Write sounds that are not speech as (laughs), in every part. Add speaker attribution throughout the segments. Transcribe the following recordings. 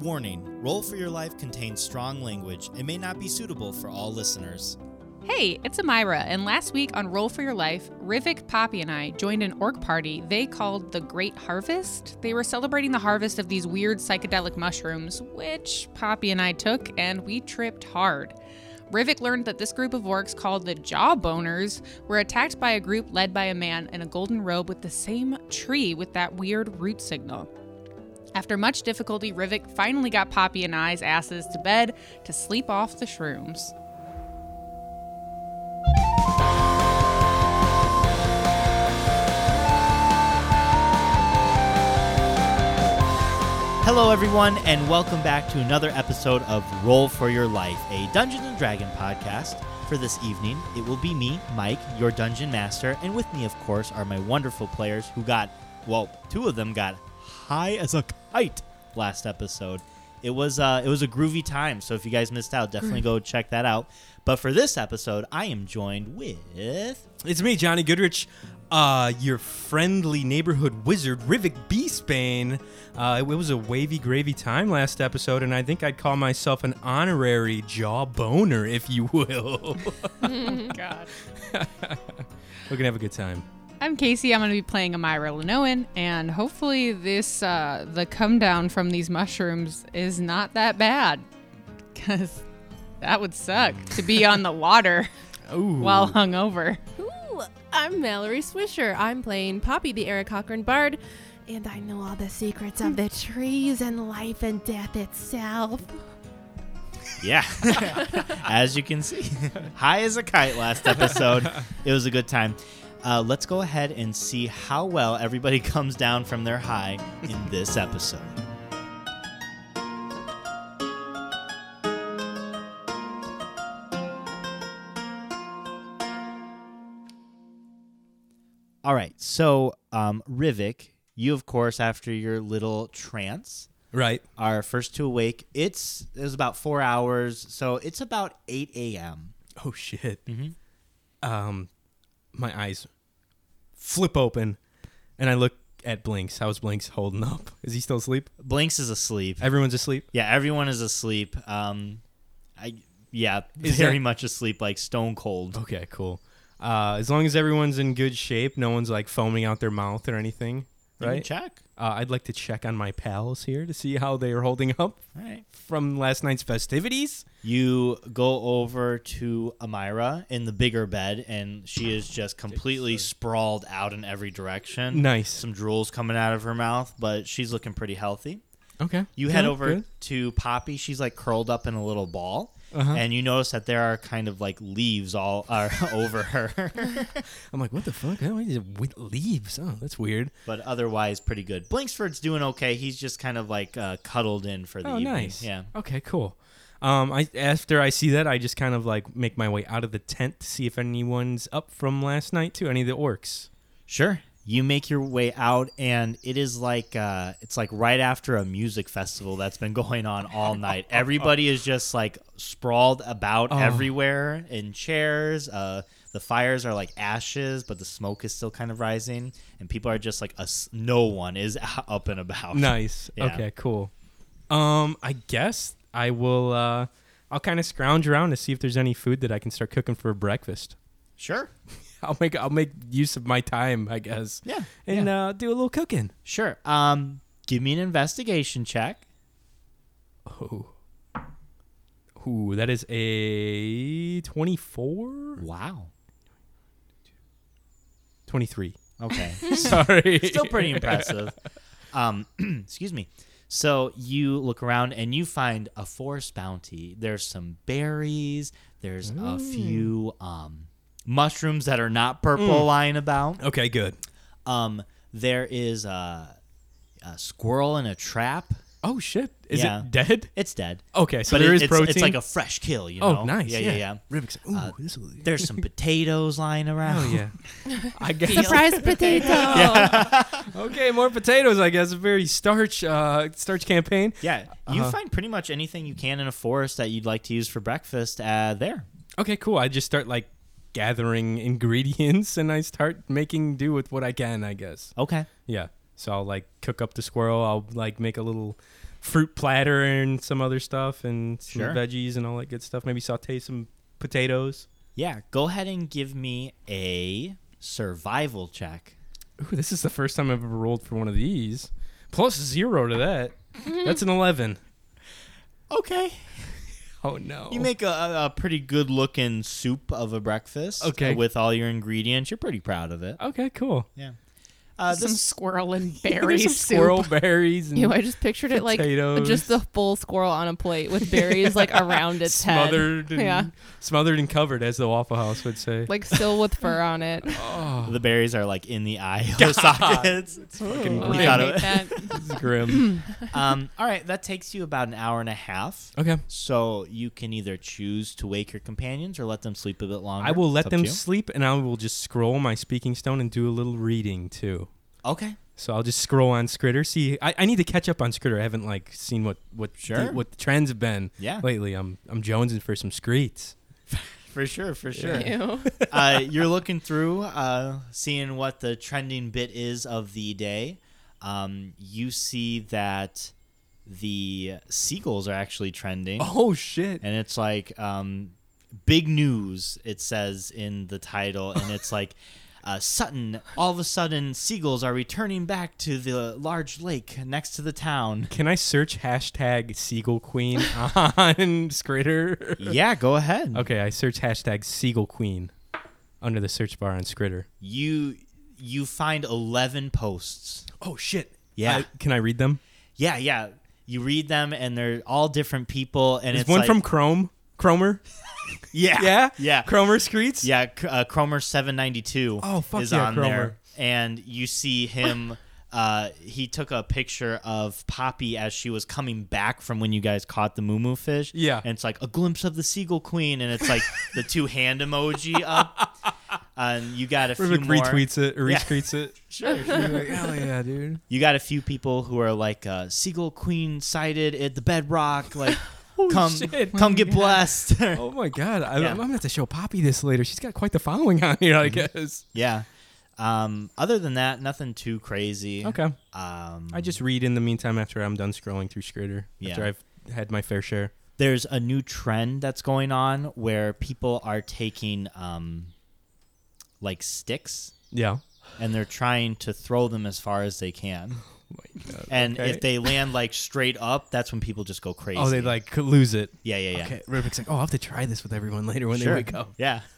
Speaker 1: Warning Roll for Your Life contains strong language and may not be suitable for all listeners.
Speaker 2: Hey, it's Amira, and last week on Roll for Your Life, Rivik, Poppy, and I joined an orc party they called the Great Harvest. They were celebrating the harvest of these weird psychedelic mushrooms, which Poppy and I took, and we tripped hard. Rivik learned that this group of orcs called the Jawboners were attacked by a group led by a man in a golden robe with the same tree with that weird root signal. After much difficulty, Rivik finally got Poppy and I's asses to bed to sleep off the shrooms.
Speaker 1: Hello, everyone, and welcome back to another episode of Roll for Your Life, a Dungeons and Dragon podcast. For this evening, it will be me, Mike, your dungeon master, and with me, of course, are my wonderful players who got, well, two of them got high as a kite last episode. It was uh, it was a groovy time, so if you guys missed out, definitely go check that out. But for this episode, I am joined with
Speaker 3: It's me, Johnny Goodrich, uh, your friendly neighborhood wizard, Rivik Beespane. Uh, it was a wavy gravy time last episode, and I think I'd call myself an honorary jaw boner, if you will. (laughs)
Speaker 2: God.
Speaker 3: We're gonna have a good time.
Speaker 2: I'm Casey. I'm going to be playing Amira Lenoan, and hopefully, this uh, the come down from these mushrooms is not that bad, because that would suck to be on the water
Speaker 3: (laughs) Ooh.
Speaker 2: while hungover.
Speaker 4: Ooh, I'm Mallory Swisher. I'm playing Poppy, the Eric Cochran Bard, and I know all the secrets of the trees and life and death itself.
Speaker 1: Yeah. as you can see, high as a kite last episode. It was a good time. Uh, let's go ahead and see how well everybody (laughs) comes down from their high in this episode. All right, so um, Rivik, you of course, after your little trance,
Speaker 3: right.
Speaker 1: our first to awake. It's it was about four hours, so it's about eight a.m.
Speaker 3: Oh shit. Um, my eyes flip open, and I look at Blinks. How's Blinks holding up? Is he still asleep?
Speaker 1: Blinks is asleep.
Speaker 3: Everyone's asleep.
Speaker 1: Yeah, everyone is asleep. Um, I (laughs) yeah,
Speaker 3: Is
Speaker 1: very
Speaker 3: that-
Speaker 1: much asleep, like stone cold.
Speaker 3: Okay, cool. Uh, as long as everyone's in good shape, no one's like foaming out their mouth or anything,
Speaker 1: You can
Speaker 3: right?
Speaker 1: Check.
Speaker 3: Uh, I'd like to check on my pals here to see how they are holding up
Speaker 1: All right.
Speaker 3: from last night's festivities.
Speaker 1: You go over to Amira in the bigger bed, and she is just completely sprawled out in every direction.
Speaker 3: Nice.
Speaker 1: Some drools coming out of her mouth, but she's looking pretty healthy.
Speaker 3: Okay.
Speaker 1: You
Speaker 3: Good,
Speaker 1: head over
Speaker 3: good.
Speaker 1: to Poppy. She's like curled up in a little ball,
Speaker 3: Uh-huh.
Speaker 1: and you notice that there are kind of like leaves all (laughs) are over her,
Speaker 3: I'm like, what the fuck? How is it with leaves? Oh, that's weird.
Speaker 1: but otherwise pretty good. Blinksford's doing okay. He's just kind of like uh, cuddled in for the
Speaker 3: Oh,
Speaker 1: evening.
Speaker 3: nice.
Speaker 1: Yeah.
Speaker 3: Okay, cool. Um, I after I see that, I just kind of like make my way out of the tent to see if anyone's up from last night too. Any of the orcs?
Speaker 1: Sure. You make your way out, and it is like uh, it's like right after a music festival that's been going on
Speaker 3: (laughs)
Speaker 1: all night. Everybody is just like sprawled about
Speaker 3: Oh.
Speaker 1: everywhere in chairs. Uh, the fires are like ashes, but the smoke is still kind of rising, and people are just like, us- no one is (laughs) up and about.
Speaker 3: Nice.
Speaker 1: Yeah.
Speaker 3: Okay, cool. Um, I guess I will. Uh, I'll kind of scrounge around to see if there's any food that I can start cooking for breakfast. (laughs)
Speaker 1: Sure.
Speaker 3: I'll make I'll make use of my time, I guess.
Speaker 1: Yeah,
Speaker 3: And Uh, do a little cooking.
Speaker 1: Sure. Um, give me an investigation check.
Speaker 3: Oh. Ooh, that is a 24?
Speaker 1: Wow.
Speaker 3: 23. (laughs)
Speaker 1: Okay.
Speaker 3: Sorry.
Speaker 1: (laughs) still
Speaker 3: (laughs)
Speaker 1: pretty impressive. Um, (clears throat) excuse me. So you look around and you find a forest bounty. There's some berries. There's a
Speaker 3: Mm.
Speaker 1: few um, mushrooms that are not purple
Speaker 3: Mm.
Speaker 1: lying about.
Speaker 3: Okay, good.
Speaker 1: Um, there is a, a squirrel in a trap.
Speaker 3: Oh shit. Is
Speaker 1: Yeah.
Speaker 3: it dead?
Speaker 1: It's dead.
Speaker 3: Okay, Oh, so
Speaker 1: but
Speaker 3: there
Speaker 1: it-
Speaker 3: is
Speaker 1: it's,
Speaker 3: protein.
Speaker 1: It's like a fresh kill. You
Speaker 3: Oh,
Speaker 1: know?
Speaker 3: nice.
Speaker 1: Yeah, yeah, yeah. Uh,
Speaker 3: Rivek's like, ooh, this will
Speaker 1: There's some potatoes lying around.
Speaker 3: Oh yeah. (laughs) I guess
Speaker 4: (laughs) Surprise potato!
Speaker 3: Uh, (laughs) Okay, more potatoes, I guess. A very starch uh starch campaign.
Speaker 1: (laughs) Yeah, you
Speaker 3: Uh-huh.
Speaker 1: find pretty much anything you can in a forest that you'd like to use for breakfast uh, there.
Speaker 3: Okay, cool. I just start like gathering ingredients and I start making do with what I can, I guess.
Speaker 1: Okay.
Speaker 3: Yeah. So I'll like cook up the squirrel. I'll like make a little fruit platter and some other stuff and some
Speaker 1: Sure.
Speaker 3: veggies and all that good stuff. Maybe saute some potatoes.
Speaker 1: Yeah, go ahead and give me a survival check.
Speaker 3: Ooh, this is the first time I've ever rolled for one of these. Plus zero to that. That's an 11.
Speaker 1: Okay.
Speaker 3: Oh, no.
Speaker 1: You make a- a, a pretty good looking soup of a breakfast.
Speaker 3: Okay.
Speaker 1: uh, with all your ingredients. You're pretty proud of it.
Speaker 3: okay, cool.
Speaker 1: Yeah. Uh,
Speaker 2: some
Speaker 1: this,
Speaker 2: squirrel and
Speaker 3: (laughs) There's
Speaker 2: berry
Speaker 3: some
Speaker 2: soup.
Speaker 4: (laughs)
Speaker 3: squirrel berries and
Speaker 4: Ew, I just pictured it like
Speaker 3: Potatoes.
Speaker 4: just the full squirrel on a plate with
Speaker 3: (laughs)
Speaker 4: berries like around its head.
Speaker 3: smothered and
Speaker 4: Yeah.
Speaker 3: smothered and covered, as the Waffle House would say.
Speaker 4: Like still with fur
Speaker 3: (laughs)
Speaker 4: on it.
Speaker 3: oh,
Speaker 1: the berries are like in the (laughs) eye of the sockets.
Speaker 3: fucking
Speaker 2: Oh,
Speaker 1: We
Speaker 2: I
Speaker 1: got
Speaker 2: hate
Speaker 1: it.
Speaker 3: (laughs)
Speaker 2: that.
Speaker 3: this is grim.
Speaker 1: Um, all right, that takes you about an hour and a half.
Speaker 3: okay.
Speaker 1: So you can either choose to wake your companions or let them sleep a bit longer.
Speaker 3: I will
Speaker 1: It's
Speaker 3: let
Speaker 1: up to
Speaker 3: them
Speaker 1: you.
Speaker 3: sleep, and I will just scroll my speaking stone and do a little reading too.
Speaker 1: okay.
Speaker 3: So I'll just scroll on Scritter. See, I, I need to catch up on Scritter. I haven't like seen what what the-
Speaker 1: Sure.
Speaker 3: what the trends have been
Speaker 1: Yeah.
Speaker 3: lately. I'm I'm jonesing for some screets.
Speaker 1: For sure. For sure.
Speaker 4: Ew.
Speaker 1: uh, you're looking through, uh, seeing what the trending bit is of the day. Um, you see that the seagulls are actually trending,
Speaker 3: (laughs) Oh shit!
Speaker 1: and it's like um, big news. It says in the title, and
Speaker 3: (laughs)
Speaker 1: it's like. Uh, Sutton, all of a sudden, seagulls are returning back to the large lake next to the
Speaker 3: (laughs)
Speaker 1: town.
Speaker 3: Can I search hashtag Seagull Queen on (laughs) Scritter?
Speaker 1: Yeah, go ahead.
Speaker 3: Okay, I search hashtag Seagull Queen under the search bar on Scritter.
Speaker 1: You you find eleven posts.
Speaker 3: Oh shit!
Speaker 1: Yeah.
Speaker 3: I- can I read them?
Speaker 1: Yeah, yeah. You read them, and they're all different people, and
Speaker 3: Is
Speaker 1: it's
Speaker 3: one
Speaker 1: like-
Speaker 3: from Chrome? Cromer?
Speaker 1: (laughs) Yeah.
Speaker 3: Yeah?
Speaker 1: Yeah.
Speaker 3: Cromer Screets?
Speaker 1: yeah. C- Uh, Cromer 792
Speaker 3: Oh, fuck
Speaker 1: is
Speaker 3: yeah,
Speaker 1: on
Speaker 3: Cromer.
Speaker 1: there. And you see him.
Speaker 3: (laughs)
Speaker 1: Uh, he took a picture of Poppy as she was coming back from when you guys caught the moo fish.
Speaker 3: Yeah.
Speaker 1: And it's like a glimpse of the seagull queen. And
Speaker 3: (laughs)
Speaker 1: it's like the two hand emoji up. And you got a few
Speaker 3: Rivik
Speaker 1: more.
Speaker 3: retweets it or
Speaker 1: Yeah.
Speaker 3: retweets it.
Speaker 1: (laughs) Sure, sure.
Speaker 3: You're like, hell yeah, dude.
Speaker 1: You got a few people who are like uh, seagull queen sighted at the bedrock. Like, (laughs)
Speaker 3: (laughs)
Speaker 1: come,
Speaker 3: Oh, shit.
Speaker 1: come get blessed.
Speaker 3: (laughs) Oh my god, I,
Speaker 1: Yeah.
Speaker 3: I'm gonna have to show Poppy this later. She's got quite the following on here, I
Speaker 1: Mm-hmm.
Speaker 3: guess.
Speaker 1: Yeah. Um, other than that, nothing too crazy.
Speaker 3: Okay,
Speaker 1: Um,
Speaker 3: I just read in the meantime after I'm done scrolling through Scritter.
Speaker 1: Yeah.
Speaker 3: After I've had my fair share.
Speaker 1: there's a new trend that's going on where people are taking um, like sticks
Speaker 3: Yeah.
Speaker 1: and they're trying to throw them as far as they
Speaker 3: (laughs)
Speaker 1: can.
Speaker 3: my God.
Speaker 1: And
Speaker 3: Okay.
Speaker 1: if they land like straight up, that's when people just go crazy.
Speaker 3: Oh, they like could lose it.
Speaker 1: yeah, yeah, yeah,
Speaker 3: Okay, Rubik's like, oh, I'll have to try this with everyone later when
Speaker 1: Sure.
Speaker 3: they wake up.
Speaker 1: yeah. (laughs)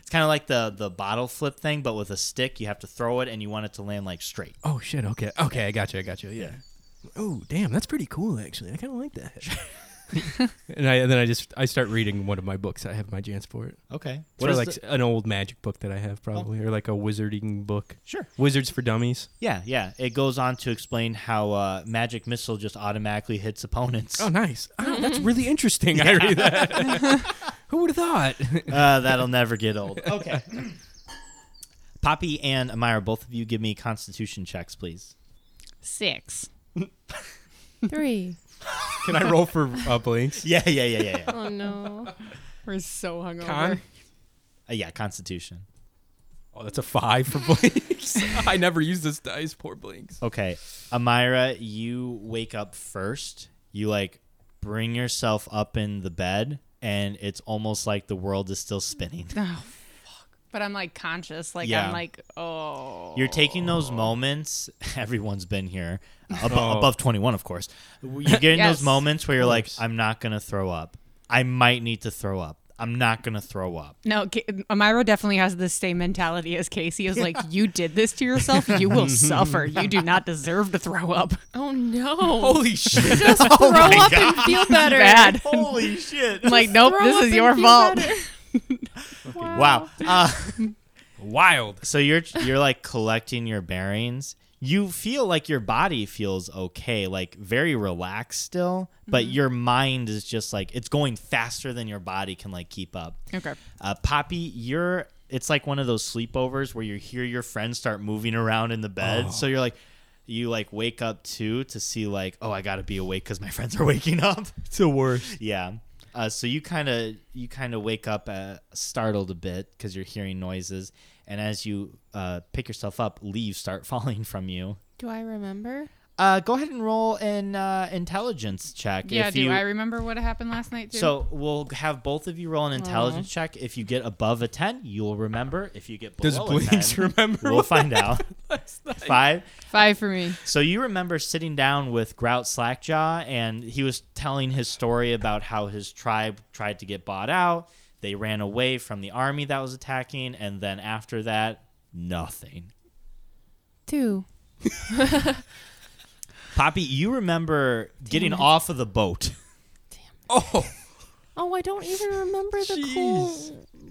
Speaker 1: It's kind of like the the bottle flip thing, but with a stick, you have to throw it and you want it to land like straight.
Speaker 3: Oh shit. Okay. Okay. I got you. I got you. Yeah. Oh damn, that's pretty cool actually. I kind of like that. (laughs) and, I, and then I just I start reading one of my books. I have my chance for it.
Speaker 1: Okay.
Speaker 3: What
Speaker 1: is
Speaker 3: like
Speaker 1: the-
Speaker 3: an old magic book that I have probably, or like a wizarding book.
Speaker 1: sure.
Speaker 3: Wizards for Dummies.
Speaker 1: Yeah, yeah. It goes on to explain how uh, magic missile just automatically hits (laughs) opponents.
Speaker 3: Oh, nice. Ah, that's really interesting. I read that. (laughs) Who would have thought? (laughs)
Speaker 1: Uh, that'll never get old. (laughs) Okay. (clears throat) Poppy and Amira, both of you give me constitution checks, please.
Speaker 2: Six.
Speaker 4: Three.
Speaker 3: Can I roll for uh,
Speaker 1: (laughs)
Speaker 3: blinks?
Speaker 1: Yeah, yeah, yeah, yeah, yeah.
Speaker 3: (laughs)
Speaker 4: Oh no.
Speaker 2: We're so hungover.
Speaker 3: Con?
Speaker 1: Uh, yeah, constitution.
Speaker 3: Oh, that's a five for (laughs) blinks. I never use this dice. Poor blinks.
Speaker 1: Okay. Amira, you wake up first. You like bring yourself up in the bed, and it's almost like the world is still spinning.
Speaker 2: (laughs) Oh, fuck. But I'm like conscious. Like
Speaker 1: Yeah.
Speaker 2: I'm like, oh.
Speaker 1: You're taking those moments. (laughs) Everyone's been here, ab-
Speaker 3: Oh.
Speaker 1: above 21, of course. You get in
Speaker 2: Yes.
Speaker 1: those moments where you're like,
Speaker 3: course.
Speaker 1: I'm not gonna throw up. I might need to throw up. I'm not gonna throw up.
Speaker 2: No, Ca- Amira definitely has the same mentality as Casey. Is like, you did this to yourself. You will suffer. You do not deserve to throw up. (laughs)
Speaker 4: Oh no. (laughs)
Speaker 3: Holy shit.
Speaker 4: just throw up and feel
Speaker 2: (laughs)
Speaker 4: better.
Speaker 2: Bad.
Speaker 1: Holy shit!
Speaker 2: I'm like, nope.
Speaker 4: Throw
Speaker 2: This
Speaker 4: up
Speaker 2: is
Speaker 4: and
Speaker 2: your
Speaker 4: feel
Speaker 2: fault.
Speaker 4: better.
Speaker 1: (laughs)
Speaker 4: (laughs)
Speaker 1: wow. Uh,
Speaker 3: (laughs) Wild.
Speaker 1: so you're you're like collecting your bearings. You feel like your body feels okay, like very relaxed still, but your mind is just like it's going faster than your body can like keep up.
Speaker 2: (laughs) Okay.
Speaker 1: Uh, Poppy, you're it's like one of those sleepovers where you hear your friends start moving around in the bed.
Speaker 3: Oh.
Speaker 1: So you're like you like wake up too to see like, oh, I got to be awake cuz my (laughs) friends are waking up.
Speaker 3: It's the worst.
Speaker 1: yeah. Uh, so you kind of you kind of wake up uh, startled a bit cuz you're hearing noises and as you uh, pick yourself up, leaves start (laughs) falling from you.
Speaker 4: Do I remember?
Speaker 1: Uh, go ahead and roll an uh, intelligence check.
Speaker 2: Yeah,
Speaker 1: if
Speaker 2: do
Speaker 1: you,
Speaker 2: I remember what happened last night too?
Speaker 1: So we'll have both of you roll an intelligence check. If you get above a ten, you'll remember. If you get below
Speaker 3: Does
Speaker 1: a ten,
Speaker 3: Blinks remember?
Speaker 1: we'll
Speaker 3: what
Speaker 1: find out.
Speaker 3: (laughs)
Speaker 1: Five.
Speaker 2: five for me.
Speaker 1: So you remember sitting down with Grout Slackjaw, and he was telling his story about how his tribe tried to get bought out. They ran away from the army that was attacking, and then after that, nothing.
Speaker 4: Two.
Speaker 1: Poppy, you remember getting off of the boat. (laughs)
Speaker 3: Oh,
Speaker 4: Oh, I don't even remember the cool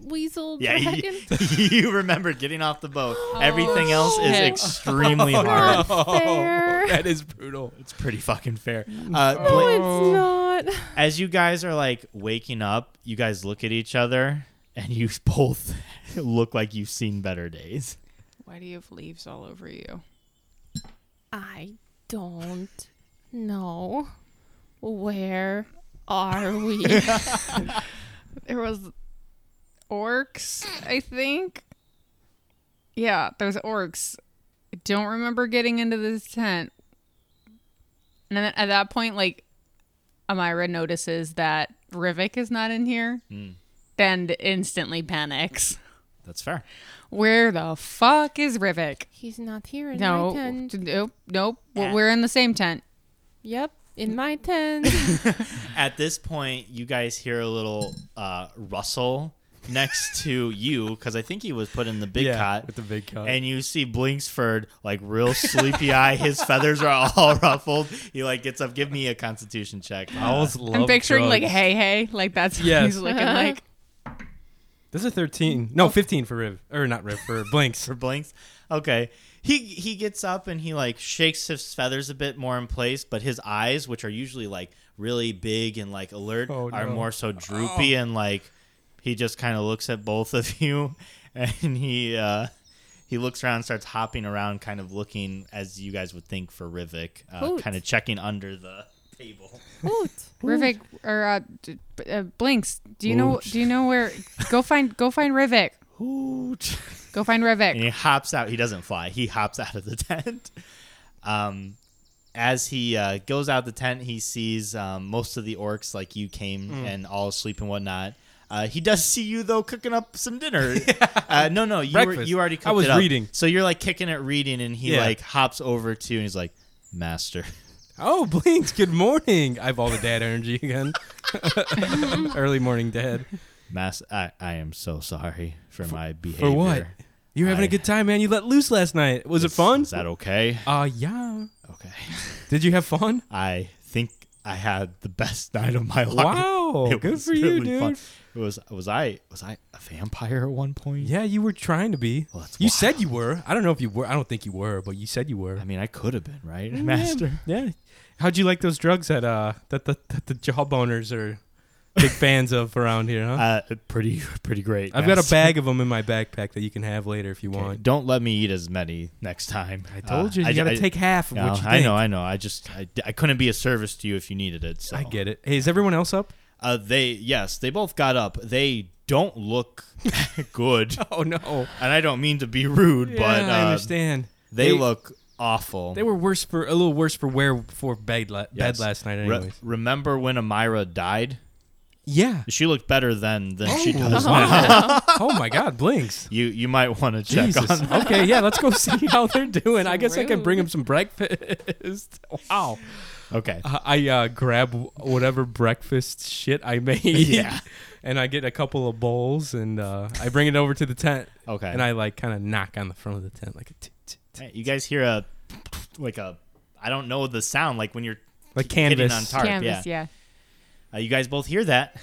Speaker 4: weasel
Speaker 1: Yeah,
Speaker 4: dragon.
Speaker 1: you, (laughs) you remember getting off the boat. Everything else is
Speaker 2: shit.
Speaker 1: extremely
Speaker 3: Oh,
Speaker 1: hard.
Speaker 3: (laughs)
Speaker 4: Not (laughs) fair.
Speaker 3: that is brutal.
Speaker 1: It's pretty fucking fair. Uh,
Speaker 4: No,
Speaker 1: Bla-
Speaker 4: it's not.
Speaker 1: as you guys are like waking up, you guys look at each other and you (laughs) both look like you've seen better days.
Speaker 2: Why do you have leaves all over you?
Speaker 4: I don't know. Where are we?
Speaker 2: There was orcs, I think. Yeah, there's orcs. I don't remember getting into this tent. And then at that point, like Amira notices that Rivik is not in here
Speaker 3: Hmm.
Speaker 2: and instantly panics.
Speaker 1: That's fair.
Speaker 2: Where the fuck is Rivik?
Speaker 4: He's not here in
Speaker 2: No,
Speaker 4: my tent.
Speaker 2: nope, nope.
Speaker 1: Yeah.
Speaker 2: We're in the same tent.
Speaker 4: Yep,
Speaker 3: Mm.
Speaker 4: in my tent.
Speaker 3: (laughs)
Speaker 1: At this point, you guys hear a little uh, rustle next to you because I think he was put in the big
Speaker 3: yeah,
Speaker 1: cot.
Speaker 3: with the big cut.
Speaker 1: and you see Blinksford like real sleepy eye. His feathers are all (laughs) ruffled. He like gets up. Give me a Constitution check.
Speaker 3: Owls love
Speaker 2: I'm picturing like
Speaker 3: drugs.
Speaker 2: hey hey, like that's what
Speaker 3: Yes.
Speaker 2: he's looking
Speaker 4: (laughs)
Speaker 2: like.
Speaker 3: This is 13. No, 15 for Riv. Or not Riv,
Speaker 1: (laughs)
Speaker 3: for Blinks.
Speaker 1: for Blinks. Okay, he he gets up and he like shakes his feathers a bit more in place, but his eyes, which are usually like really big and like alert,
Speaker 3: Oh,
Speaker 1: are
Speaker 3: no.
Speaker 1: more so droopy and like he just kind of looks at both of (laughs) you, and he uh, he looks around, starts hopping around, kind of looking as you guys would think for Rivik, uh,
Speaker 4: Hoot.
Speaker 1: kind of checking under the table.
Speaker 4: Hoot.
Speaker 2: Rivik or uh, d- b- uh, Blinks, do you know? Do you know where? Go find go find Rivik.
Speaker 1: Hoot.
Speaker 2: Go find
Speaker 1: and
Speaker 2: Rivik.
Speaker 1: he hops out. He doesn't fly. He hops (laughs) out of the tent. Um, as he uh, goes out the tent, he sees um, most of the orcs like you came
Speaker 3: Mm.
Speaker 1: and all asleep and whatnot. Uh, he does (laughs) see you though cooking up some dinner.
Speaker 3: (laughs)
Speaker 1: uh, no, no, you were,
Speaker 3: Breakfast.
Speaker 1: you already
Speaker 3: I
Speaker 1: cooked
Speaker 3: was
Speaker 1: it up.
Speaker 3: reading.
Speaker 1: So you're like kicking it reading, and he
Speaker 3: Yeah.
Speaker 1: like hops over to you and he's like, "Master." (laughs)
Speaker 3: Oh, Blinks, good morning. I have all the dad energy again. (laughs) Early morning dad.
Speaker 1: Mas- I, I am so sorry for, my behavior.
Speaker 3: For what? You were having
Speaker 1: I-
Speaker 3: a good time, man. You let loose last night. Was it
Speaker 1: Is-
Speaker 3: fun?
Speaker 1: Is that okay?
Speaker 3: uh, yeah.
Speaker 1: Okay.
Speaker 3: Did you have fun?
Speaker 1: I think I had the best (laughs) night of my life.
Speaker 3: Wow.
Speaker 1: It
Speaker 3: good
Speaker 1: was
Speaker 3: for you,
Speaker 1: really
Speaker 3: dude.
Speaker 1: fun. It was was I was I a vampire at one point?
Speaker 3: Yeah, you were trying to be.
Speaker 1: Well, that's
Speaker 3: you
Speaker 1: wild.
Speaker 3: said you were. I don't know if you were. I don't think you were, but you said you were.
Speaker 1: I mean, I could have been, right, Master?
Speaker 3: Yeah. yeah. How'd you like those drugs that uh that the that the jawboners are big fans of around here, huh?
Speaker 1: Uh, pretty pretty great.
Speaker 3: I've got a
Speaker 1: Master.
Speaker 3: bag of them in my backpack that you can have later if you
Speaker 1: Okay,
Speaker 3: want.
Speaker 1: Don't let me eat as many next time.
Speaker 3: I told
Speaker 1: Uh,
Speaker 3: you, you
Speaker 1: I,
Speaker 3: gotta
Speaker 1: I-
Speaker 3: take half of
Speaker 1: No,
Speaker 3: what you
Speaker 1: I
Speaker 3: think.
Speaker 1: know, I know. I just I, I couldn't be a service to you if you needed it. So
Speaker 3: I get it. Hey, is everyone else up?
Speaker 1: Uh, they yes, they both got up. They don't look
Speaker 3: (laughs)
Speaker 1: good,
Speaker 3: Oh no!
Speaker 1: and I don't mean to be rude,
Speaker 3: Yeah,
Speaker 1: but uh,
Speaker 3: I understand.
Speaker 1: they,
Speaker 3: They-
Speaker 1: look awful.
Speaker 3: They were worse for a little worse for wear for bed la- bed
Speaker 1: Yes.
Speaker 3: last night,
Speaker 1: Re-
Speaker 3: anyways.
Speaker 1: remember when Amira died?
Speaker 3: yeah.
Speaker 1: She looked better then than she
Speaker 3: Oh.
Speaker 1: does
Speaker 3: (laughs) Wow. oh my God, blinks.
Speaker 1: You you might want to check
Speaker 3: Jesus.
Speaker 1: on. (laughs)
Speaker 3: Okay, yeah, let's go see how they're doing. I guess I can bring them some breakfast. (laughs) Wow.
Speaker 1: Okay.
Speaker 3: Uh, I uh, grab whatever breakfast shit I (laughs) made.
Speaker 1: Yeah.
Speaker 3: And I get a couple of bowls and uh, I bring it over to the tent.
Speaker 1: Okay.
Speaker 3: And I like kind of knock on the front of the tent like a t- t- t-
Speaker 1: Hey, you guys hear a like a I don't know the sound like when you're
Speaker 3: like
Speaker 1: hitting
Speaker 3: canvas.
Speaker 1: on tarp.
Speaker 2: Canvas,
Speaker 1: yeah.
Speaker 2: yeah.
Speaker 1: Uh, you guys both hear that?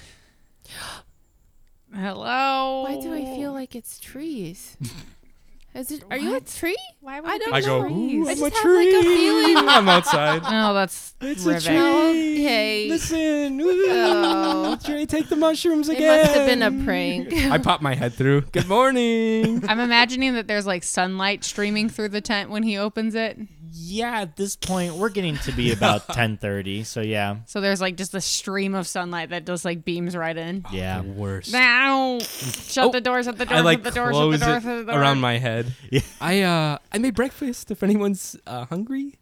Speaker 2: Hello.
Speaker 4: Why do I
Speaker 3: Oh.
Speaker 4: feel like
Speaker 3: (laughs)
Speaker 4: it's trees? Is it? Are you a tree?
Speaker 2: Why would
Speaker 4: I
Speaker 2: it
Speaker 4: don't
Speaker 2: be
Speaker 3: I go.
Speaker 2: trees?
Speaker 3: Ooh,
Speaker 4: I
Speaker 3: I'm a
Speaker 4: just have, like, a
Speaker 3: tree. (laughs)
Speaker 4: feeling. Oh,
Speaker 3: I'm outside.
Speaker 2: Oh, that's
Speaker 3: It's a
Speaker 2: Rivik.
Speaker 3: tree.
Speaker 4: Okay.
Speaker 3: Listen.
Speaker 4: (laughs)
Speaker 3: Ooh,
Speaker 4: Oh.
Speaker 3: Tree, take the mushrooms
Speaker 4: It
Speaker 3: again.
Speaker 4: must have been a
Speaker 3: (laughs)
Speaker 4: prank.
Speaker 3: I pop my head through. Good morning.
Speaker 2: I'm imagining that there's like sunlight streaming through the tent when he opens it.
Speaker 1: Yeah, at this point we're getting to be
Speaker 3: (laughs)
Speaker 1: about 10:30, so yeah.
Speaker 2: So there's like just a stream of sunlight that just like beams right in.
Speaker 1: (laughs) Yeah.
Speaker 3: The worst.
Speaker 2: Now, shut the door, shut the door,
Speaker 3: Oh, I like
Speaker 2: shut the door,
Speaker 3: close
Speaker 2: shut the door,
Speaker 3: it
Speaker 2: shut the door.
Speaker 3: around my head.
Speaker 1: Yeah.
Speaker 2: Mm-hmm.
Speaker 3: I uh I made breakfast if anyone's uh, hungry.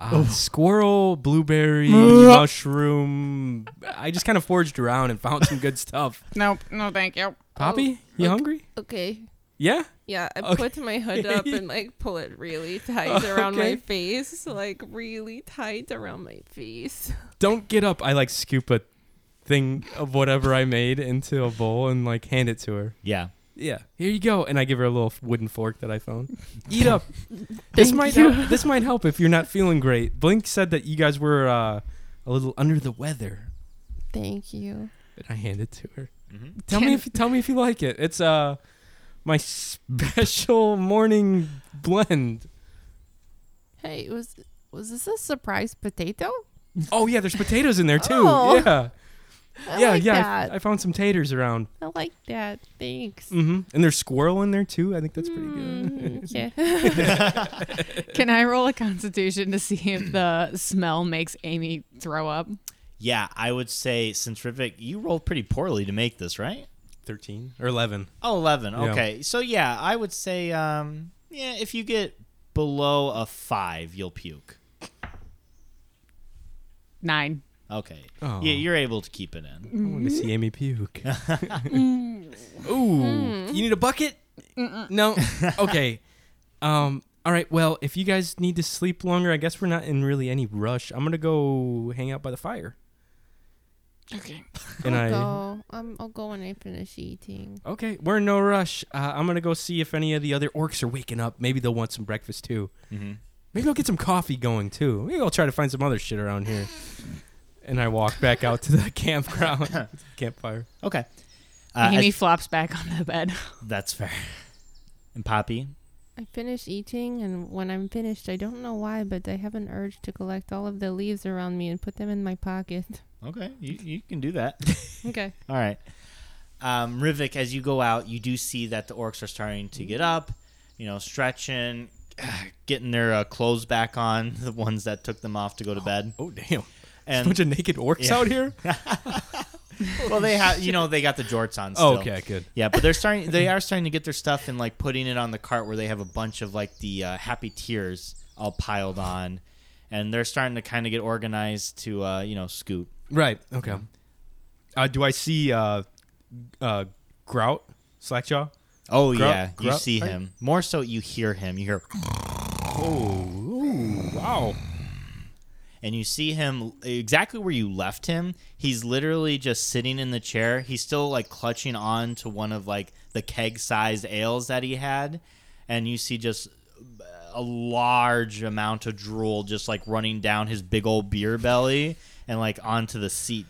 Speaker 3: uh, squirrel, (laughs) blueberry, mushroom. I just kind of forged around and found some good stuff.
Speaker 2: Nope. No, thank you.
Speaker 3: (laughs) Poppy, you
Speaker 4: look.
Speaker 3: hungry?
Speaker 4: Okay.
Speaker 3: Yeah.
Speaker 4: Yeah, I
Speaker 3: Okay.
Speaker 4: put my hood up and like pull
Speaker 3: (laughs)
Speaker 4: it really tight around my face, like really tight around my face.
Speaker 3: Don't get up. I like scoop a thing of whatever I made into a bowl and like hand it to her.
Speaker 1: Yeah.
Speaker 3: Yeah. Here you go. And I give her a little wooden fork that I (laughs) found. Eat up. (laughs) this might help. this might help if you're not feeling great. Blink said that you guys were uh, a little under the weather.
Speaker 4: (laughs) Thank you.
Speaker 3: And I hand it to her.
Speaker 1: Mhm.
Speaker 3: Tell me if tell me if you like it. It's uh my special morning blend.
Speaker 4: Hey, was was this a surprise potato?
Speaker 3: Oh yeah, there's potatoes in there too.
Speaker 4: Oh.
Speaker 3: Yeah.
Speaker 4: I
Speaker 3: yeah,
Speaker 4: like
Speaker 3: yeah. I f-
Speaker 4: that.
Speaker 3: I, found some taters around.
Speaker 4: I like that.
Speaker 3: (laughs)
Speaker 4: Thanks.
Speaker 3: hmm And there's squirrel in there too. I think that's pretty good.
Speaker 4: Mm, yeah.
Speaker 2: Can I roll a constitution to see if the smell makes Amy throw up?
Speaker 1: Yeah, I would say since Rivik, you rolled pretty poorly to make this, right?
Speaker 3: 13 or 11.
Speaker 1: Oh, 11.
Speaker 3: Yeah.
Speaker 1: Okay. So yeah, I would say um yeah, if you get below a 5, you'll puke.
Speaker 2: Nine.
Speaker 1: Okay.
Speaker 3: Oh.
Speaker 1: Yeah, you're able to keep it in.
Speaker 3: I want to
Speaker 4: Mm-hmm.
Speaker 3: see Amy puke.
Speaker 2: Mm,
Speaker 3: Ooh.
Speaker 4: Mm.
Speaker 3: You need a bucket? No.
Speaker 4: (laughs)
Speaker 3: Okay. Um all right. Well, if you guys need to sleep longer, I guess we're not in really any rush. I'm going to go hang out by the fire.
Speaker 2: Okay.
Speaker 3: And
Speaker 4: (laughs) I'll
Speaker 3: I
Speaker 4: go. Um, I'll go when I finish eating.
Speaker 3: Okay, we're in no rush. Uh, I'm gonna go see if any of the other orcs are waking up. Maybe they'll want some breakfast too.
Speaker 1: Mm-hmm.
Speaker 3: Maybe I'll get some coffee going too. Maybe I'll try to find some other shit around here. and I walk back out to the (laughs) campground, campfire.
Speaker 1: Okay. Uh,
Speaker 2: Amy
Speaker 1: as-
Speaker 2: flops back on
Speaker 1: (laughs)
Speaker 2: the bed.
Speaker 1: that's fair. And Poppy,
Speaker 4: I finish eating, and when I'm finished, I don't know why, but I have an urge to collect all of the leaves around me and put them in my pocket.
Speaker 1: Okay, you, you can do that.
Speaker 4: Okay.
Speaker 1: All right. Um, Rivik, as you go out, you do see that the orcs are starting to get up, you know, stretching, (sighs) getting their uh, clothes back on, (laughs) the ones that took them off to go to bed.
Speaker 3: Oh damn! There's a
Speaker 1: And
Speaker 3: bunch of naked orcs
Speaker 1: Yeah.
Speaker 3: out (laughs) here.
Speaker 1: well, they have,
Speaker 3: (laughs)
Speaker 1: you know, they got the jorts on. Still.
Speaker 3: Oh, okay, good.
Speaker 1: Yeah, but they're starting.
Speaker 3: (laughs)
Speaker 1: They are starting to get their stuff and like putting it on the cart where they have a bunch of like the uh, happy tears all piled on, and they're starting to kind of get organized to uh, you know scoot.
Speaker 3: Right. Okay. Uh, do I see uh, uh, Grout Slackjaw?
Speaker 1: Oh
Speaker 3: Grub-
Speaker 1: yeah, you
Speaker 3: grub-
Speaker 1: see him. More so, you hear him. You hear.
Speaker 3: Oh, ooh, wow.
Speaker 1: and you see him exactly where you left him. He's literally just sitting in the chair. He's still like clutching on to one of like the keg-sized ales that he had, and you see just a large amount of drool just like running down his big old beer belly and like onto the seat.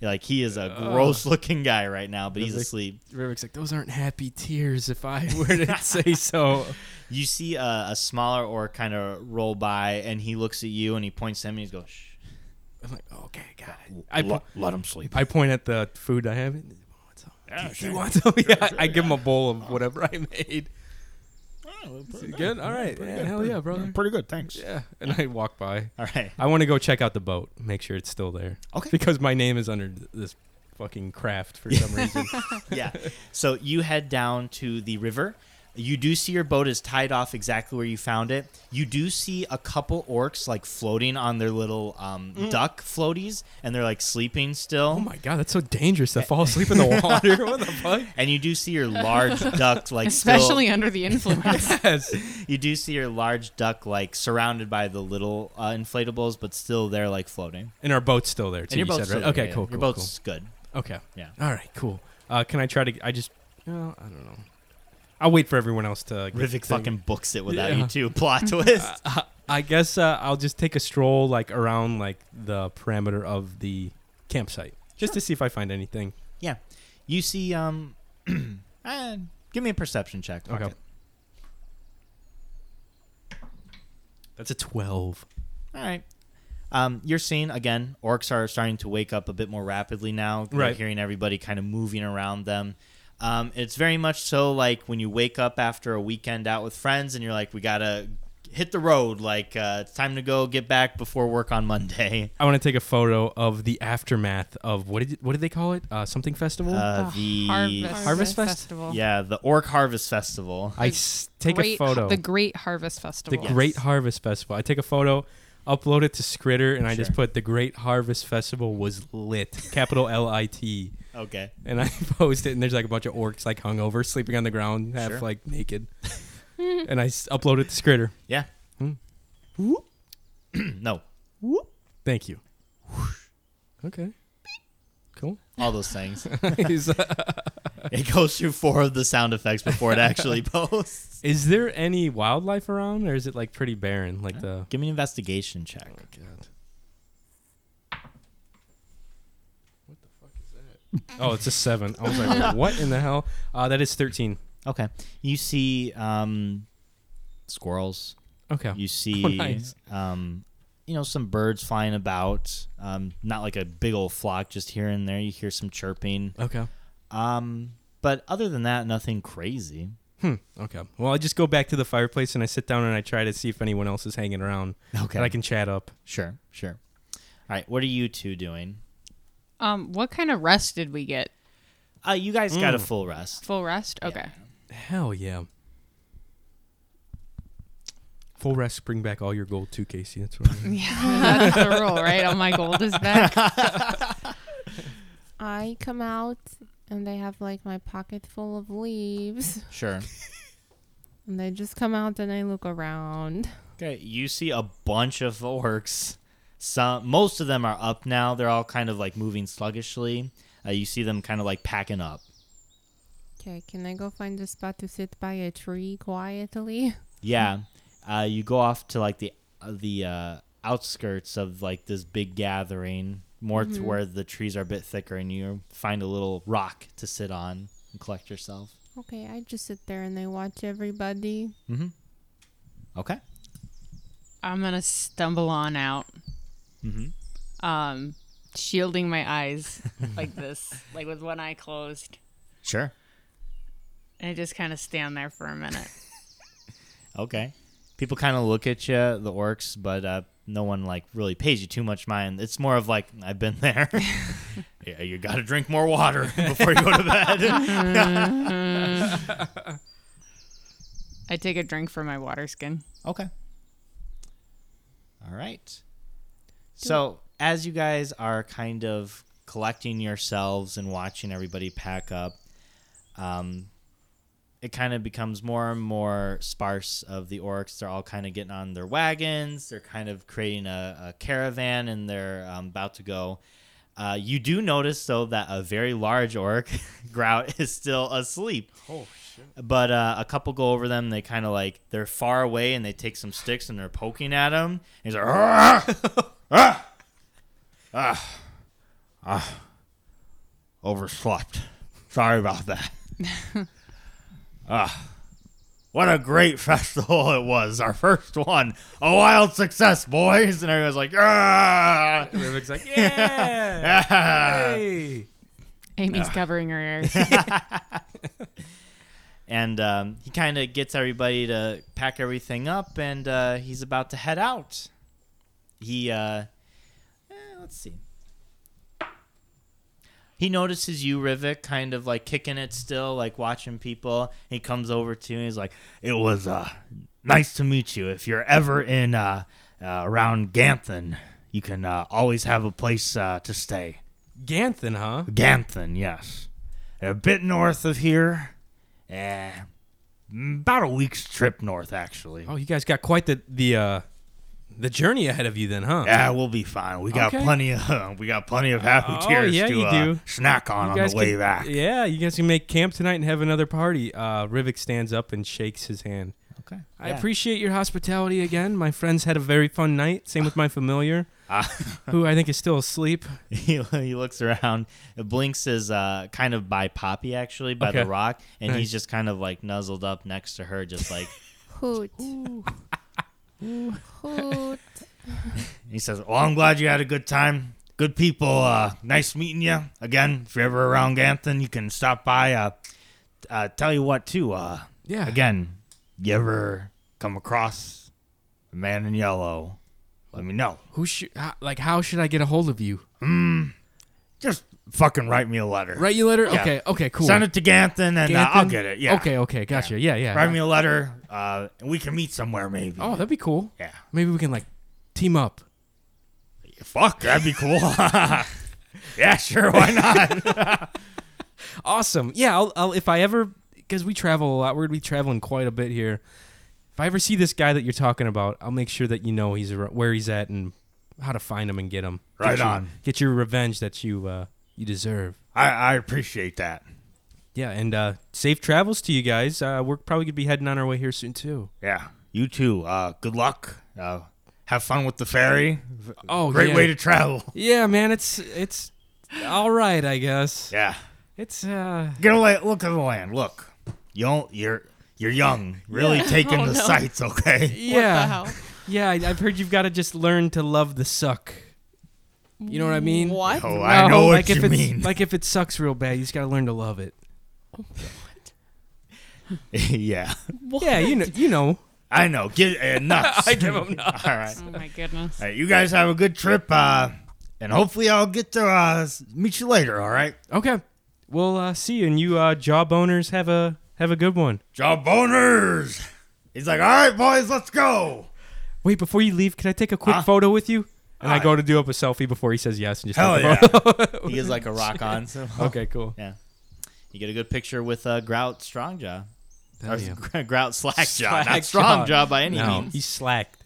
Speaker 1: Like he is a gross-looking guy right now, but he's
Speaker 3: Like-
Speaker 1: asleep.
Speaker 3: River's like, those aren't happy tears. If I were (laughs) to say so.
Speaker 1: You see a, a smaller orc kind of roll by, and he looks at you and he points to him and he goes, "Shh,
Speaker 3: I'm like, okay, got it. I, po-
Speaker 1: let him sleep."
Speaker 3: I point at the food I have. What's up?
Speaker 1: Yeah,
Speaker 3: Do
Speaker 1: sure. Oh.
Speaker 3: you want some? (laughs) Yeah, I give him a bowl of whatever I made. Is it good? All right. Yeah, hell yeah, brother.
Speaker 1: Pretty good, thanks.
Speaker 3: Yeah. And I walk by.
Speaker 1: All right.
Speaker 3: I want to go check out the boat, make sure it's still there.
Speaker 1: Okay.
Speaker 3: Because my name is under th- this fucking craft for
Speaker 1: (laughs)
Speaker 3: some reason.
Speaker 1: yeah.
Speaker 3: (laughs)
Speaker 1: So you head down to the river. You do see your boat is tied off exactly where you found it. You do see a couple orcs like floating on their little um, duck floaties, and they're like sleeping still.
Speaker 3: Mm. Oh my god, that's so dangerous to fall asleep
Speaker 1: (laughs)
Speaker 3: in the water. What the fuck?
Speaker 1: and you do see your
Speaker 3: (laughs)
Speaker 1: large duck like
Speaker 2: Especially under the influence.
Speaker 1: (laughs)
Speaker 3: Yes.
Speaker 1: still. You do see your large duck like surrounded by the little uh, inflatables, but still they're like floating.
Speaker 3: And our boat's still there too.
Speaker 1: And your
Speaker 3: you
Speaker 1: boat's
Speaker 3: said,
Speaker 1: still
Speaker 3: right?
Speaker 1: there,
Speaker 3: Okay,
Speaker 1: yeah.
Speaker 3: cool,
Speaker 1: Your
Speaker 3: cool,
Speaker 1: boat's good.
Speaker 3: cool. Okay.
Speaker 1: Yeah.
Speaker 3: All right, cool. Uh, can I try to? I just. Well, I don't know. I'll wait for everyone else to. get
Speaker 1: Rivik
Speaker 3: to-
Speaker 1: fucking books it without
Speaker 3: Yeah.
Speaker 1: you two.
Speaker 3: (laughs)
Speaker 1: Plot twist.
Speaker 3: Uh, I guess uh, I'll just take a stroll like around like the parameter of the campsite just to see if I find anything.
Speaker 1: Yeah. You see, um, (clears throat) uh, give me a perception check. fuck
Speaker 3: Okay.
Speaker 1: it.
Speaker 3: That's a twelve.
Speaker 1: All
Speaker 2: (laughs)
Speaker 1: right. Um, you're seeing again, orcs are starting to wake up a bit more rapidly now. You're
Speaker 3: Right.
Speaker 1: Hearing everybody kind of moving around them. Um, it's very much so like when you wake up after a weekend out with friends and you're like, we gotta hit the road. Like uh, it's time to go get back before work on Monday.
Speaker 3: I want to take a photo of the aftermath of what did what did they call it? Uh, something festival?
Speaker 1: Uh, the
Speaker 3: Harvest Fest?
Speaker 2: Festival.
Speaker 1: yeah, the Orc Harvest Festival.
Speaker 3: I s- take
Speaker 2: Great-
Speaker 3: a photo.
Speaker 2: The Great Harvest Festival.
Speaker 3: The Great Harvest Festival. I take a photo upload it to Scritter, and I just
Speaker 1: Sure.
Speaker 3: put the Great Harvest Festival was lit, capital L I T.
Speaker 1: Okay.
Speaker 3: And I (laughs) post it, and there's like a bunch of orcs like hungover, sleeping on the ground, half
Speaker 1: Sure.
Speaker 2: (laughs)
Speaker 3: like naked. and I s- upload it to Scritter.
Speaker 1: Yeah.
Speaker 3: Hmm.
Speaker 1: (clears throat) no.
Speaker 3: Thank you. Okay. Cool.
Speaker 1: All those things.
Speaker 3: (laughs) is,
Speaker 1: it goes through four of the sound effects before it (laughs) actually posts.
Speaker 3: (laughs) is there any wildlife around, or is it like pretty barren? Like the
Speaker 1: Give me an investigation check.
Speaker 3: God. What the fuck is that? oh, it's a seven. I was like, what in the hell? Uh, that is 13.
Speaker 1: Okay. You see um, squirrels.
Speaker 3: Okay.
Speaker 1: You see, (laughs)
Speaker 3: nice.
Speaker 1: um, you know, some birds flying about. Um, not like a big old flock, just here and there. You hear some chirping.
Speaker 3: Okay.
Speaker 1: Um, but other than that, nothing crazy.
Speaker 3: Hmm. Okay. Well, I just go back to the fireplace and I sit down and I try to see if anyone else is hanging around
Speaker 1: Okay.
Speaker 3: that I can chat up.
Speaker 1: Sure, sure. All right, what are you two doing?
Speaker 2: Um, what kind of rest did we get?
Speaker 1: Uh, you guys got a full rest.
Speaker 2: Full rest? Okay. (laughs)
Speaker 3: Hell yeah. Full rest, bring back all your gold too, Casey. That's what (laughs) I mean.
Speaker 2: Yeah, that's the rule, right? All my gold is
Speaker 1: (laughs)
Speaker 2: back.
Speaker 4: I come out and they have like my pocket full of leaves.
Speaker 1: Sure.
Speaker 4: And I just come out and I look around.
Speaker 1: Okay, you see a bunch of orcs. Some, most of them are up now. They're all kind of like moving sluggishly. Uh, you see them kind of like packing up.
Speaker 4: Okay, can I go find a spot to sit by a tree quietly?
Speaker 1: Yeah, uh, you go off to like the uh, the uh, outskirts of like this big gathering, more to where the trees are a bit thicker, and you find a little rock to sit on and collect yourself.
Speaker 4: Okay, I just sit there and I watch everybody.
Speaker 1: Okay.
Speaker 2: I'm gonna stumble on out. Um, shielding my eyes like this, like with one eye closed,
Speaker 1: Sure.
Speaker 2: and I just kind of stand there for a minute.
Speaker 1: Okay. People kind of look at you, the orcs, but uh, no one like really pays you too much mind. It's more of like I've been there. (laughs) yeah, you got to drink more water (laughs) before you go to bed.
Speaker 2: I take a drink from my water skin.
Speaker 1: okay. All right. So as you guys are kind of collecting yourselves and watching everybody pack up, um, it kind of becomes more and more sparse of the orcs. They're all kind of getting on their wagons. They're kind of creating a, a caravan, and they're um, about to go. Uh, you do notice though that a very large orc, (laughs) Grout, is still asleep. Oh shit! But uh, a couple go over them. They kind of like they're far away, and they take some sticks and they're poking at him. he's like, "Argh!" (laughs) Ah! overslept. Sorry about that. (laughs) Ah, what a great festival it was. Our first one. A wild success, boys. And everyone's like, ah,
Speaker 3: Rivek's like, yeah. (laughs)
Speaker 1: ah."
Speaker 3: hey.
Speaker 2: Amy's covering her
Speaker 3: (laughs)
Speaker 2: ears.
Speaker 1: And um, he kind of gets everybody to pack everything up, and uh, he's about to head out. He, uh, eh, let's see. He notices you, Rivik, kind of like kicking it still, like watching people. He comes over to you and he's like, It was uh, nice to meet you. If you're ever in uh, uh, around Ganthan, you can uh, always have a place uh, to stay.
Speaker 3: Ganthan, huh?
Speaker 1: Ganthan, yes. A bit north of here. Eh, about a week's trip north, actually.
Speaker 3: Oh, you guys got quite the the uh, the journey ahead of you then, huh?
Speaker 1: Yeah, we'll be fine. We got
Speaker 3: Okay.
Speaker 1: plenty of (laughs) we got plenty of happy
Speaker 3: Oh,
Speaker 1: tears
Speaker 3: yeah,
Speaker 1: to
Speaker 3: you
Speaker 1: uh,
Speaker 3: do.
Speaker 1: snack on
Speaker 3: You
Speaker 1: on
Speaker 3: guys
Speaker 1: the way
Speaker 3: can-
Speaker 1: back. (laughs)
Speaker 3: Yeah, you guys can make camp tonight and have another party. Uh, Rivik stands up and shakes his hand.
Speaker 1: Okay,
Speaker 3: I appreciate your hospitality again. My friends had a very fun night. Same with
Speaker 1: (laughs)
Speaker 3: my familiar,
Speaker 1: Ah.
Speaker 3: who I think is still asleep.
Speaker 1: he, he looks around. Blinks is uh, kind of by Poppy, actually, by the
Speaker 3: Okay.
Speaker 1: rock, and
Speaker 3: Nice.
Speaker 1: he's just kind of like nuzzled up next to her, just like
Speaker 4: Hoot. Hoot.
Speaker 1: He says, "Well, I'm glad you had a good time. Good people. Uh, nice meeting you again. If you're ever around Ganthan, you can stop by. Uh, uh, tell you what, too. Uh,
Speaker 3: Yeah.
Speaker 1: again, you ever come across a man in yellow? Let me know.
Speaker 3: Who should how, like? How should I get a hold of you?
Speaker 1: Just fucking write me a letter.
Speaker 3: Write you a letter.
Speaker 1: Yeah.
Speaker 3: Okay. Okay. Cool.
Speaker 1: Send it to Ganthan, and uh, I'll
Speaker 3: Ganthan?
Speaker 1: get it. Yeah.
Speaker 3: Okay. Okay. Gotcha. Yeah. Yeah.
Speaker 1: Write me a letter. Uh, and we can meet somewhere maybe.
Speaker 3: oh, that'd be cool.
Speaker 1: Yeah.
Speaker 3: Maybe we can like team up.
Speaker 1: Fuck, that'd be cool. (laughs) yeah, sure, why
Speaker 3: (laughs)
Speaker 1: not?
Speaker 3: Awesome. Yeah, I'll, I'll if I ever because we travel a lot. We're gonna be traveling quite a bit here. If I ever see this guy that you're talking about, I'll make sure that you know he's ar- where he's at and how to find him and get him. Get
Speaker 1: Right
Speaker 3: your-
Speaker 1: on.
Speaker 3: Get your revenge that you uh, you deserve.
Speaker 1: I, I appreciate that.
Speaker 3: Yeah, and uh, safe travels to you guys. Uh, we're probably gonna be heading on our way here soon too.
Speaker 1: Yeah, you too. Uh, good luck. Uh, have fun with the ferry.
Speaker 3: Oh,
Speaker 1: Great
Speaker 3: yeah.
Speaker 1: way to travel.
Speaker 3: Yeah, man, it's it's all right, I guess.
Speaker 1: Yeah,
Speaker 3: It's uh,
Speaker 1: get a la- look at the land. Look, you don't, you're you're young. Really
Speaker 3: (laughs)
Speaker 1: taking
Speaker 2: Oh,
Speaker 1: the
Speaker 2: no.
Speaker 1: sights, okay?
Speaker 3: yeah,
Speaker 2: What the hell?
Speaker 3: yeah. I- I've heard you've got to just learn to love the suck. You know what I mean?
Speaker 4: What?
Speaker 1: Oh, I know
Speaker 3: No,
Speaker 1: what
Speaker 3: like
Speaker 1: you
Speaker 3: if it's,
Speaker 1: mean.
Speaker 3: Like if it sucks real bad, you just gotta learn to love it.
Speaker 1: (laughs) yeah,
Speaker 3: Yeah, you know, you know.
Speaker 1: I know. Get
Speaker 3: (laughs)
Speaker 1: uh, nuts.
Speaker 3: I give 'em nuts.
Speaker 1: (laughs) All right.
Speaker 2: Oh my goodness.
Speaker 1: All right, you guys have a good trip, uh, and hopefully I'll get to uh, s- meet you later. All right,
Speaker 3: Okay, we'll uh, see you, and you uh, jaw boners have a have a good one.
Speaker 1: job boners. He's like, all right, boys, let's go.
Speaker 3: Wait, before you leave, can I take a quick
Speaker 1: Huh?
Speaker 3: photo with you? And I
Speaker 1: Ah.
Speaker 3: go to do up a selfie before he says yes, and just
Speaker 1: Hell
Speaker 3: take a
Speaker 1: yeah.
Speaker 3: photo. (laughs)
Speaker 1: He is like a rock on. (laughs) So.
Speaker 3: okay, cool.
Speaker 1: Yeah, you get a good picture with uh, Grout Strongjaw. Or
Speaker 3: yeah.
Speaker 1: (laughs) Grout Slackjaw,
Speaker 3: Slackjaw.
Speaker 1: not Strongjaw by any
Speaker 3: No,
Speaker 1: means.
Speaker 3: he slacked.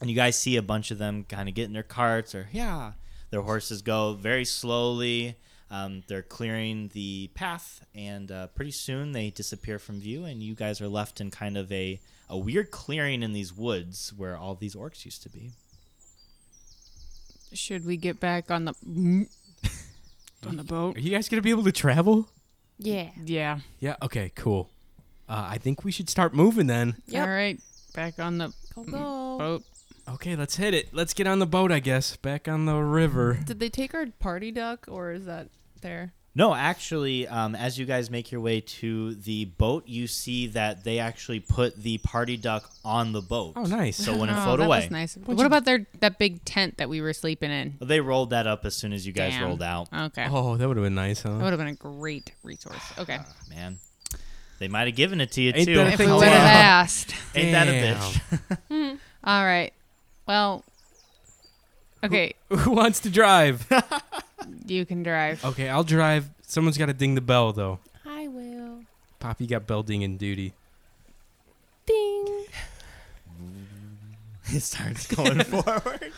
Speaker 1: and you guys see a bunch of them kind of get in their carts or yeah their horses go very slowly um, they're clearing the path and uh, pretty soon they disappear from view and you guys are left in kind of a, a weird clearing in these woods where all these orcs used to be
Speaker 2: Should we get back on the on the boat?
Speaker 3: Are you guys gonna be able to travel?
Speaker 4: Yeah.
Speaker 2: Yeah.
Speaker 3: Yeah. Okay. Cool. Uh, I think we should start moving then.
Speaker 4: Yep.
Speaker 2: All right. Back on the
Speaker 4: Go, go.
Speaker 2: boat.
Speaker 3: Okay, let's hit it. Let's get on the boat, I guess. Back on the river.
Speaker 4: Did they take our party duck or is that there?
Speaker 1: no actually um, as you guys make your way to the boat you see that they actually put the party duck on the boat
Speaker 3: Oh, nice.
Speaker 1: (laughs) so when it
Speaker 2: Oh,
Speaker 1: float
Speaker 2: that
Speaker 1: away
Speaker 2: was nice. What about their that big tent that we were sleeping in?
Speaker 1: they rolled that up as soon as you guys
Speaker 2: Damn.
Speaker 1: rolled out
Speaker 2: Okay.
Speaker 3: Oh, that would have been nice, huh?
Speaker 2: That would have been a great resource.
Speaker 3: (sighs)
Speaker 2: Okay.
Speaker 1: man they might have given it to you
Speaker 3: Ain't
Speaker 1: too
Speaker 3: that a
Speaker 2: if we
Speaker 3: thing
Speaker 2: would
Speaker 3: Oh,
Speaker 2: have
Speaker 3: wow.
Speaker 2: asked.
Speaker 1: Ain't that a
Speaker 3: Damn. (laughs)
Speaker 1: bitch?
Speaker 2: All right. Well. Okay,
Speaker 3: Who wants to drive?
Speaker 2: you can drive.
Speaker 3: okay, I'll drive. Someone's got to ding the bell, though.
Speaker 4: I will.
Speaker 3: Poppy got bell dinging duty.
Speaker 4: Ding.
Speaker 1: it starts going
Speaker 3: (laughs)
Speaker 1: forward.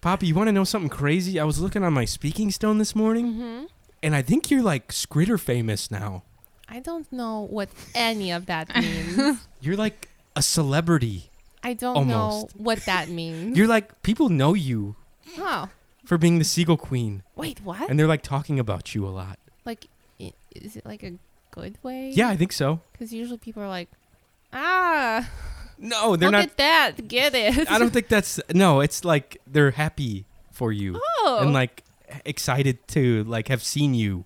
Speaker 3: Poppy, you want to know something crazy? I was looking on my speaking stone this morning,
Speaker 4: Mm-hmm.
Speaker 3: and I think you're like Scritter famous now.
Speaker 4: I don't know what any of that means.
Speaker 3: You're like a celebrity.
Speaker 4: I don't
Speaker 3: Almost.
Speaker 4: know what that means.
Speaker 3: You're like people know you
Speaker 4: oh,
Speaker 3: for being the Seagull Queen,
Speaker 4: wait, what?
Speaker 3: and they're like talking about you a lot.
Speaker 4: like, i- is it like a good way?
Speaker 3: Yeah, I think so.
Speaker 4: Because usually people are like, ah,
Speaker 3: No, they're
Speaker 4: look
Speaker 3: not.
Speaker 4: at that. Get it.
Speaker 3: I don't think that's no. It's like they're happy for you
Speaker 4: (laughs) oh.
Speaker 3: and like excited to like have seen you.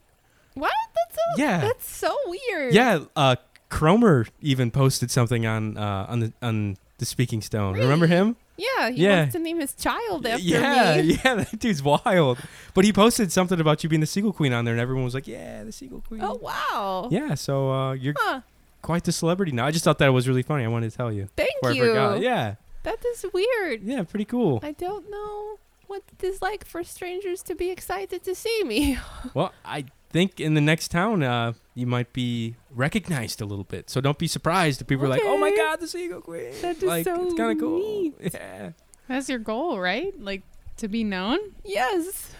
Speaker 4: what? That's so,
Speaker 3: Yeah.
Speaker 4: That's so weird.
Speaker 3: Yeah, uh, Cromer even posted something on uh, on the on the Speaking Stone. Remember him?
Speaker 4: Yeah. He
Speaker 3: Yeah.
Speaker 4: wants to name his child after
Speaker 3: yeah,
Speaker 4: me.
Speaker 3: (laughs) yeah, that dude's wild. But he posted something about you being the Seagull Queen on there, and everyone was like, "Yeah, the Seagull Queen."
Speaker 4: Oh, wow.
Speaker 3: Yeah, so uh, you're
Speaker 4: Huh.
Speaker 3: quite the celebrity now. I just thought that was really funny. I wanted to tell you.
Speaker 4: Thank
Speaker 3: Before I
Speaker 4: you.
Speaker 3: forgot. Yeah,
Speaker 4: That is weird.
Speaker 3: yeah, pretty cool.
Speaker 4: I don't know what it is like for strangers to be excited to see me. (laughs)
Speaker 3: Well, I think in the next town, uh, you might be recognized a little bit. So don't be surprised if people are like, "Oh my
Speaker 4: Okay.
Speaker 3: God, the Seagull Queen!"
Speaker 4: That is
Speaker 3: like,
Speaker 4: so
Speaker 3: it's kind of cool.
Speaker 4: neat.
Speaker 3: Yeah.
Speaker 2: That's your goal, right? Like to be known.
Speaker 4: Yes.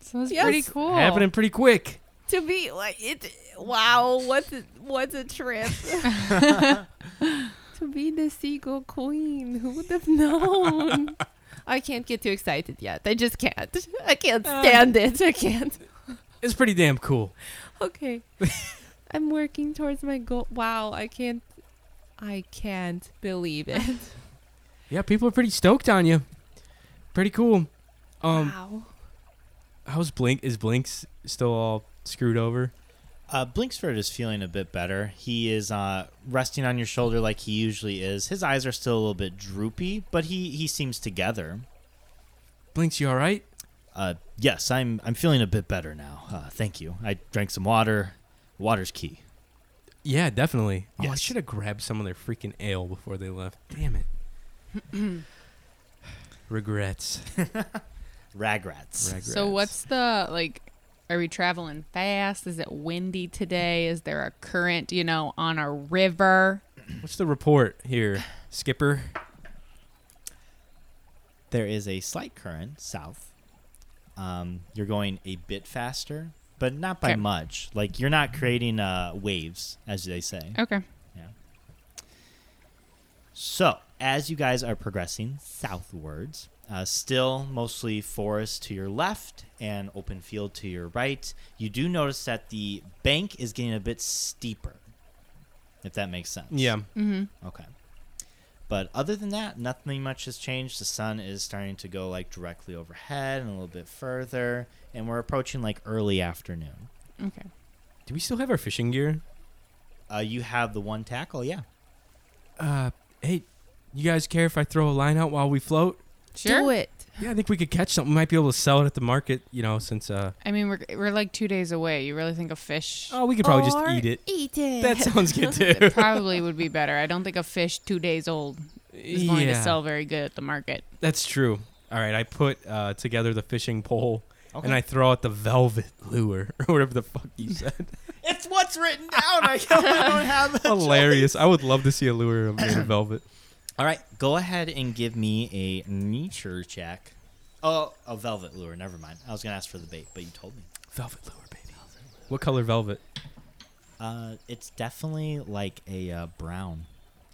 Speaker 2: So that's
Speaker 4: Yes.
Speaker 2: pretty cool.
Speaker 3: Happening pretty quick.
Speaker 4: To be like it wow, what's a, what's a (laughs) trip. to be the seagull queen. Who would have known? (laughs) I can't get too excited yet. I just can't. (laughs) I can't
Speaker 3: Uh.
Speaker 4: stand it. I can't.
Speaker 3: It's pretty damn cool.
Speaker 4: (laughs) Okay. I'm working towards my goal. Wow, I can't I can't believe it. (laughs)
Speaker 3: Yeah, people are pretty stoked on you. Pretty cool. Um,
Speaker 4: wow.
Speaker 3: how's Blink? Is Blinks still all screwed over?
Speaker 1: Uh, Blinksford is feeling a bit better. He is uh, resting on your shoulder like he usually is. His eyes are still a little bit droopy, but he, he seems together.
Speaker 3: Blinks, you all right?
Speaker 1: Uh, yes, I'm I'm feeling a bit better now. Uh, thank you. I drank some water. Water's key.
Speaker 3: Yeah, definitely. Oh, I
Speaker 1: Yes.
Speaker 3: should have grabbed some of their freaking ale before they left. Damn it. (clears throat) Regrets. (laughs)
Speaker 1: Ragrats.
Speaker 3: Regrets.
Speaker 2: So what's the like? Are we traveling fast? Is it windy today? Is there a current? You know, on a river?
Speaker 3: what's the report here, Skipper?
Speaker 1: There is a slight current south. Um, you're going a bit faster, but not by
Speaker 2: Okay.
Speaker 1: much. Like you're not creating uh, waves, as they say.
Speaker 2: Okay.
Speaker 1: So, as you guys are progressing southwards, uh, still mostly forest to your left and open field to your right, you do notice that the bank is getting a bit steeper, if that makes sense.
Speaker 3: Yeah.
Speaker 2: Mm-hmm.
Speaker 1: Okay. But other than that, nothing much has changed. The sun is starting to go like directly overhead and a little bit further, and we're approaching like early afternoon.
Speaker 2: Okay.
Speaker 3: Do we still have our fishing gear?
Speaker 1: Uh, you have the one tackle, yeah.
Speaker 3: Uh, hey, you guys care if I throw a line out while we float?
Speaker 2: Sure.
Speaker 4: Do it.
Speaker 3: Yeah, I think we could catch something. We might be able to sell it at the market, you know, since uh
Speaker 2: I mean, we're we're like two days away. You really think a fish?
Speaker 3: oh, we could probably just
Speaker 4: Or
Speaker 3: eat it.
Speaker 4: Eat it.
Speaker 3: That sounds
Speaker 4: (laughs)
Speaker 3: good too.
Speaker 2: Probably would be better. I don't think a fish two days old is going to sell very good at the market.
Speaker 3: That's true. All right, I put uh, together the fishing pole and I throw out the velvet lure (laughs) or whatever the fuck
Speaker 1: (laughs)
Speaker 3: you said.
Speaker 1: (laughs) it's what's written down. I don't have
Speaker 3: (laughs)
Speaker 1: a
Speaker 3: Hilarious. I would love to see a lure
Speaker 1: (coughs)
Speaker 3: made of velvet.
Speaker 1: All right, go ahead and give me a nature check. Oh, a velvet lure. Never mind. I was gonna ask for the bait, but you told me.
Speaker 3: Velvet lure, baby. What color velvet?
Speaker 1: Uh, it's definitely like a uh, brown.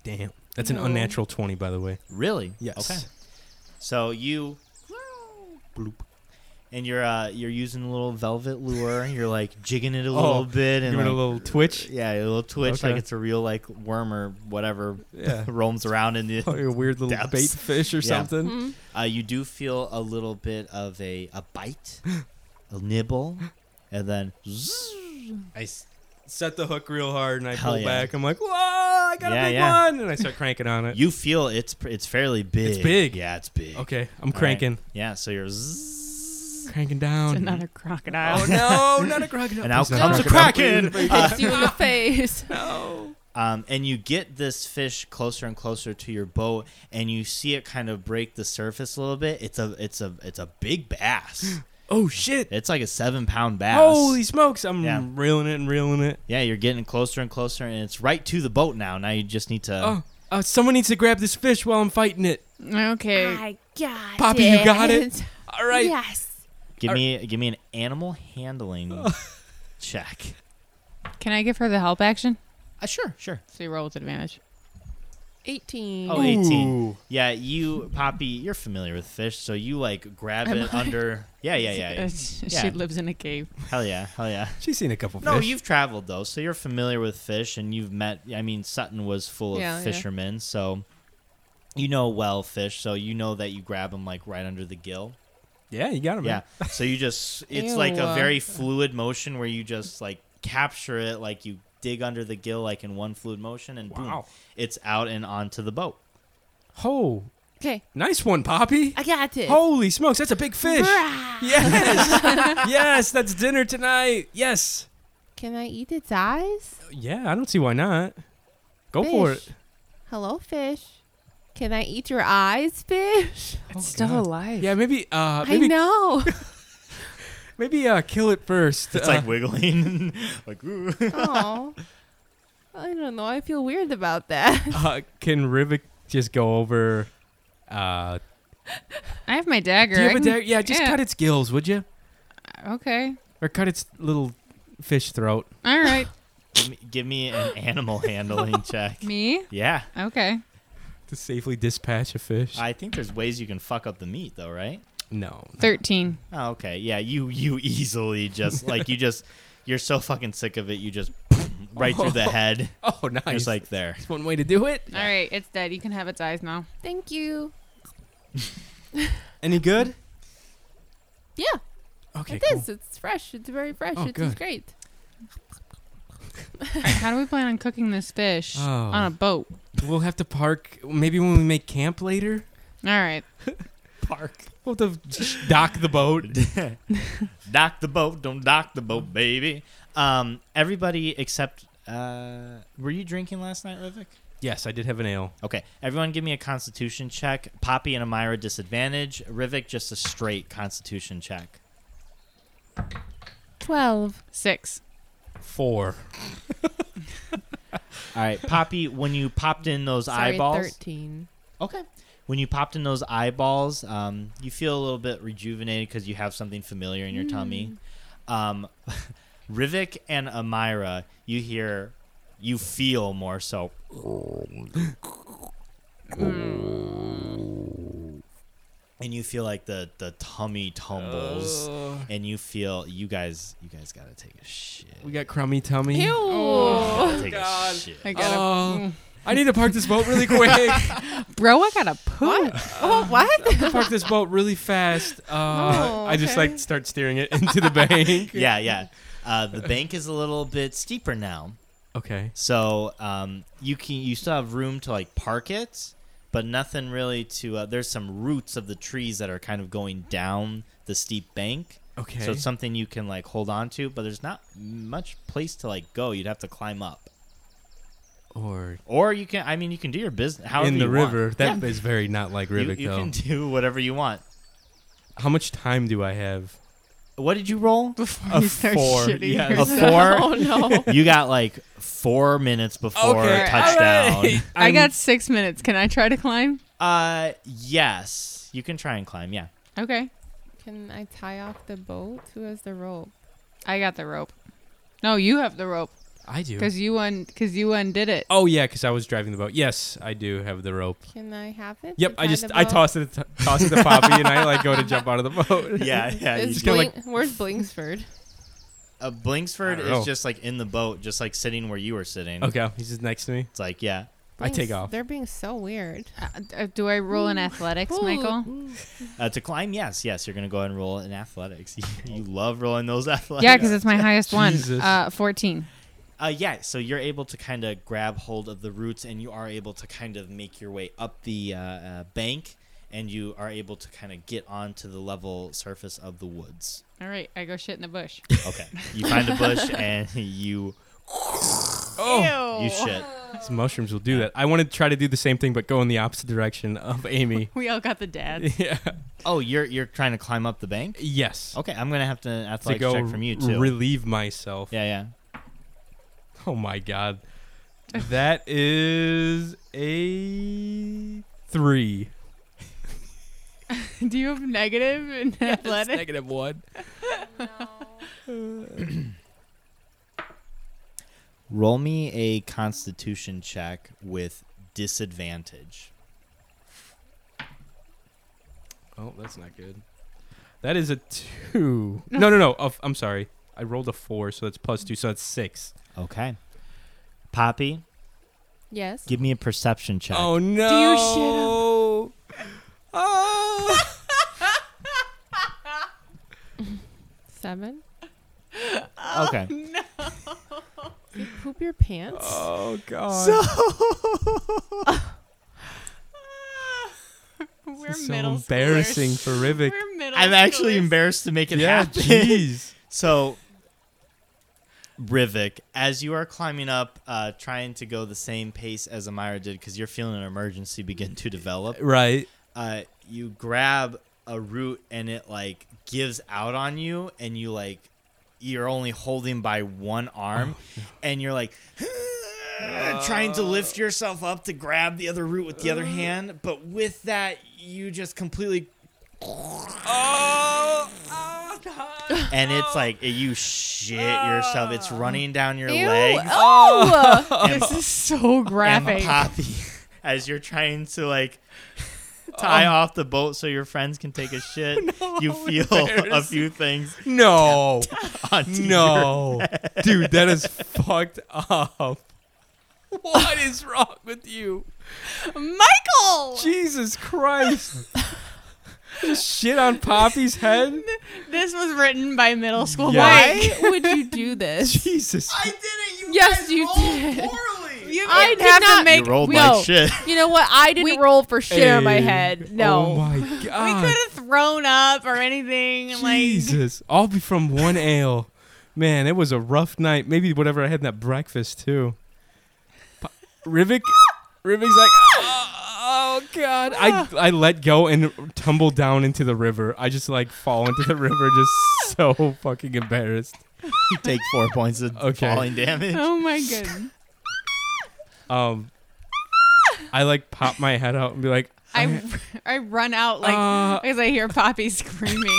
Speaker 3: Damn. That's
Speaker 4: No.
Speaker 3: an unnatural 20 by the way.
Speaker 1: Really?
Speaker 3: Yes.
Speaker 1: Okay. So you, bloop, and you're uh, you're using a little velvet lure. You're like jigging it a
Speaker 3: (laughs) Oh,
Speaker 1: little bit and
Speaker 3: Give it a
Speaker 1: like-
Speaker 3: little twitch.
Speaker 1: Yeah, a little twitch,
Speaker 3: Okay. Uh,
Speaker 1: like it's a real like worm or whatever
Speaker 3: (laughs) Yeah.
Speaker 1: (laughs) roams around in the.
Speaker 3: Or a weird little
Speaker 1: Depths.
Speaker 3: bait fish or
Speaker 1: Yeah.
Speaker 3: something.
Speaker 4: Mhm.
Speaker 1: Uh, you do feel a little bit of a, a bite, a nibble, and then zzz, I s-
Speaker 3: Set the hook real hard and I
Speaker 1: Hell
Speaker 3: pull
Speaker 1: yeah.
Speaker 3: back. I'm like, whoa, I got
Speaker 1: Yeah,
Speaker 3: a big
Speaker 1: yeah.
Speaker 3: one. And I start cranking on it.
Speaker 1: you feel it's pr- it's fairly big.
Speaker 3: big.
Speaker 1: Yeah, it's big.
Speaker 3: okay, I'm
Speaker 1: All right.
Speaker 3: cranking.
Speaker 1: Yeah, so you're zzz,
Speaker 3: Cranking
Speaker 2: It's
Speaker 3: down.
Speaker 2: another crocodile.
Speaker 3: (laughs)
Speaker 2: (laughs)
Speaker 3: Oh no, not a crocodile.
Speaker 1: and out
Speaker 3: Please, not
Speaker 1: comes a
Speaker 3: crocodile.
Speaker 1: kraken.
Speaker 4: Hits you in
Speaker 2: (laughs)
Speaker 4: the face.
Speaker 3: No.
Speaker 1: Um, and you get this fish closer and closer to your boat, and you see it kind of break the surface a little bit. It's a it's a it's a big bass.
Speaker 3: Oh shit.
Speaker 1: It's like a seven pound bass.
Speaker 3: Holy smokes. I'm
Speaker 1: Yeah.
Speaker 3: reeling it and reeling it.
Speaker 1: Yeah, you're getting closer and closer, and it's right to the boat now. Now you just need to.
Speaker 3: Oh, uh, someone needs to grab this fish while I'm fighting it.
Speaker 2: Okay.
Speaker 4: I got
Speaker 3: Poppy,
Speaker 4: it.
Speaker 3: you got it? All right.
Speaker 4: Yes.
Speaker 1: Give
Speaker 3: Are-
Speaker 1: me give me an animal handling (laughs) check.
Speaker 2: Can I give her the help action?
Speaker 1: Uh, sure, sure.
Speaker 2: So you roll with advantage.
Speaker 4: 18.
Speaker 1: Oh, 18.
Speaker 3: Ooh.
Speaker 1: Yeah, you Poppy, you're familiar with fish, so you like grab
Speaker 2: Am
Speaker 1: it
Speaker 2: I?
Speaker 1: under. Yeah, yeah, yeah.
Speaker 2: she
Speaker 1: Yeah.
Speaker 2: lives in a cave.
Speaker 1: hell yeah, hell yeah.
Speaker 3: She's seen a couple
Speaker 1: No,
Speaker 3: fish.
Speaker 1: you've traveled though, so you're familiar with fish, and you've met. I mean, Sutton was full of
Speaker 4: Yeah, yeah.
Speaker 1: fishermen, so you know well fish. So you know that you grab them like right under the gill.
Speaker 3: yeah, you got him.
Speaker 1: Yeah. So you just it's like a
Speaker 2: Ew.
Speaker 1: very fluid motion where you just like capture it like you dig under the gill like in one fluid motion and boom
Speaker 3: Wow.
Speaker 1: it's out and onto the boat.
Speaker 3: Oh,
Speaker 4: Okay.
Speaker 3: nice one, Poppy.
Speaker 4: I got it.
Speaker 3: Holy smokes, that's a big fish. (laughs)
Speaker 4: Brah. (laughs)
Speaker 3: Yes. yes, that's dinner tonight. Yes.
Speaker 4: Can I eat its eyes?
Speaker 3: Yeah, I don't see why not. Go for it.
Speaker 4: Fish. Hello, fish. Can I eat your eyes, fish?
Speaker 2: It's still
Speaker 3: God.
Speaker 2: alive.
Speaker 3: Yeah, maybe uh
Speaker 4: I
Speaker 3: maybe (laughs)
Speaker 4: know.
Speaker 3: maybe uh kill it first.
Speaker 1: It's
Speaker 3: Uh,
Speaker 1: like wiggling (laughs) like ooh.
Speaker 4: oh. I don't know. I feel weird about that. (laughs)
Speaker 3: uh, can Rivik just go over uh
Speaker 2: I have my dagger.
Speaker 3: do you
Speaker 2: I
Speaker 3: have a
Speaker 2: can-
Speaker 3: dagger? Yeah, just
Speaker 2: yeah.
Speaker 3: cut its gills, would you?
Speaker 2: Okay.
Speaker 3: Or cut its little fish throat.
Speaker 2: All right.
Speaker 1: give, me, give me an animal handling check.
Speaker 2: Me?
Speaker 1: Yeah.
Speaker 2: Okay.
Speaker 3: To safely dispatch a fish.
Speaker 1: I think there's ways you can fuck up the meat though, right?
Speaker 3: no.
Speaker 2: 13.
Speaker 1: Oh, okay. Yeah, you you (laughs) easily just like you just you're so fucking sick of it you just (laughs) right through the head.
Speaker 3: Oh nice.
Speaker 1: It's like there.
Speaker 3: That's one way to do it.
Speaker 2: All right. It's dead. You can have its eyes now.
Speaker 4: Thank you.
Speaker 3: Any good?
Speaker 4: Yeah,
Speaker 3: Okay.
Speaker 4: it
Speaker 3: cool.
Speaker 4: is. It's fresh. It's very fresh.
Speaker 3: Oh,
Speaker 4: it tastes
Speaker 3: good.
Speaker 4: great.
Speaker 2: All right, how do we plan on cooking this fish
Speaker 3: Oh.
Speaker 2: on a boat?
Speaker 3: We'll have to park maybe when we make camp later.
Speaker 2: All right.
Speaker 1: Park.
Speaker 3: We'll have to dock
Speaker 1: (laughs)
Speaker 3: the boat.
Speaker 1: dock the boat, don't dock the boat, baby. Um, everybody except uh, were you drinking last night, Rivik?
Speaker 3: Yes, I did have an ale.
Speaker 1: Okay, everyone give me a constitution check. Poppy and Amira disadvantage. Rivik just a straight constitution check.
Speaker 4: 12.
Speaker 2: Six.
Speaker 3: Four.
Speaker 1: All right, Poppy, when you popped in those
Speaker 4: Sorry,
Speaker 1: eyeballs.
Speaker 4: 13.
Speaker 1: Okay. When you popped in those eyeballs, um, you feel a little bit rejuvenated because you have something familiar in your tummy.
Speaker 3: Mm.
Speaker 1: Um, (laughs) Rivik and Amira, you hear, you feel more so.
Speaker 3: Mm.
Speaker 1: And you feel like the, the tummy tumbles,
Speaker 3: Oh.
Speaker 1: and you feel you guys you guys gotta take a shit.
Speaker 3: we got crummy tummy.
Speaker 4: Ew.
Speaker 1: Gotta take
Speaker 3: God.
Speaker 1: a shit.
Speaker 2: I Mm. gotta.
Speaker 3: Oh, I need to park this boat really quick.
Speaker 2: Bro, I gotta poop.
Speaker 4: Oh, what?
Speaker 3: park this boat really
Speaker 4: (laughs)
Speaker 3: fast. Uh,
Speaker 4: Oh,
Speaker 3: I just
Speaker 4: okay.
Speaker 3: like start steering it into the bank.
Speaker 1: (laughs) Yeah, yeah. Uh, the bank is a little bit steeper now.
Speaker 3: Okay.
Speaker 1: So um, you can you still have room to like park it, but nothing really to. Uh, there's some roots of the trees that are kind of going down the steep bank.
Speaker 3: Okay.
Speaker 1: So it's something you can like hold on to, but there's not much place to like go. You'd have to climb up,
Speaker 3: or
Speaker 1: or you can. I mean, you can do your business however
Speaker 3: in the
Speaker 1: you
Speaker 3: river.
Speaker 1: Want.
Speaker 3: That is very not like
Speaker 1: You,
Speaker 3: Rivik
Speaker 1: you
Speaker 3: though.
Speaker 1: can do whatever you want.
Speaker 3: How much time do I have?
Speaker 1: What did you roll?
Speaker 2: Before
Speaker 3: A
Speaker 2: you start
Speaker 3: four,
Speaker 2: shitting
Speaker 3: yes.
Speaker 1: A (laughs)
Speaker 2: yourself. (laughs) Oh,
Speaker 1: four. (laughs)
Speaker 4: no.
Speaker 1: you got like four minutes before
Speaker 3: Okay,
Speaker 1: (laughs) touchdown.
Speaker 3: alright.
Speaker 2: I
Speaker 3: I'm-
Speaker 2: got six minutes. Can I try to climb?
Speaker 1: Uh, yes, you can try and climb. Yeah.
Speaker 2: Okay.
Speaker 4: Can I tie off the boat? Who has the rope?
Speaker 2: I got the rope. No, you have the rope
Speaker 3: I do.
Speaker 2: because you un because you undid it.
Speaker 3: Oh yeah, because I was driving the boat. Yes, I do have the rope.
Speaker 4: Can I have it?
Speaker 3: Yep,
Speaker 4: to
Speaker 3: I
Speaker 4: tie
Speaker 3: just
Speaker 4: the
Speaker 3: I
Speaker 4: boat?
Speaker 3: toss it toss it to Poppy and I like go to jump out of
Speaker 4: (laughs)
Speaker 3: the boat.
Speaker 1: Yeah, yeah. you
Speaker 4: Is
Speaker 1: do.
Speaker 3: kinda
Speaker 4: Bling- (laughs) where's Blingsford?
Speaker 1: Uh,
Speaker 3: I
Speaker 1: Blingsford
Speaker 3: don't
Speaker 1: is
Speaker 3: know.
Speaker 1: just like in the boat, just like sitting where you were sitting.
Speaker 3: Okay, he's just next to me.
Speaker 1: It's like, yeah.
Speaker 3: (laughs) I take off.
Speaker 4: They're being so weird.
Speaker 3: (laughs)
Speaker 2: Uh, do I roll in athletics,
Speaker 4: Ooh.
Speaker 2: Michael?
Speaker 1: Uh, to climb, yes, yes. You're going to go ahead and roll in athletics. (laughs) you love rolling those athletics.
Speaker 2: Yeah, because it's my highest one.
Speaker 3: Jesus.
Speaker 2: Uh, fourteen.
Speaker 1: Uh, yeah, so you're able to kind of grab hold of the roots and you are able to kind of make your way up the uh, uh, bank and you are able to kind of get onto the level surface of the woods.
Speaker 2: All right, I go shit in the bush.
Speaker 1: Okay. you find a bush and (laughs) you
Speaker 3: Oh,
Speaker 1: you shit.
Speaker 3: these mushrooms will do that. I want to try to do the same thing, but go in the opposite direction of Amy.
Speaker 2: We all got the dads.
Speaker 3: (laughs) yeah.
Speaker 1: Oh, you're you're trying to climb up the bank?
Speaker 3: Yes.
Speaker 1: Okay, I'm going to have to
Speaker 3: To
Speaker 1: athletics
Speaker 3: go
Speaker 1: check from you too.
Speaker 3: relieve myself.
Speaker 1: yeah, yeah.
Speaker 3: Oh my god. That is a
Speaker 2: (laughs)
Speaker 3: three.
Speaker 2: do you have negative
Speaker 3: (laughs)
Speaker 2: in athletics?
Speaker 3: Negative one.
Speaker 1: Roll me a constitution check with disadvantage.
Speaker 3: Oh, that's not good. That is a
Speaker 2: (laughs)
Speaker 3: two. No, no, no. i I'm sorry. I rolled a four, so that's plus two, so that's six.
Speaker 1: Okay. Poppy,
Speaker 4: Yes.
Speaker 1: give me a perception check.
Speaker 3: no! Do you (laughs) shit Oh!
Speaker 2: (laughs)
Speaker 4: Seven.
Speaker 1: (laughs) okay.
Speaker 4: You poop your pants.
Speaker 3: oh god! (laughs)
Speaker 2: We're
Speaker 3: This is so
Speaker 2: middle schoolers.
Speaker 3: embarrassing for Rivik.
Speaker 2: We're middle
Speaker 1: I'm actually
Speaker 2: schoolers.
Speaker 1: embarrassed to make it
Speaker 3: Yeah,
Speaker 1: happen.
Speaker 3: jeez.
Speaker 1: (laughs) So, Rivik, as you are climbing up, uh, trying to go the same pace as Amira did because you're feeling an emergency begin to develop,
Speaker 3: right.
Speaker 1: uh, you grab a root and it like gives out on you and you like you're only holding by one arm and you're like trying to lift yourself up to grab the other root with the other hand but with that you just completely
Speaker 3: Oh!
Speaker 1: oh, and it's like you shit yourself it's running down your
Speaker 4: Ew.
Speaker 1: leg
Speaker 4: Oh. (laughs)
Speaker 1: and,
Speaker 2: This is
Speaker 3: (laughs)
Speaker 2: so
Speaker 1: and
Speaker 2: graphic.
Speaker 1: poppy (laughs) as you're trying to like
Speaker 2: (laughs)
Speaker 1: tie
Speaker 2: Um,
Speaker 1: off the boat so your friends can take
Speaker 2: (laughs)
Speaker 1: a shit you feel a
Speaker 3: embarrassing.
Speaker 1: few things
Speaker 3: No!
Speaker 1: onto
Speaker 3: No, dude, that is fucked up. What is wrong with you?
Speaker 2: Michael!
Speaker 3: Jesus Christ! Just shit on Poppy's head.
Speaker 2: This was written by middle school
Speaker 3: Yeah.
Speaker 2: Mike.
Speaker 4: Why would you
Speaker 2: (laughs)
Speaker 4: do this?
Speaker 3: Jesus.
Speaker 1: (laughs) I did it. You
Speaker 4: Yes,
Speaker 1: guys
Speaker 4: you
Speaker 1: rolled
Speaker 4: did.
Speaker 1: Poorly.
Speaker 2: You
Speaker 4: I
Speaker 2: would
Speaker 4: did
Speaker 2: have to
Speaker 4: not-
Speaker 1: You
Speaker 2: make.
Speaker 1: rolled
Speaker 4: No.
Speaker 1: like shit. (laughs)
Speaker 4: You know what? I didn't
Speaker 2: We-
Speaker 4: roll for shit on my
Speaker 3: Hey,
Speaker 4: head.
Speaker 3: Oh
Speaker 4: No.
Speaker 3: my
Speaker 2: we
Speaker 3: god.
Speaker 2: could have thrown up or anything. (laughs) Like
Speaker 3: Jesus. All
Speaker 2: (laughs)
Speaker 3: be from one ale. Man, it was a rough night. Maybe whatever I had in that breakfast too. Po- Rivik Rivig's like, oh, oh, god. I I let go and tumble down into the river. I just like fall into the river, just (laughs) so fucking embarrassed.
Speaker 1: You take four points of
Speaker 3: Okay.
Speaker 1: falling damage.
Speaker 2: Oh my goodness.
Speaker 3: Um, I like pop my head out and be like,
Speaker 2: I, (laughs) I run out like (laughs)
Speaker 3: Uh.
Speaker 2: as I hear Poppy screaming.